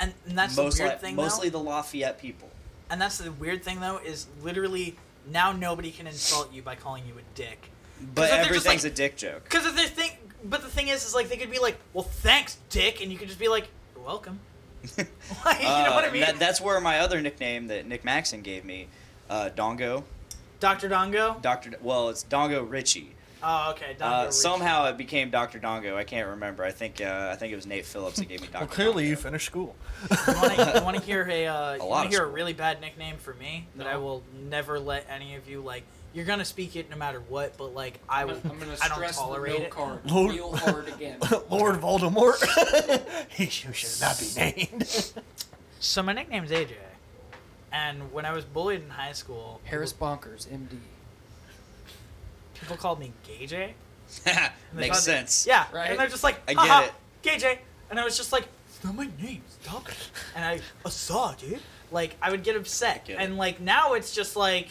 And, and that's Most the weird li- thing, mostly though. the Lafayette *laughs* people. And that's the weird thing, though, is literally now nobody can insult you by calling you a dick. But they're just everything's like- a dick joke. Because the thing, but the thing is, is like they could be like, "Well, thanks, Dick," and you could just be like, "You're welcome." *laughs* *laughs* *laughs* like, you know Uh, what I mean? that- that's where my other nickname that Nick Maxon gave me, uh, Dongo, Doctor Dongo. Doctor. Well, it's Dongo Richie. Oh, okay. Dongo. Uh, Rich. somehow it became Dr. Dongo. I can't remember. I think uh, I think it was Nate Phillips that gave *laughs* me Dr. Well, clearly Dongo. *laughs* you finished school. You *laughs* wanna- you want to hear a? Uh, you lot want of to hear a school. really bad nickname for me that I No. will never let any of you like. You're gonna speak it no matter what, but like I I'm will. gonna, I'm gonna I don't stress the tolerate no it. card Lord- real hard again. Lord Voldemort. he you should not be named. So my nickname's AJ, and when I was bullied in high school, Harris Bonkers, MD. people called me Gay And they Makes called me- sense. Yeah, Right. and they're just like, I I get get it. Gay J. And I was just like, it's not my name, stop it. And I, I saw, dude. Like, I would get upset. get it. and, like, now it's just like,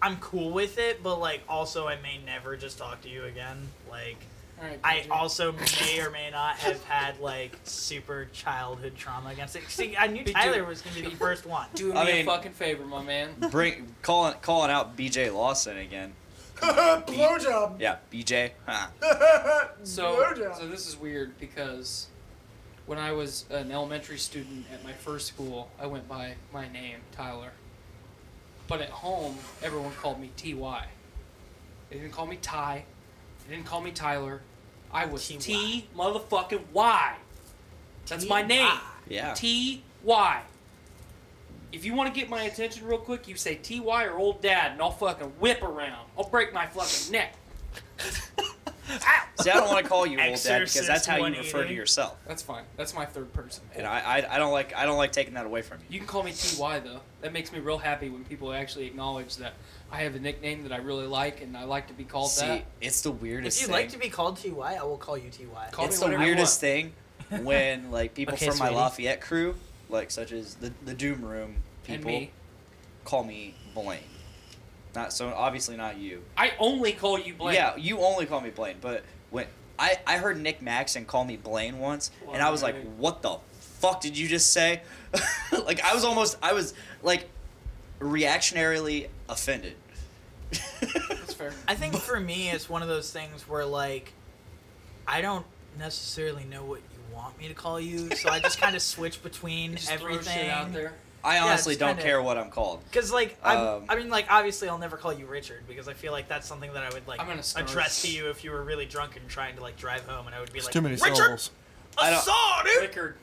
I'm cool with it, but, like, also I may never just talk to you again. Like, All right. I Ginger. also may or may not have had, like, super childhood trauma against it. See, I knew Big Tyler deal. was going to be the first one. do me I a mean- fucking favor, my man. Bring calling calling out BJ Lawson again. *laughs* Blowjob! Yeah, BJ. Huh. So, so this is weird because when I was an elementary student at my first school, I went by my name, Tyler. But at home, everyone called me T.Y. They didn't call me Ty. They didn't call me Tyler. I was T.Y.. T motherfucking Y. That's my name. Yeah. T Y. If you want to get my attention real quick, you say T Y or old dad, and I'll fucking whip around. I'll break my fucking neck. See, I don't want to call you old dad because Exorcist that's how you refer to 180. yourself, That's fine. That's my third person. and I, I I don't like I don't like taking that away from you. You can call me Ty though. That makes me real happy when people actually acknowledge that I have a nickname that I really like and I like to be called See, that. it's the weirdest If you'd thing. like to be called TY, I will call you TY. Call it's me the whatever you weirdest thing when like people Okay, from my sweetie. Lafayette crew, like such as the the Doom Room And people, me. call me Blaine. Not so obviously not you. I only call you Blake. Yeah, you only call me Blaine, but when I I heard Nick Maxon call me Blaine once, and I was like, Blaine. what the fuck did you just say? *laughs* like I was almost I was like reactionarily offended. That's fair. I think for me, it's one of those things where like, I don't necessarily know what you want me to call you, so I just kind of switch between Just everything. throw shit out there. *laughs* I honestly just don't kinda- care what I'm called. Because like I'm, Um, I mean like obviously I'll never call you Richard because I feel like that's something that I would like I'm gonna start. address to you if you were really drunk and trying to like drive home and I would be It's like too many Richard syllables. I don't- Assad, dude! Rickard.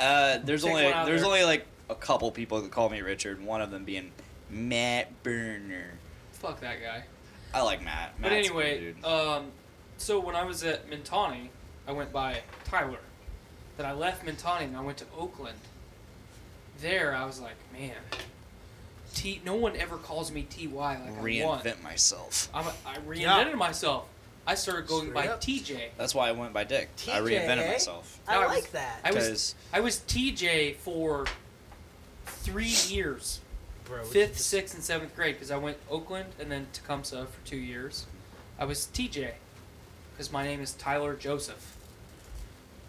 Uh, there's Pick only one out there's there. only like a couple people that call me Richard. One of them being Matt Burner. Fuck that guy. I like Matt. Matt's But a good anyway, dude. um, so when I was at Mentani, I went by Tyler. Then I left Mentani and I went to Oakland. There, I was like, man, T. No one ever calls me Ty like I want. reinvent myself. I'm a, I reinvented Yeah. myself. I started going Straight by up. TJ. That's why I went by Dick. I TJ, reinvented eh? myself. I No, I like was- that, I was Because- I was TJ for three years, bro. we fifth, should just- sixth, and seventh grade, because I went Oakland and then Tecumseh for two years. I was TJ because my name is Tyler Joseph.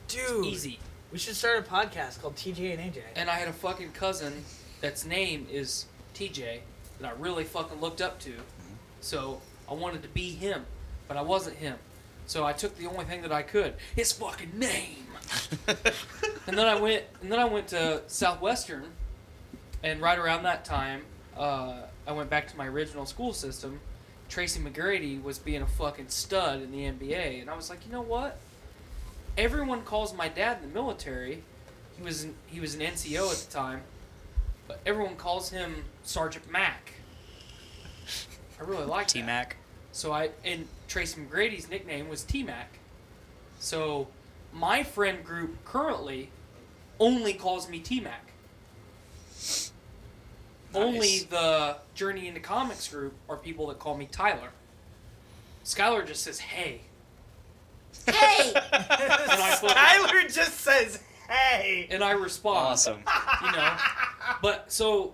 dude. Easy. We should start a podcast called TJ and AJ. And I had a fucking cousin that's name is TJ that I really fucking looked up to. So I wanted to be him, but I wasn't him. So I took the only thing that I could. His fucking name. and then I went and then I went to Southwestern and right around that time, uh, I went back to my original school system. Tracy McGrady was being a fucking stud in the NBA, and I was like, you know what? Everyone calls my dad in the military. He was an, he was an NCO at the time, but everyone calls him Sergeant Mac. I really *laughs* like T that. Mac. So I and Tracy McGrady's nickname was T Mac. So my friend group currently only calls me T Mac. Only Nice. the Journey into Comics group are people that call me Tyler. Skylar just says, "Hey," and *laughs* I fucking- Tyler just says, "Hey." and I respond. Awesome. you know. But so,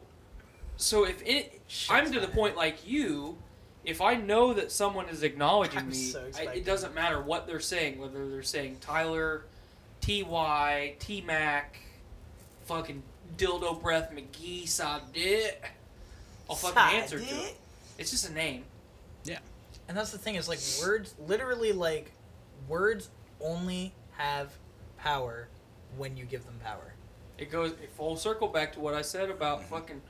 so if it, I'm to the point like you, if I know that someone is acknowledging I'm me, so I, excited. it doesn't matter what they're saying, whether they're saying Tyler, Ty, T Mac, fucking dildo breath McGee, sod dick. I'll fucking answer to it. It's just a name. And that's the thing is like words, literally like words only have power when you give them power. It goes it full circle back to what I said about Mm-hmm. fucking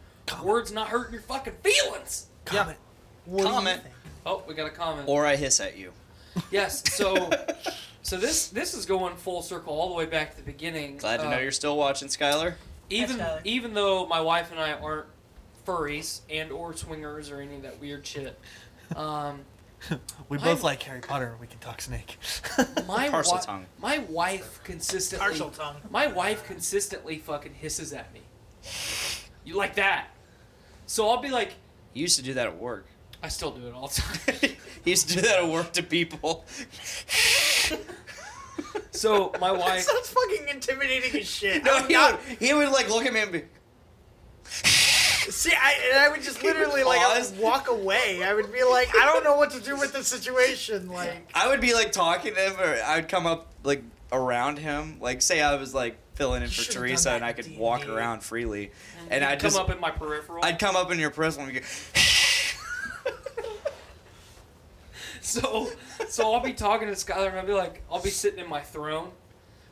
words not hurting your fucking feelings. Comment. What Comment. Do you think? Oh, we got a comment. Or I hiss at you. Yes. *laughs* So, so this this is going full circle all the way back to the beginning. Glad to Uh, know you're still watching, Skylar. even Tyler. even though my wife and I aren't furries and or swingers or any of that weird shit. Um, We both I'm- like Harry Potter. We can talk *laughs* snake. *laughs* my Parcel wi- tongue. my wife consistently Partial tongue. my wife consistently fucking hisses at me. You like that? So I'll be like, You used to do that at work. *laughs* I still do it all the time. *laughs* you used to do that at work to people. *laughs* So *laughs* my That wife, sounds fucking intimidating as shit. No, he would, he would like look at me and be, See, I, and I would just literally would like I pause. would walk away. I would be like, I don't know what to do with this situation. Like, I would be like talking to him, or I would come up like around him. Like, say I was like filling in You for should've Teresa, done and that I in could D&D. walk around freely, and, you I'd come just up in my peripheral. I'd come up in your personal *laughs* and go, So, so I'll be talking to Skylar and I'll be like, I'll be sitting in my throne,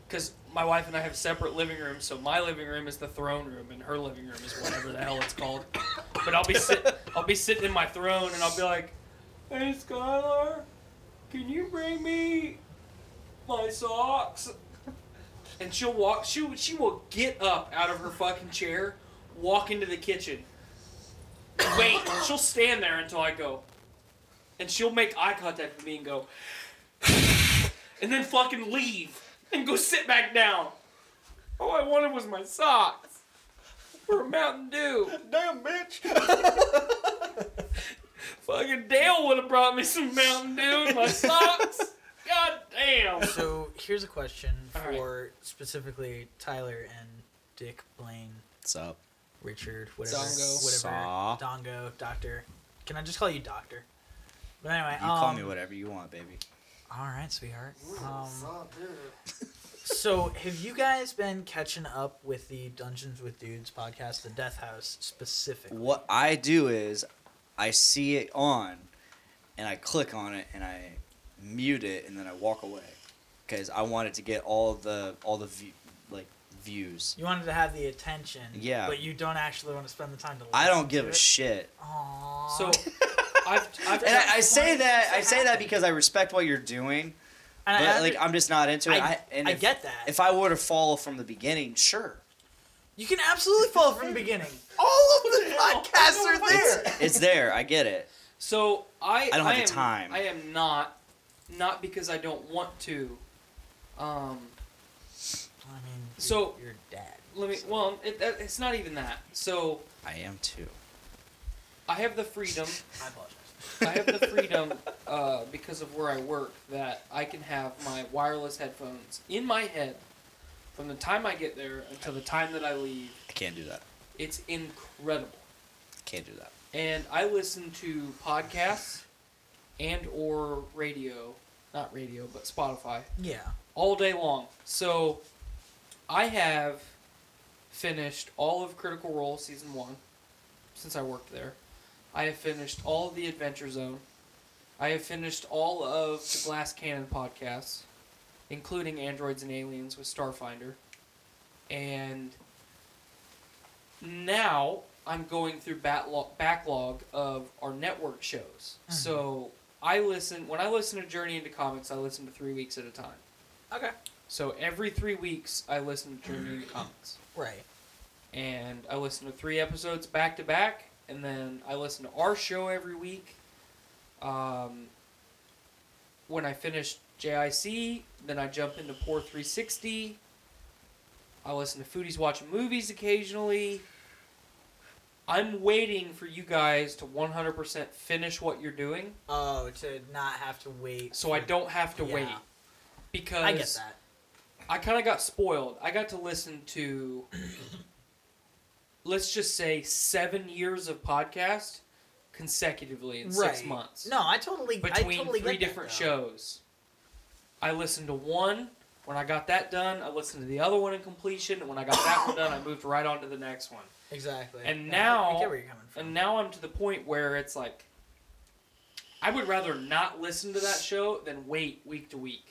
because my wife and I have separate living rooms, so my living room is the throne room, and her living room is whatever the hell it's called. But I'll be sit, I'll be sitting in my throne, and I'll be like, "Hey, Skylar, can you bring me my socks?" And she'll walk. She she will get up out of her fucking chair, walk into the kitchen. Wait, she'll stand there until I go, and she'll make eye contact with me and go, *sighs* and then fucking leave and go sit back down. All I wanted was my socks for a Mountain Dew. Damn, bitch. *laughs* Fucking Dale would have brought me some Mountain Dew and my socks. God damn. So here's a question All right. for specifically Tyler and Dick Blaine, What's up? Richard, whatever, Dongo. whatever, Saw. Dongo, Doctor. Can I just call you Doctor? But anyway, You call um, me whatever you want, baby. All right, sweetheart. Um, Oh, so, have you guys been catching up with the Dungeons with Dudes podcast, the Death House specifically? What I do is I see it on and I click on it and I mute it and then I walk away cuz I wanted to get all the all the view, like views. You wanted to have the attention, Yeah. but you don't actually want to spend the time to. Listen I don't give to a it. *laughs* shit. Aww. So I've, I've *laughs* And I, I say that I say that because I respect what you're doing, and but I, like I'm just not into it. I- I, and I if- get that. If I were to follow from the beginning, sure. you can absolutely follow from the beginning. *laughs* All of the podcasts are there. It's there. I get it. So I I don't have the am, time. I am not not because I don't want to. Um, I mean, you're- So- you're dad. let me. Well, it, that- it's not even that. So I am too. I have the freedom. I apologize. I have the freedom uh, because of where I work that I can have my wireless headphones in my head from the time I get there until the time that I leave. I can't do that. It's incredible. Can't do that. and I listen to podcasts and or radio, not radio, but Spotify Yeah. all day long. So I have finished all of Critical Role season 1 since I worked there. I have finished all of the Adventure Zone. I have finished all of the Glass Cannon podcasts, including Androids and Aliens with Starfinder. And now I'm going through backlog, backlog of our network shows. So I listen when I listen to Journey into Comics, I listen to 3 weeks at a time. Okay. So every three weeks, I listen to Journey into Comics, Right. and I listen to three episodes back to back, and then I listen to our show every week. Um, when I finish JIC, then I jump into Poor 360. I listen to Foodies watching movies occasionally. I'm waiting for you guys to 100% finish what you're doing, Oh, to not have to wait. so I for- don't have to Yeah. wait. Because I get that. I kind of got spoiled. I got to listen to, let's just say, seven years of podcast consecutively in six Right. months No, I totally. I between totally three get that, different though. shows. I listened to one. When I got that done, I listened to the other one in completion. And when I got that one done, I moved right on to the next one. Exactly. And No, I- I now- get where you're coming from. And now I'm to the point where it's like, I would rather not listen to that show than wait week to week.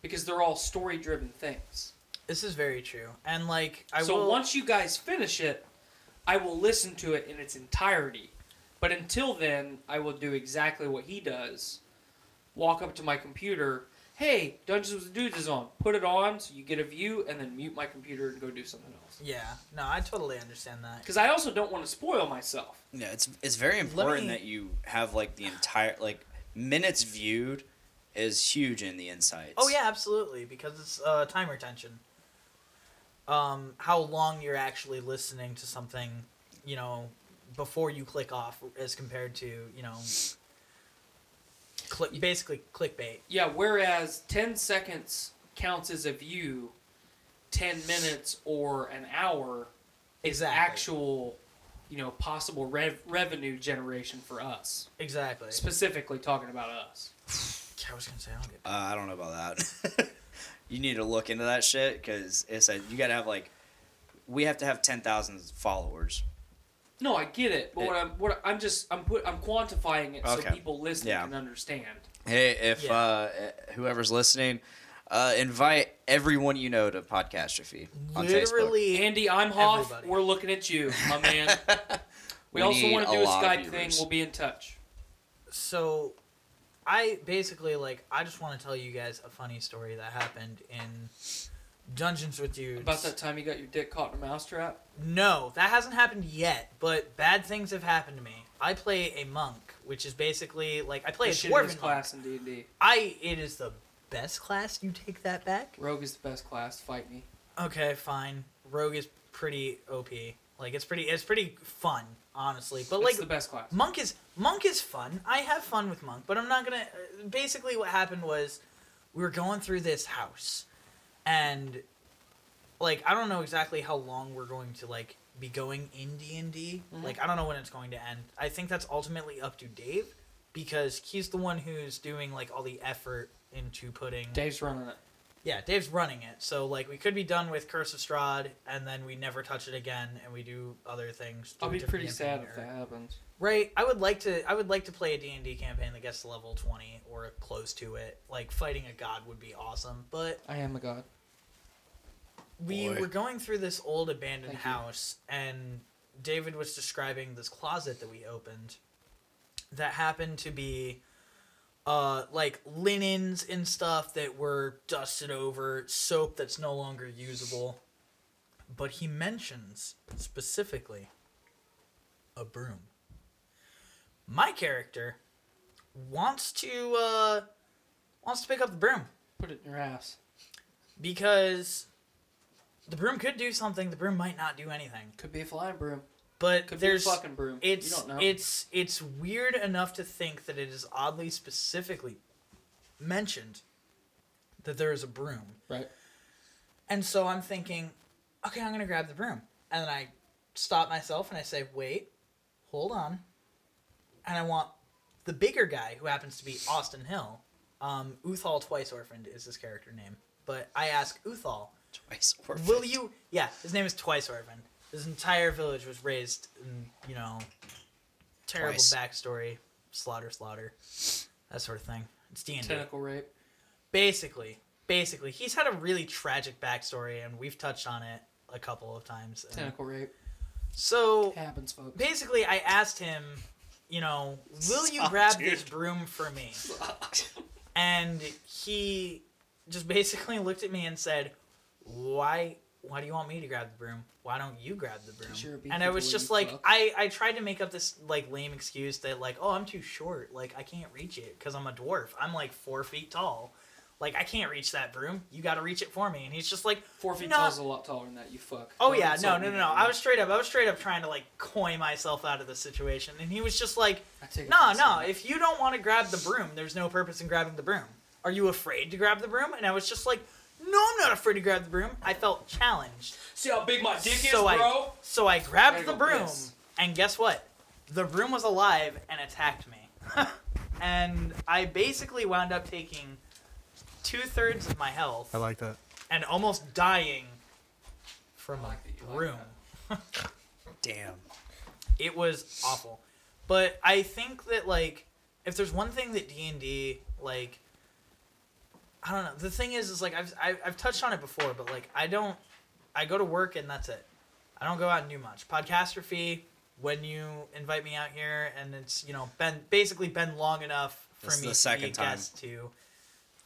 Because they're all story driven things. This is very true. And like I so will once you guys finish it, I will listen to it in its entirety. But until then, I will do exactly what he does. Walk up to my computer. Hey, Dungeons with Dudes is on. Put it on so you get a view, and then mute my computer and go do something else. Yeah. No, I totally understand that. Because I also don't want to spoil myself. Yeah, it's it's very important me- that you have like the entire like minutes viewed is huge in the insights. Oh yeah, absolutely, because it's uh, time retention. Um, how long you're actually listening to something, you know, before you click off, as compared to you know, click basically clickbait. Yeah. Whereas ten seconds counts as a view, ten minutes or an hour is Exactly. actual, you know, possible rev- revenue generation for us. Exactly. specifically talking about us. I was gonna say I don't get. Uh, I don't know about that. *laughs* you need to look into that shit because it's a, you gotta have like we have to have ten thousand followers. No, I get it, but what It- I'm what I'm just I'm put I'm quantifying it Okay. so people listening Yeah. can understand. Hey, if Yeah. uh, whoever's listening, Uh, invite everyone you know to Podcastrophe on Facebook. Literally, Andy, I'm Hoff. Everybody. We're looking at you, my man. *laughs* we, We also need want to a do a lot of Skype thing. viewers. We'll be in touch. so I basically like I just want to tell you guys a funny story that happened in Dungeons with Dudes. About that time you got your dick caught in a mousetrap. No, that hasn't happened yet, but bad things have happened to me. I play a monk, which is basically like I play The a shittiest dwarven class. class in D and D. I it is the best class. You take that back. Rogue is the best class. Fight me. Okay, fine. Rogue is pretty OP. Like it's pretty it's pretty fun, honestly. But It's like the best class. Monk is monk is fun. I have fun with monk, but I'm not gonna. uh, Basically, what happened was we were going through this house, and like I don't know exactly how long we're going to like be going in D and D. Like I don't know when it's going to end. I think that's ultimately up to Dave because he's the one who's doing like all the effort into putting. Dave's running it. Yeah, Dave's running it. So like we could be done with Curse of Strahd, and then we never touch it again, and we do other things. do I'll a be different pretty sad campaign if or- that happens. Right. I would like to. I would like to play a D and D campaign that gets to level twenty or close to it. Like fighting a god would be awesome. But I am a god. we Boy. were going through this old abandoned Thank you. house, and David was describing this closet that we opened, that happened to be, uh, like linens and stuff that were dusted over, soap that's no longer usable. But he mentions specifically a broom. My character wants to uh, wants to pick up the broom Put it in your ass. because the broom could do something. The broom might not do anything. Could be a flying broom. But Could there's be a fucking broom. it's you don't know. it's it's weird enough to think that it is oddly specifically mentioned that there is a broom. right. And so I'm thinking, okay, I'm gonna grab the broom. And then I stop myself and I say, wait, hold on. And I want the bigger guy, who happens to be Austin Hill, um, Uthal Twice Orphaned is his character name. But I ask Uthal, Twice orphaned. Will you? Yeah, his name is Twice Orphan. His entire village was raised in, you know, terrible Twice. backstory, slaughter, slaughter, that sort of thing. It's D and D. Tentacle rape. Uh-huh. Basically, basically, he's had a really tragic backstory, and we've touched on it a couple of times. And Tentacle rape. So Happens, folks. basically, I asked him, you know, will you Stop, grab dude. this broom *laughs* for me? and he just basically looked at me and said, "Why? Why do you want me to grab the broom? Why don't you grab the broom?" You're a beefy and I was boy, just you like, fuck. I I tried to make up this like lame excuse that like, oh, I'm too short, like I can't reach it because I'm a dwarf. I'm like four feet tall. Like I can't reach that broom. You got to reach it for me. And he's just like, Four feet "No." tall is a lot taller than that. You fuck. Oh Don't yeah, no, insult no, me no, no. that I way. was straight up. I was straight up trying to like coy myself out of the situation, and he was just like, I take it "No, back, no. sorry. If you don't want to grab the broom, there's no purpose in grabbing the broom. Are you afraid to grab the broom?" And I was just like, "No, I'm not afraid to grab the broom. I felt challenged, See how big my dick so is, I bro. so I Gotta grabbed the go broom, piss. and guess what? The broom was alive and attacked me, *laughs* and I basically wound up taking two thirds of my health I like that. and almost dying from I like that you a like broom." that. Damn. it was awful but i think that like if there's one thing that d&d like i don't know the thing is is like I've, I've i've touched on it before but like i don't i go to work and that's it i don't go out and do much podcastrophe when you invite me out here and it's you know been basically been long enough for This is me the to second be a time. guest to You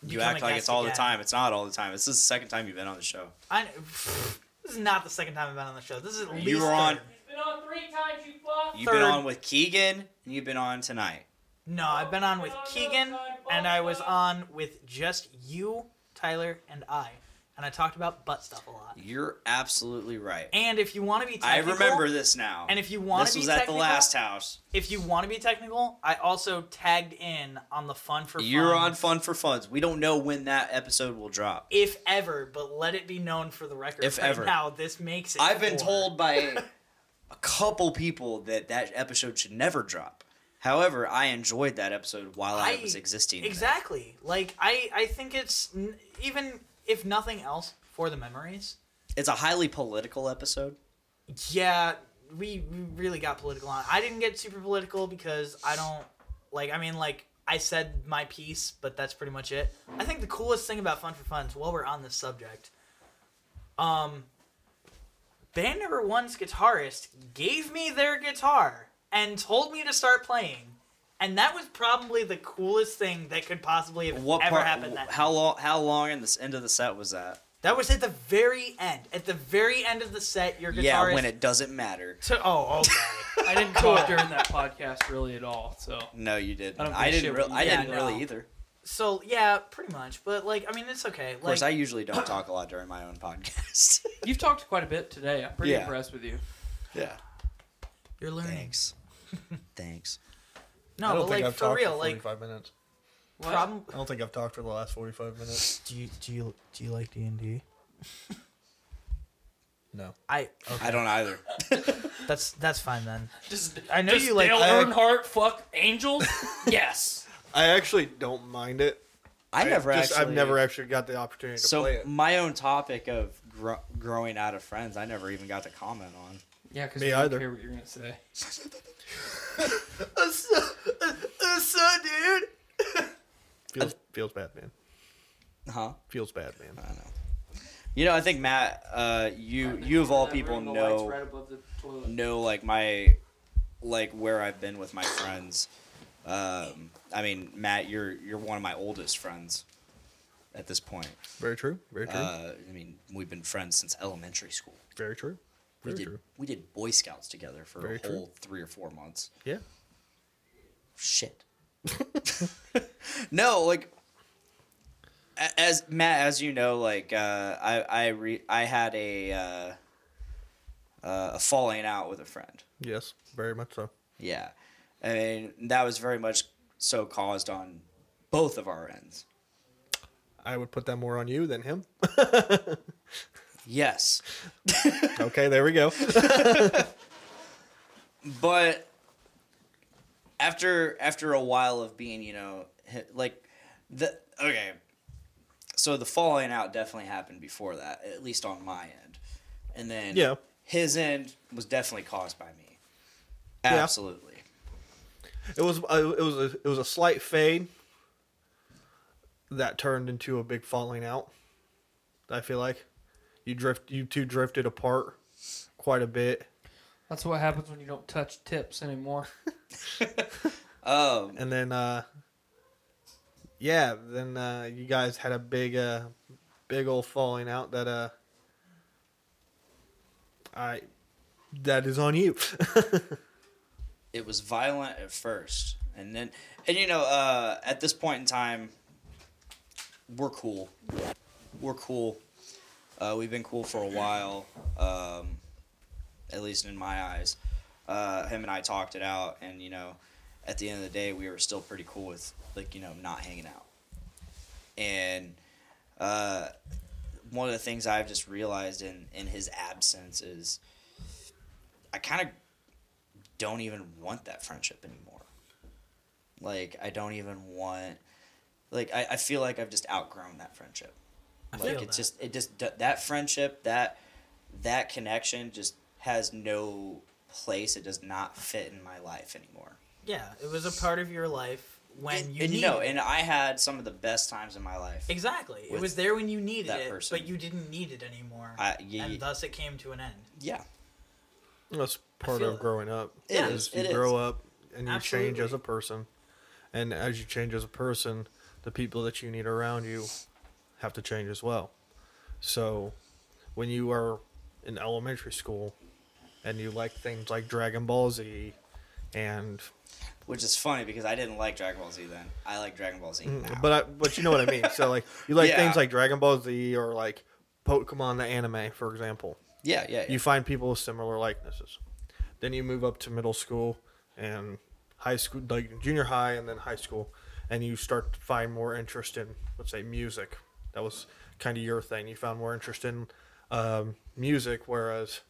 become act a like guest it's all the again. time. It's not all the time. This is the second time you've been on the show. I, *laughs* this is not the second time i've been on the show this is at least You were on. third. Been on three times, you fuck. You've Third. been on with Keegan, and you've been on tonight. No, I've been on with Keegan, and I was on with just you, Tyler, and I, and I talked about butt stuff a lot. You're absolutely right. And if you want to be I technical, remember this now. And if you wanna this be was technical- at the last house. If you want to be technical, I also tagged in on the fun for You're on Funds, Fun for Funds. We don't know when that episode will drop. if ever, but let it be known for the record. If right ever. now this makes it. I've been four. told *laughs* by a couple people that that episode should never drop. However, I enjoyed that episode while I, was existing. in it. Exactly. Like I, I think it's n- even if nothing else for the memories. It's a highly political episode. yeah we we really got political on i didn't get super political because i don't like i mean like I said my piece, but that's pretty much it. I think the coolest thing about Fun for Funds, while we're on this subject, um, band number one's guitarist gave me their guitar and told me to start playing. And that was probably the coolest thing that could possibly have What ever part? happened that how long? How long in this end of the set was that? That was at the very end. At the very end of the set, your guitarist. Yeah, when it doesn't matter. To, oh, *laughs* okay. I *laughs* didn't talk during that podcast really at all. So No, you didn't. I don't I, give a didn't. shit Re- what I you- Yeah, didn't no. really either. so yeah, pretty much. But like, I mean, it's okay. Of course, Like, I usually don't talk a lot during my own podcast. *laughs* you've talked quite a bit today. I'm pretty Yeah. impressed with you. yeah. you're learning. *laughs* Thanks. Thanks. No, I don't but think like I've for talked real, Oh, for like 45 minutes. What? problem. Oh. I don't think I've talked for the last 45 *laughs* minutes. Do you do you do you like D and D? No. I oh, I don't either. that's that's fine then. Does, I know does you like- Dale I- Earnhardt fuck *laughs* angels? yes. I actually don't mind it. I never just, actually. I've never actually got the opportunity to play So it. my own topic of gr- growing out of friends, I never even got to comment on. Yeah, because Me we don't either. care what you're gonna say. dude. *laughs* Feels, feels bad, man. Huh? Feels bad, man. I know. You know, I think Matt, uh, you you of all people know know like my like where I've been with my friends. Um, I mean, Matt, you're you're one of my oldest friends at this point. Very true. Very true. Uh, I mean, we've been friends since elementary school. very true. We Very did true. we did Boy Scouts together for Very a true. whole three or four months. Yeah. Shit. no, like a- as Matt, as you know, like uh, I I re- I had a uh, uh, a falling out with a friend. Yes. Very much so. Yeah. I mean, that was very much so caused on both of our ends. I would put that more on you than him. Yes. *laughs* okay, there we *laughs* go. But after after a while of being, you know, hi- like the okay. So the falling out definitely happened before that, at least on my end. And then Yeah. his end was definitely caused by me. Yeah. Absolutely. It was uh, it was a, it was a slight fade that turned into a big falling out. I feel like you drift you two drifted apart quite a bit, That's what happens when you don't touch tips anymore. *laughs* Um and then uh, yeah, then uh, you guys had a big uh, big old falling out that uh, I that is on you. *laughs* it was violent at first and then and you know uh, at this point in time we're cool we're cool uh, we've been cool for a while um, at least in my eyes uh, him and i talked it out and you know at the end of the day we were still pretty cool with like you know not hanging out and uh, one of the things i've just realized in in his absence is i kind of don't even want that friendship anymore. Like I don't even want like I, I feel like I've just outgrown that friendship. Like feel it's that. just it just d- that friendship that that connection just has no place. It does not fit in my life anymore. Yeah, it was a part of your life when and, you and, needed know, it. and I had some of the best times in my life. exactly. It with was there when you needed that it, person. but you didn't need it anymore, I, yeah, and thus it came to an end. yeah, That's I part feel of it. growing up. It is, You it is. grow up and you change Absolutely. as a person. And as you change as a person, the people that you need around you have to change as well. So when you are in elementary school and you like things like Dragon Ball Z and which is funny because I didn't like Dragon Ball Z then. I like Dragon Ball Z now. Mm, but I, but you know what I mean. So like you like *laughs* Yeah. things like Dragon Ball Z or like Pokemon the anime, for example. yeah, yeah, yeah. you find people with similar likenesses. Then you move up to middle school and high school, like junior high, and then high school, and you start to find more interest in, let's say, music. That was kind of your thing. You found more interest in um, music, whereas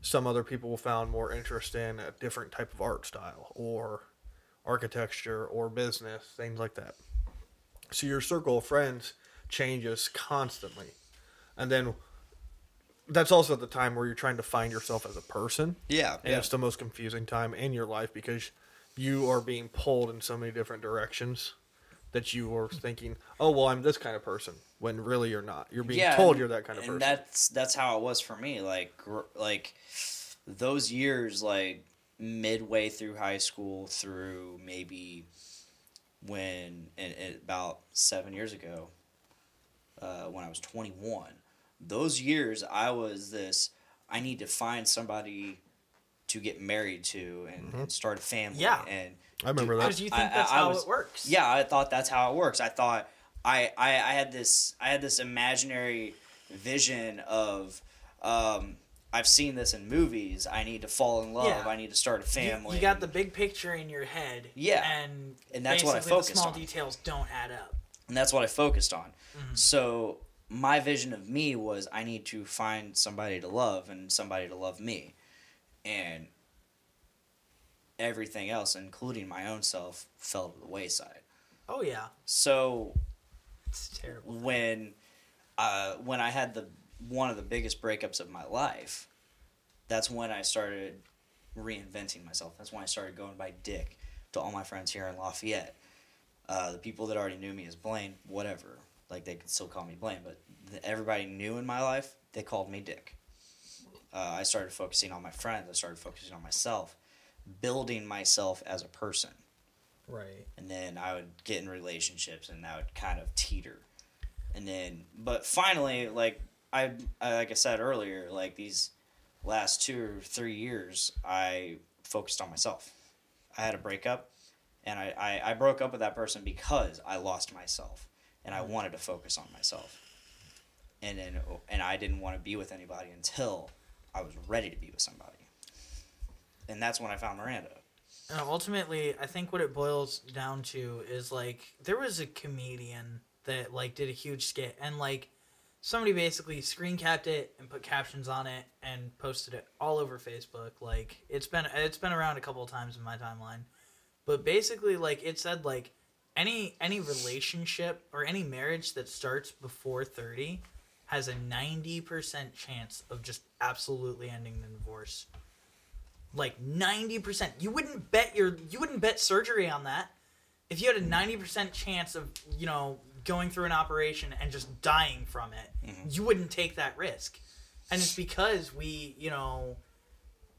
some other people found more interest in a different type of art style or architecture or business, things like that. So your circle of friends changes constantly. And then that's also the time where you're trying to find yourself as a person. yeah, And it's the most confusing time in your life because you are being pulled in so many different directions that you are thinking, "Oh, well, I'm this kind of person," when really you're not. You're being yeah, told and- you're that kind of and person. that's that's how it was for me. Like gr- like those years, like midway through high school through maybe when and, and about seven years ago, uh, when I was twenty one, those years I was this. I need to find somebody to get married to and, Mm-hmm. and start a family. Yeah. and I remember that. Because you think I- I- that's I how was- it works. yeah i thought that's how it works i thought i i, I had this i had this imaginary vision of um i've seen this in movies i need to fall in love Yeah. i need to start a You- family You, got the big picture in your head. Yeah. And, And that's what I basically focused The small on. details don't add up. and that's what i focused on Mm-hmm. so my vision of me was i need to find somebody to love and somebody to love me and everything else including my own self fell to the wayside Oh, yeah. so It's terrible. when uh, when I had the one of the biggest breakups of my life, that's when I started reinventing myself. That's when I started going by Dick to all my friends here in Lafayette. Uh, the people that already knew me as Blaine, whatever, like they could still call me Blaine, but the, everybody new in my life, they called me Dick. Uh, I started focusing on my friends. I started focusing on myself, building myself as a person, Right. and then I would get in relationships, and that would kind of teeter and then but finally like I I- like I said earlier like these last two or three years I focused on myself I had a breakup and I, I, I broke up with that person because I lost myself and I wanted to focus on myself and then and I didn't want to be with anybody until I was ready to be with somebody and that's when I found Miranda And Uh, ultimately, I think what it boils down to is like there was a comedian that like did a huge skit and like somebody basically screen capped it and put captions on it and posted it all over Facebook. Like it's been it's been around a couple of times in my timeline. But basically like it said like any any relationship or any marriage that starts before 30 has a 90% chance of just absolutely ending in divorce like 90% you wouldn't bet your you wouldn't bet surgery on that if you had a 90% chance of you know going through an operation and just dying from it Mm-hmm. you wouldn't take that risk and it's because we you know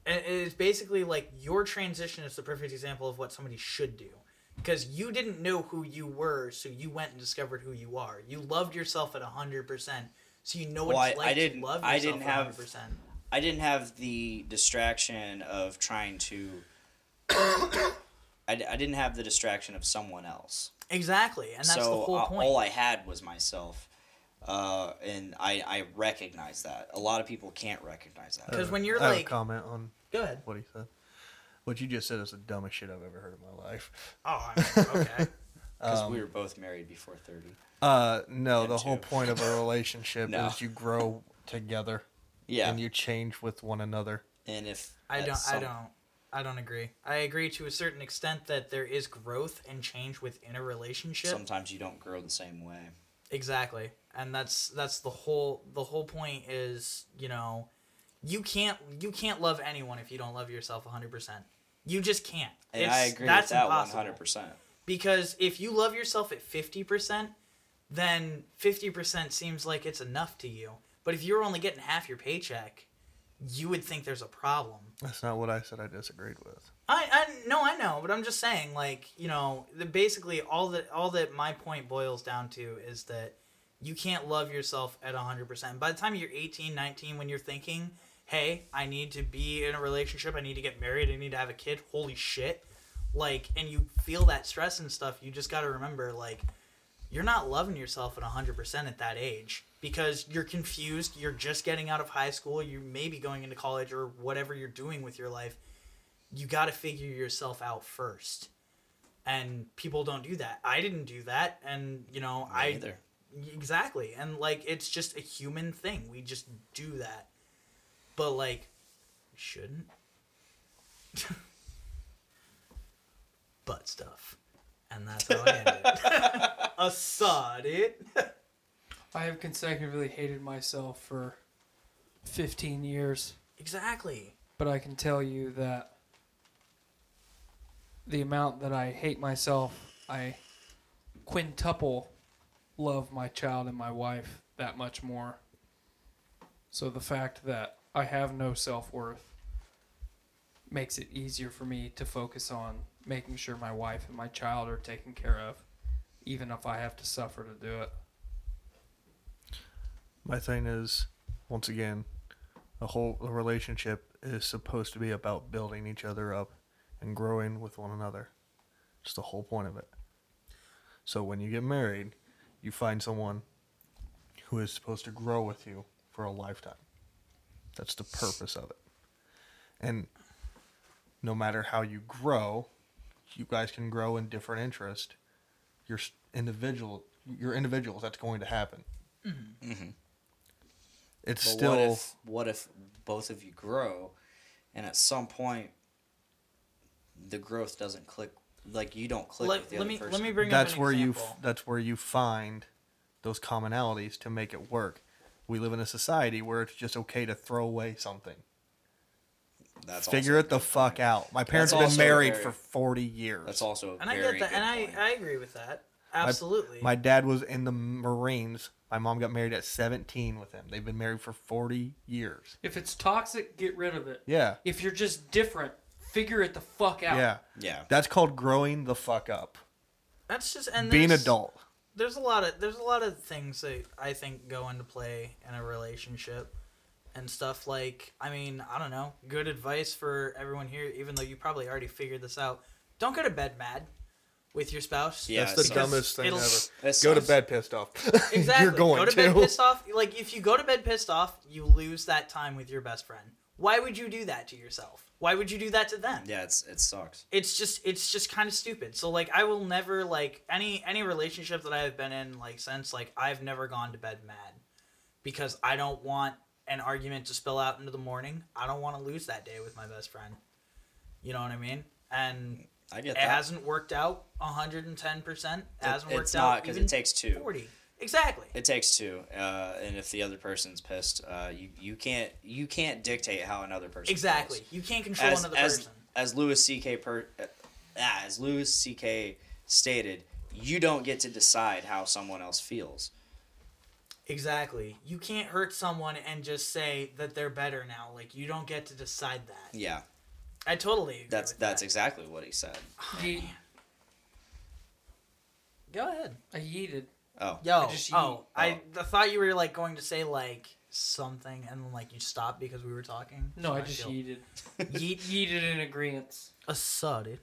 it- it's basically like your transition is the perfect example of what somebody should do because you didn't know who you were so you went and discovered who you are you loved yourself at 100% so you know what Well, it's I- like I didn't- to love yourself I didn't at have- 100% I didn't have the distraction of trying to *coughs* I, d- I didn't have the distraction of someone else exactly and that's so the whole uh, point all I had was myself, uh, and I I recognize that. A lot of people can't recognize Uh, that. because when you're I have like a comment Oh, on Go ahead. what he said. What you just said is the dumbest shit I've ever heard in my life. Oh, I'm- okay. Because um, we were both married before thirty. Uh, no, Yeah, the whole too. point *laughs* of a relationship No. is you grow together Yeah, and you change with one another. and if I at don't. I some- don't. I don't agree. I agree to a certain extent that there is growth and change within a relationship. Sometimes you don't grow the same way. Exactly, and that's that's the whole the whole point is you know, you can't you can't love anyone if you don't love yourself 100. percent You just can't. And It's- I agree with that's that one impossible. hundred percent. because if you love yourself at 50% then 50% seems like it's enough to you but if you're only getting half your paycheck you would think there's a problem That's not what I said. I disagreed with. i i no i know but i'm just saying like you know the, basically all that all that my point boils down to is that you can't love yourself at 100% by the time you're 18 19 when you're thinking hey i need to be in a relationship i need to get married i need to have a kid holy shit like and you feel that stress and stuff you just got to remember like you're not loving yourself at 100% at that age because you're confused you're just getting out of high school you may be going into college or whatever you're doing with your life you got to figure yourself out first and people don't do that i didn't do that and you know i either. exactly and like it's just a human thing we just do that but like we shouldn't butt stuff and that's how i ended *laughs* assad it I have consecutively hated myself for 15 years, exactly but I can tell you that the amount that I hate myself, I quintuple love my child and my wife that much more. So the fact that I have no self worth makes it easier for me to focus on making sure my wife and my child are taken care of, even if I have to suffer to do it. My thing is, once again, the whole relationship is supposed to be about building each other up and growing with one another. It's the whole point of it. So when you get married, you find someone who is supposed to grow with you for a lifetime. That's the purpose of it. And no matter how you grow, you guys can grow in different interests. Your s- individual, your individuals. That's going to happen. It's Mm-hmm. But still what if what if both of you grow, and at some point, the growth doesn't click. Like you don't click with Let, the let other me person. let me bring that's up an where you example. f- that's where you find those commonalities to make it work. We live in a society where it's just okay to throw away something. That's Figure also- it the fuck out. My parents That's have been also married very- for 40 years. That's also a and I very get that, good and I, point. I agree with that. Absolutely. My dad was in the Marines. My mom got married at 17 with him. They've been married for 40 years. If it's toxic, get rid of it. Yeah. If you're just different, figure it the fuck out. Yeah. yeah. That's called growing the fuck up. That's just and Being there's- adult. There's a lot of there's a lot of things that I think go into play in a relationship and stuff like I mean I don't know good advice for everyone here even though you probably already figured this out don't go to bed mad with your spouse Yeah, That's the it sucks. dumbest thing it'll- ever. That Go to sucks. bed pissed off. exactly You're going go to, to. *laughs* bed pissed off like if you go to bed pissed off you lose that time with your best friend why would you do that to yourself why would you do that to them Yeah, it's it sucks. it's just it's just kind of stupid so like i will never like any any relationship that i have been in like since like i've never gone to bed mad because i don't want an argument to spill out into the morning i don't want to lose that day with my best friend you know what i mean and I it get that. hasn't worked out 110% it hasn't It- worked it's out not because even it takes two. 40 exactly It takes two, uh, and if the other person's pissed, uh, you you can't you can't dictate how another person. exactly feels. you can't control As another as person as Lewis C.K. Per, uh, as Lewis C.K. stated, you don't get to decide how someone else feels. exactly you can't hurt someone and just say that they're better now like you don't get to decide that Yeah, I totally agree. that's with that's that. exactly what he said. Ye- go ahead. I yeeted. Oh, Yo, I just- oh, I, oh. I thought you were like going to say like something, and then like you stopped because we were talking. No, So I just feel- *laughs* yeeted. yeet Yeeted in agreement. a sud. dude.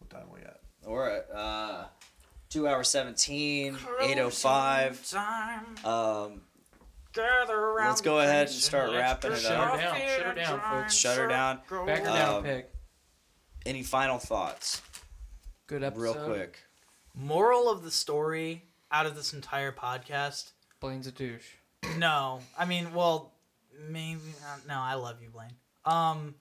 What time we at? We're at uh, two hour 17, 805. Time, Um, gather around. let's go ahead and start wrapping it Shut her up. down. Shut her down, folks. Shut her down. Back her Um, down, pig. Any final thoughts, Good episode. real quick? Moral of the story out of this entire podcast. Blaine's a douche. No, I mean, well, maybe not. No, I love you, Blaine. Um,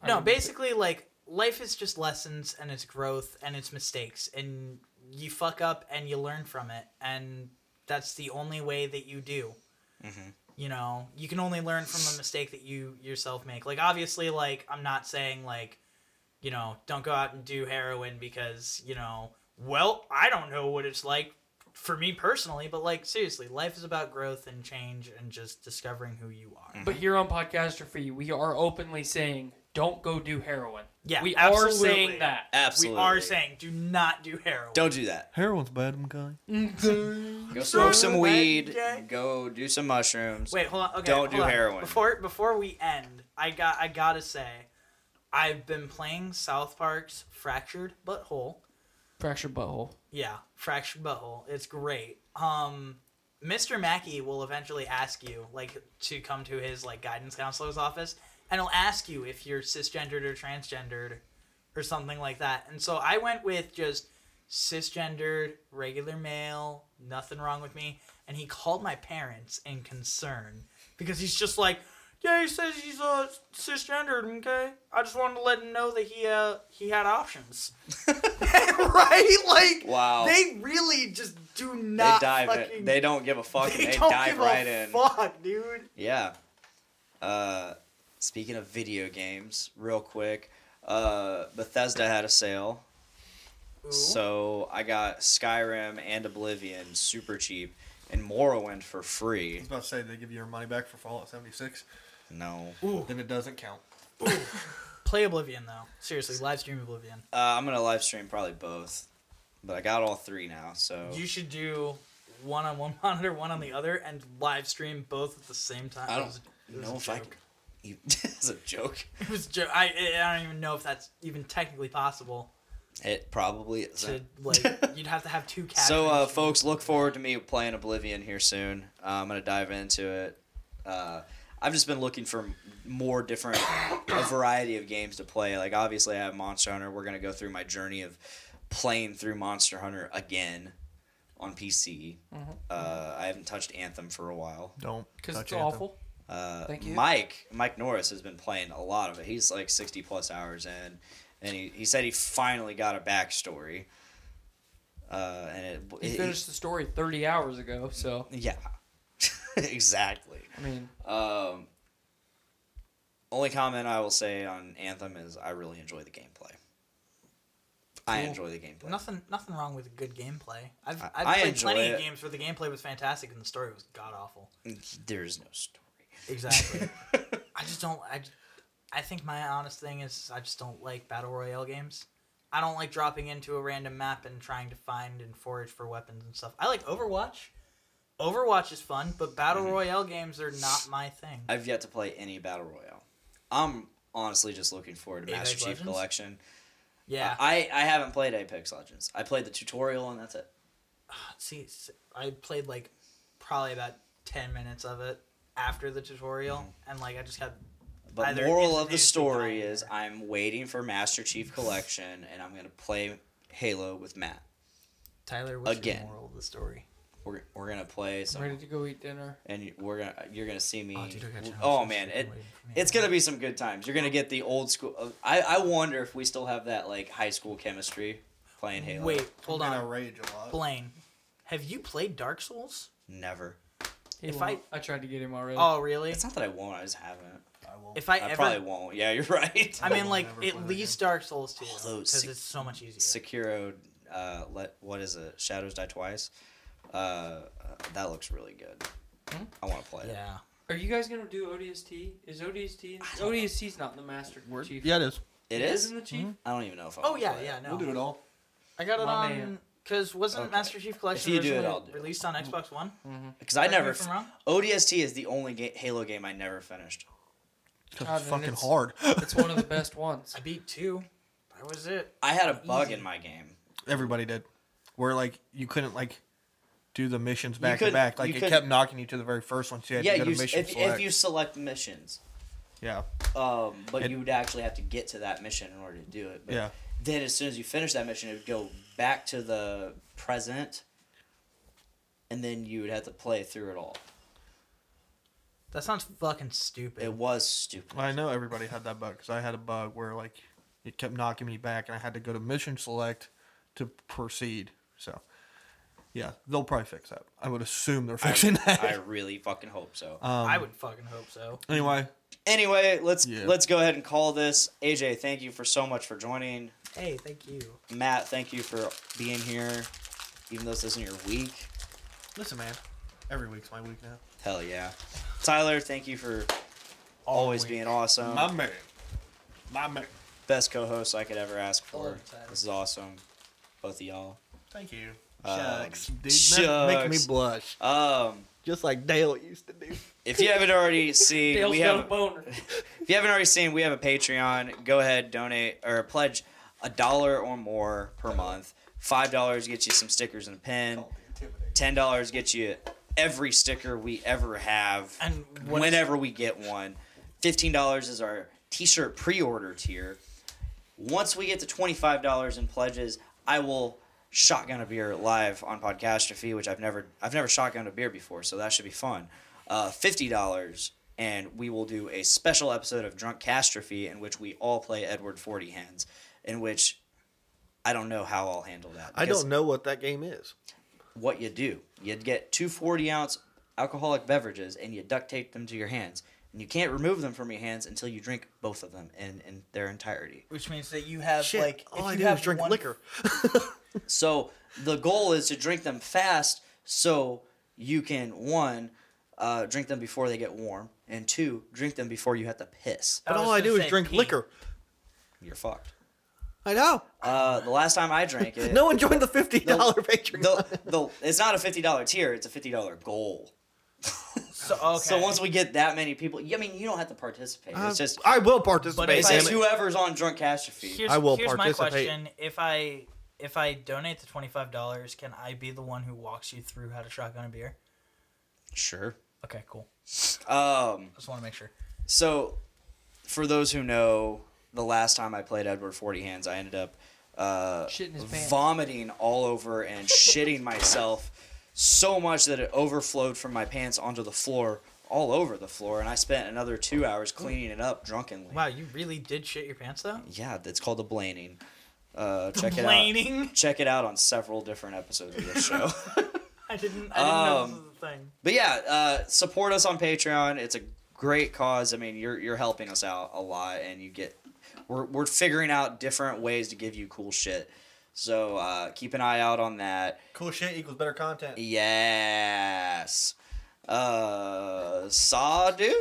I no, mean, basically, like life is just lessons and it's growth and it's mistakes and you fuck up and you learn from it and that's the only way that you do. You know, you can only learn from the mistake that you yourself make. Like obviously, like I'm not saying like, you know, don't go out and do heroin because you know, well, I don't know what it's like for me personally, but like seriously, life is about growth and change and just discovering who you Mm, are. But here on Podcastrophy, we are openly saying don't go do heroin. Yeah, we absolutely. are saying that. Absolutely. We are saying do not do heroin. Don't do that. Heroin's bad, I'm going. Go smoke some weed. Okay. Go do some mushrooms. Wait, hold on. Okay, Don't do hold on. heroin. Before before we end, I got I gotta say, I've been playing South Park's Fractured Butthole. Fractured butthole. Yeah, Fractured Butthole. It's great. Um, Mr. Mackey will eventually ask you like to come to his like guidance counselor's office, and he'll ask you if you're cisgendered or transgendered, or something like that. And so I went with just cisgendered, regular male, nothing wrong with me. And he called my parents in concern because he's just like, yeah, he says he's uh, cisgendered. Okay, I just wanted to let him know that he uh he had *laughs* options. *laughs* right? Like, Wow. they really just do They not. dive fucking, it. They don't give a fuck. and *laughs* they they don't dive give right a in. fuck, dude. Yeah. Uh, speaking of video games, real quick, Uh, Bethesda had a sale, so I got Skyrim and Oblivion super cheap, and Morrowind for free. about to say they give you your money back for Fallout 76. No, Then it doesn't count. Play Oblivion though. Seriously, live stream Oblivion. uh, I'm gonna live stream probably both, but I got all three now. So You should do one on one *laughs* monitor, one on the other, and live stream both at the same time. I It don't was- it was know a if I joke. can. *laughs* It's a joke. It was jo- I, I don't even know if that's even technically possible. It probably To isn't. like, *laughs* you'd have to have two captions. So, uh, folks, look forward to me playing Oblivion here soon. Uh, I'm gonna dive into it. Uh, I've just been looking for m- more different, a variety of games to play. Like, obviously, I have Monster Hunter. We're gonna go through my journey of playing through Monster Hunter again on PC. Uh, I haven't touched Anthem for a while. Don't. because touch it's Anthem. awful. Uh, Thank you. Mike Mike Norris has been playing a lot of it. He's like 60 plus hours in, and he, he said he finally got a backstory. Uh, and it, He it- finished the story 30 hours ago, so yeah, *laughs* exactly. *laughs* I mean, Um, only comment I will say on Anthem is I really enjoy the gameplay. I Cool. enjoy the gameplay. nothing, nothing wrong with good gameplay. I've, I- I've I played enjoy plenty it. of games where the gameplay was fantastic and the story was god awful. There's no story. *laughs* Exactly. I just don't. I, j- I think my honest thing is I just don't like battle royale games. I don't like dropping into a random map and trying to find and forage for weapons and stuff. I like Overwatch. Overwatch is fun, but battle Mm-hmm. royale games are not my thing. I've yet to play any battle royale. I'm honestly just looking forward to Apex Master Chief Legends? Collection. yeah. I, I haven't played Apex Legends. I played the tutorial and that's it. see, s- I played like probably about ten minutes of it after the tutorial, Mm-hmm. and like I just got. But Either moral of the instantaneously story dying is or- I'm waiting for Master Chief Collection and I'm gonna play Halo with Matt. Tyler, what's Again. the moral of the story? We're, we're gonna play I'm some, ready to go eat dinner. and you- we're gonna you're gonna see me. Oh, dude, I got your Oh, house. man, It's it been waiting for me. it's gonna be some good times. You're gonna get the old school. Of, I I wonder if we still have that like high school chemistry playing Halo. Wait, hold And I on, rage a lot. Blaine. Have you played Dark Souls? never. He If won't. I tried to get him already. Oh, really? It's not that I won't. I just haven't. If I, I ever, probably won't. Yeah, you're *laughs* right. I mean, like never play at that least Dark Souls two, Although because sec- it's so much easier. Sekiro, uh, let what is it? Shadows Die Twice. Uh, uh, that looks really good. I want to play it. Hmm? yeah, Are you guys gonna do ODST? Is ODST ODST's not in the master chief? Yeah, it is. It It is. is in the chief. I don't even know if I. Oh wanna yeah, play it. yeah. No, We'll do it all. I got it My on man. because wasn't Okay. Master Chief Collection If you do it, originally I'll do it. released on Mm. Xbox One? Because I Correct me never. if I'm wrong. ODST is the only ga- Halo game I never finished. 'Cause God, it's and fucking it's- hard. *laughs* It's one of the best ones. I beat two. That was it. I had a bug in my game. Everybody did. Where like you couldn't like do the missions back to couldn't- back. Like you it couldn't- kept knocking you to the very first one. So you had Yeah, to go you, to s- mission if, if select. you select missions, yeah. um, but It- you would actually have to get to that mission in order to do it. But Yeah. Then as soon as you finish that mission, it would go back to the present, and then you would have to play through it all. That sounds fucking stupid. It was *laughs* stupid. I know everybody had that bug because I had a bug where like it kept knocking me back, and I had to go to mission select to proceed. So, yeah, they'll probably fix that. I would assume they're fixing that. I really fucking hope so. Um, I would fucking hope so. *laughs* anyway, anyway, let's Yeah. let's go ahead and call this. AJ, thank you for so much for joining. Hey, thank you. Matt, thank you for being here, even though this isn't your week. listen, man. Every week's my week now. Hell yeah. Tyler, thank you for always being awesome. My man. My man. Best co-host I could ever ask for. love Tyler. This is awesome, both of y'all. Thank you. Um, Shucks, dude. Ma- Make me shucks. blush, Um, just like Dale used to do. if you haven't already seen, Dale's *laughs* we got have a boner. If you haven't already seen, we have a Patreon. Go ahead, donate or pledge a dollar or more per month. Five dollars gets you some stickers and a pen. Ten dollars gets you every sticker we ever have, And what is- whenever we get one. Fifteen dollars is our T-shirt pre-order tier. Once we get to twenty-five dollars in pledges, I will shotgun a beer live on Podcastrophe, which I've never I've never shotgunned a beer before, so that should be fun. Uh, Fifty dollars, and we will do a special episode of Drunk Castrophe in which we all play Edward Forty Hands, in which I don't know how I'll handle that. I because don't know what that game is. what you do. You'd get two 40 ounce alcoholic beverages and you duct tape them to your hands. and you can't remove them from your hands until you drink both of them in, in their entirety. Which means that you have Shit, like all if I you do have is drink one- liquor. So the goal is to drink them fast so you can one uh, drink them before they get warm and two drink them before you have to piss. But was all I gonna do is say drink pee. liquor. You're fucked. I know. Uh, the last time I drank *laughs* it, No one joined the fifty dollar Patreon. the, the, it's not a fifty dollar tier; it's a fifty dollar goal. So, okay. So once we get that many people, I mean, you don't have to participate. Uh, it's just I will participate. if it's I- damn just it. whoever's on drunk catastrophe. here's, I will here's my participate. question: If I if I donate the twenty five dollars, can I be the one who walks you through how to shotgun a beer? Sure. Okay, cool. Um. Just want to make sure. So, for those who know, the last time I played Edward Forty Hands, I ended up uh, Shitting his pants. vomiting all over and *laughs* shitting myself so much that it overflowed from my pants onto the floor, all over the floor, and I spent another two hours cleaning it up drunkenly. Wow, you really did shit your pants though. Yeah, that's called the blaning. Uh, check it Complaining. out. Check it out on several different episodes of this *laughs* show. I didn't. I didn't know this Um, was a thing. But yeah, uh, support us on Patreon. It's a great cause. I mean, you're you're helping us out a lot, and you get we're we're figuring out different ways to give you cool shit. So uh, keep an eye out on that. Cool shit equals better content. Yes. Uh, saw dude.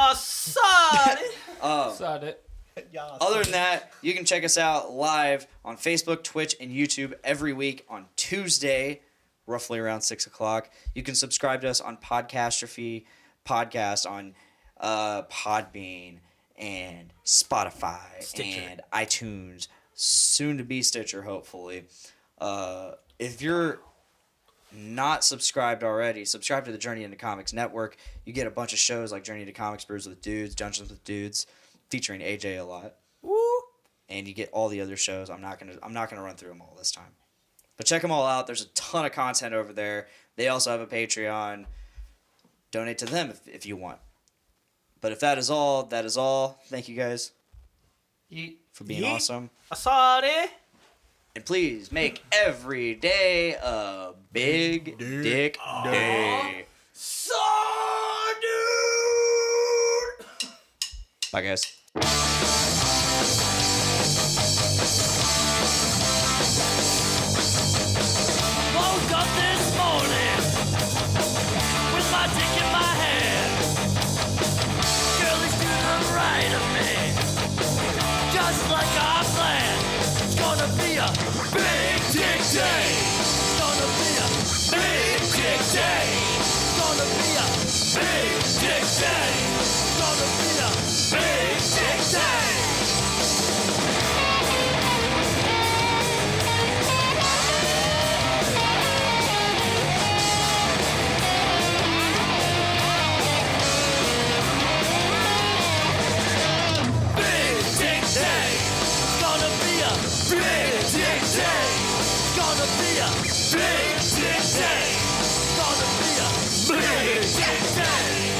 A sod. Um, Sod it. other than that, you can check us out live on Facebook, Twitch, and YouTube every week on Tuesday, roughly around six o'clock. You can subscribe to us on Podcastrophe Podcast on uh, Podbean and Spotify and iTunes, soon to be Stitcher, hopefully. Uh, if you're not subscribed already, subscribe to the Journey into Comics Network. You get a bunch of shows like Journey into Comics, Brews with Dudes, Dungeons with Dudes, featuring AJ a lot. And you get all the other shows. I'm not gonna I'm not gonna run through them all this time, but check them all out. There's a ton of content over there. They also have a Patreon. Donate to them if, if you want. But if that is all, that is all. Thank you guys Yeet. for being Yeet. awesome. A sod. eh? And please make every day a big dick, day. Bye, guys. Woke up this morning with my dick in my hand. Girl is to the right of me, just like I planned. It's gonna be a big dick day. It's gonna be a big dick day. It's gonna be a big dick day. It's gonna be a big dick day. Big Dick Day. Gonna be a Big Dick Day. Gonna be a Big Dick Day. Gonna be a Big Dick Day.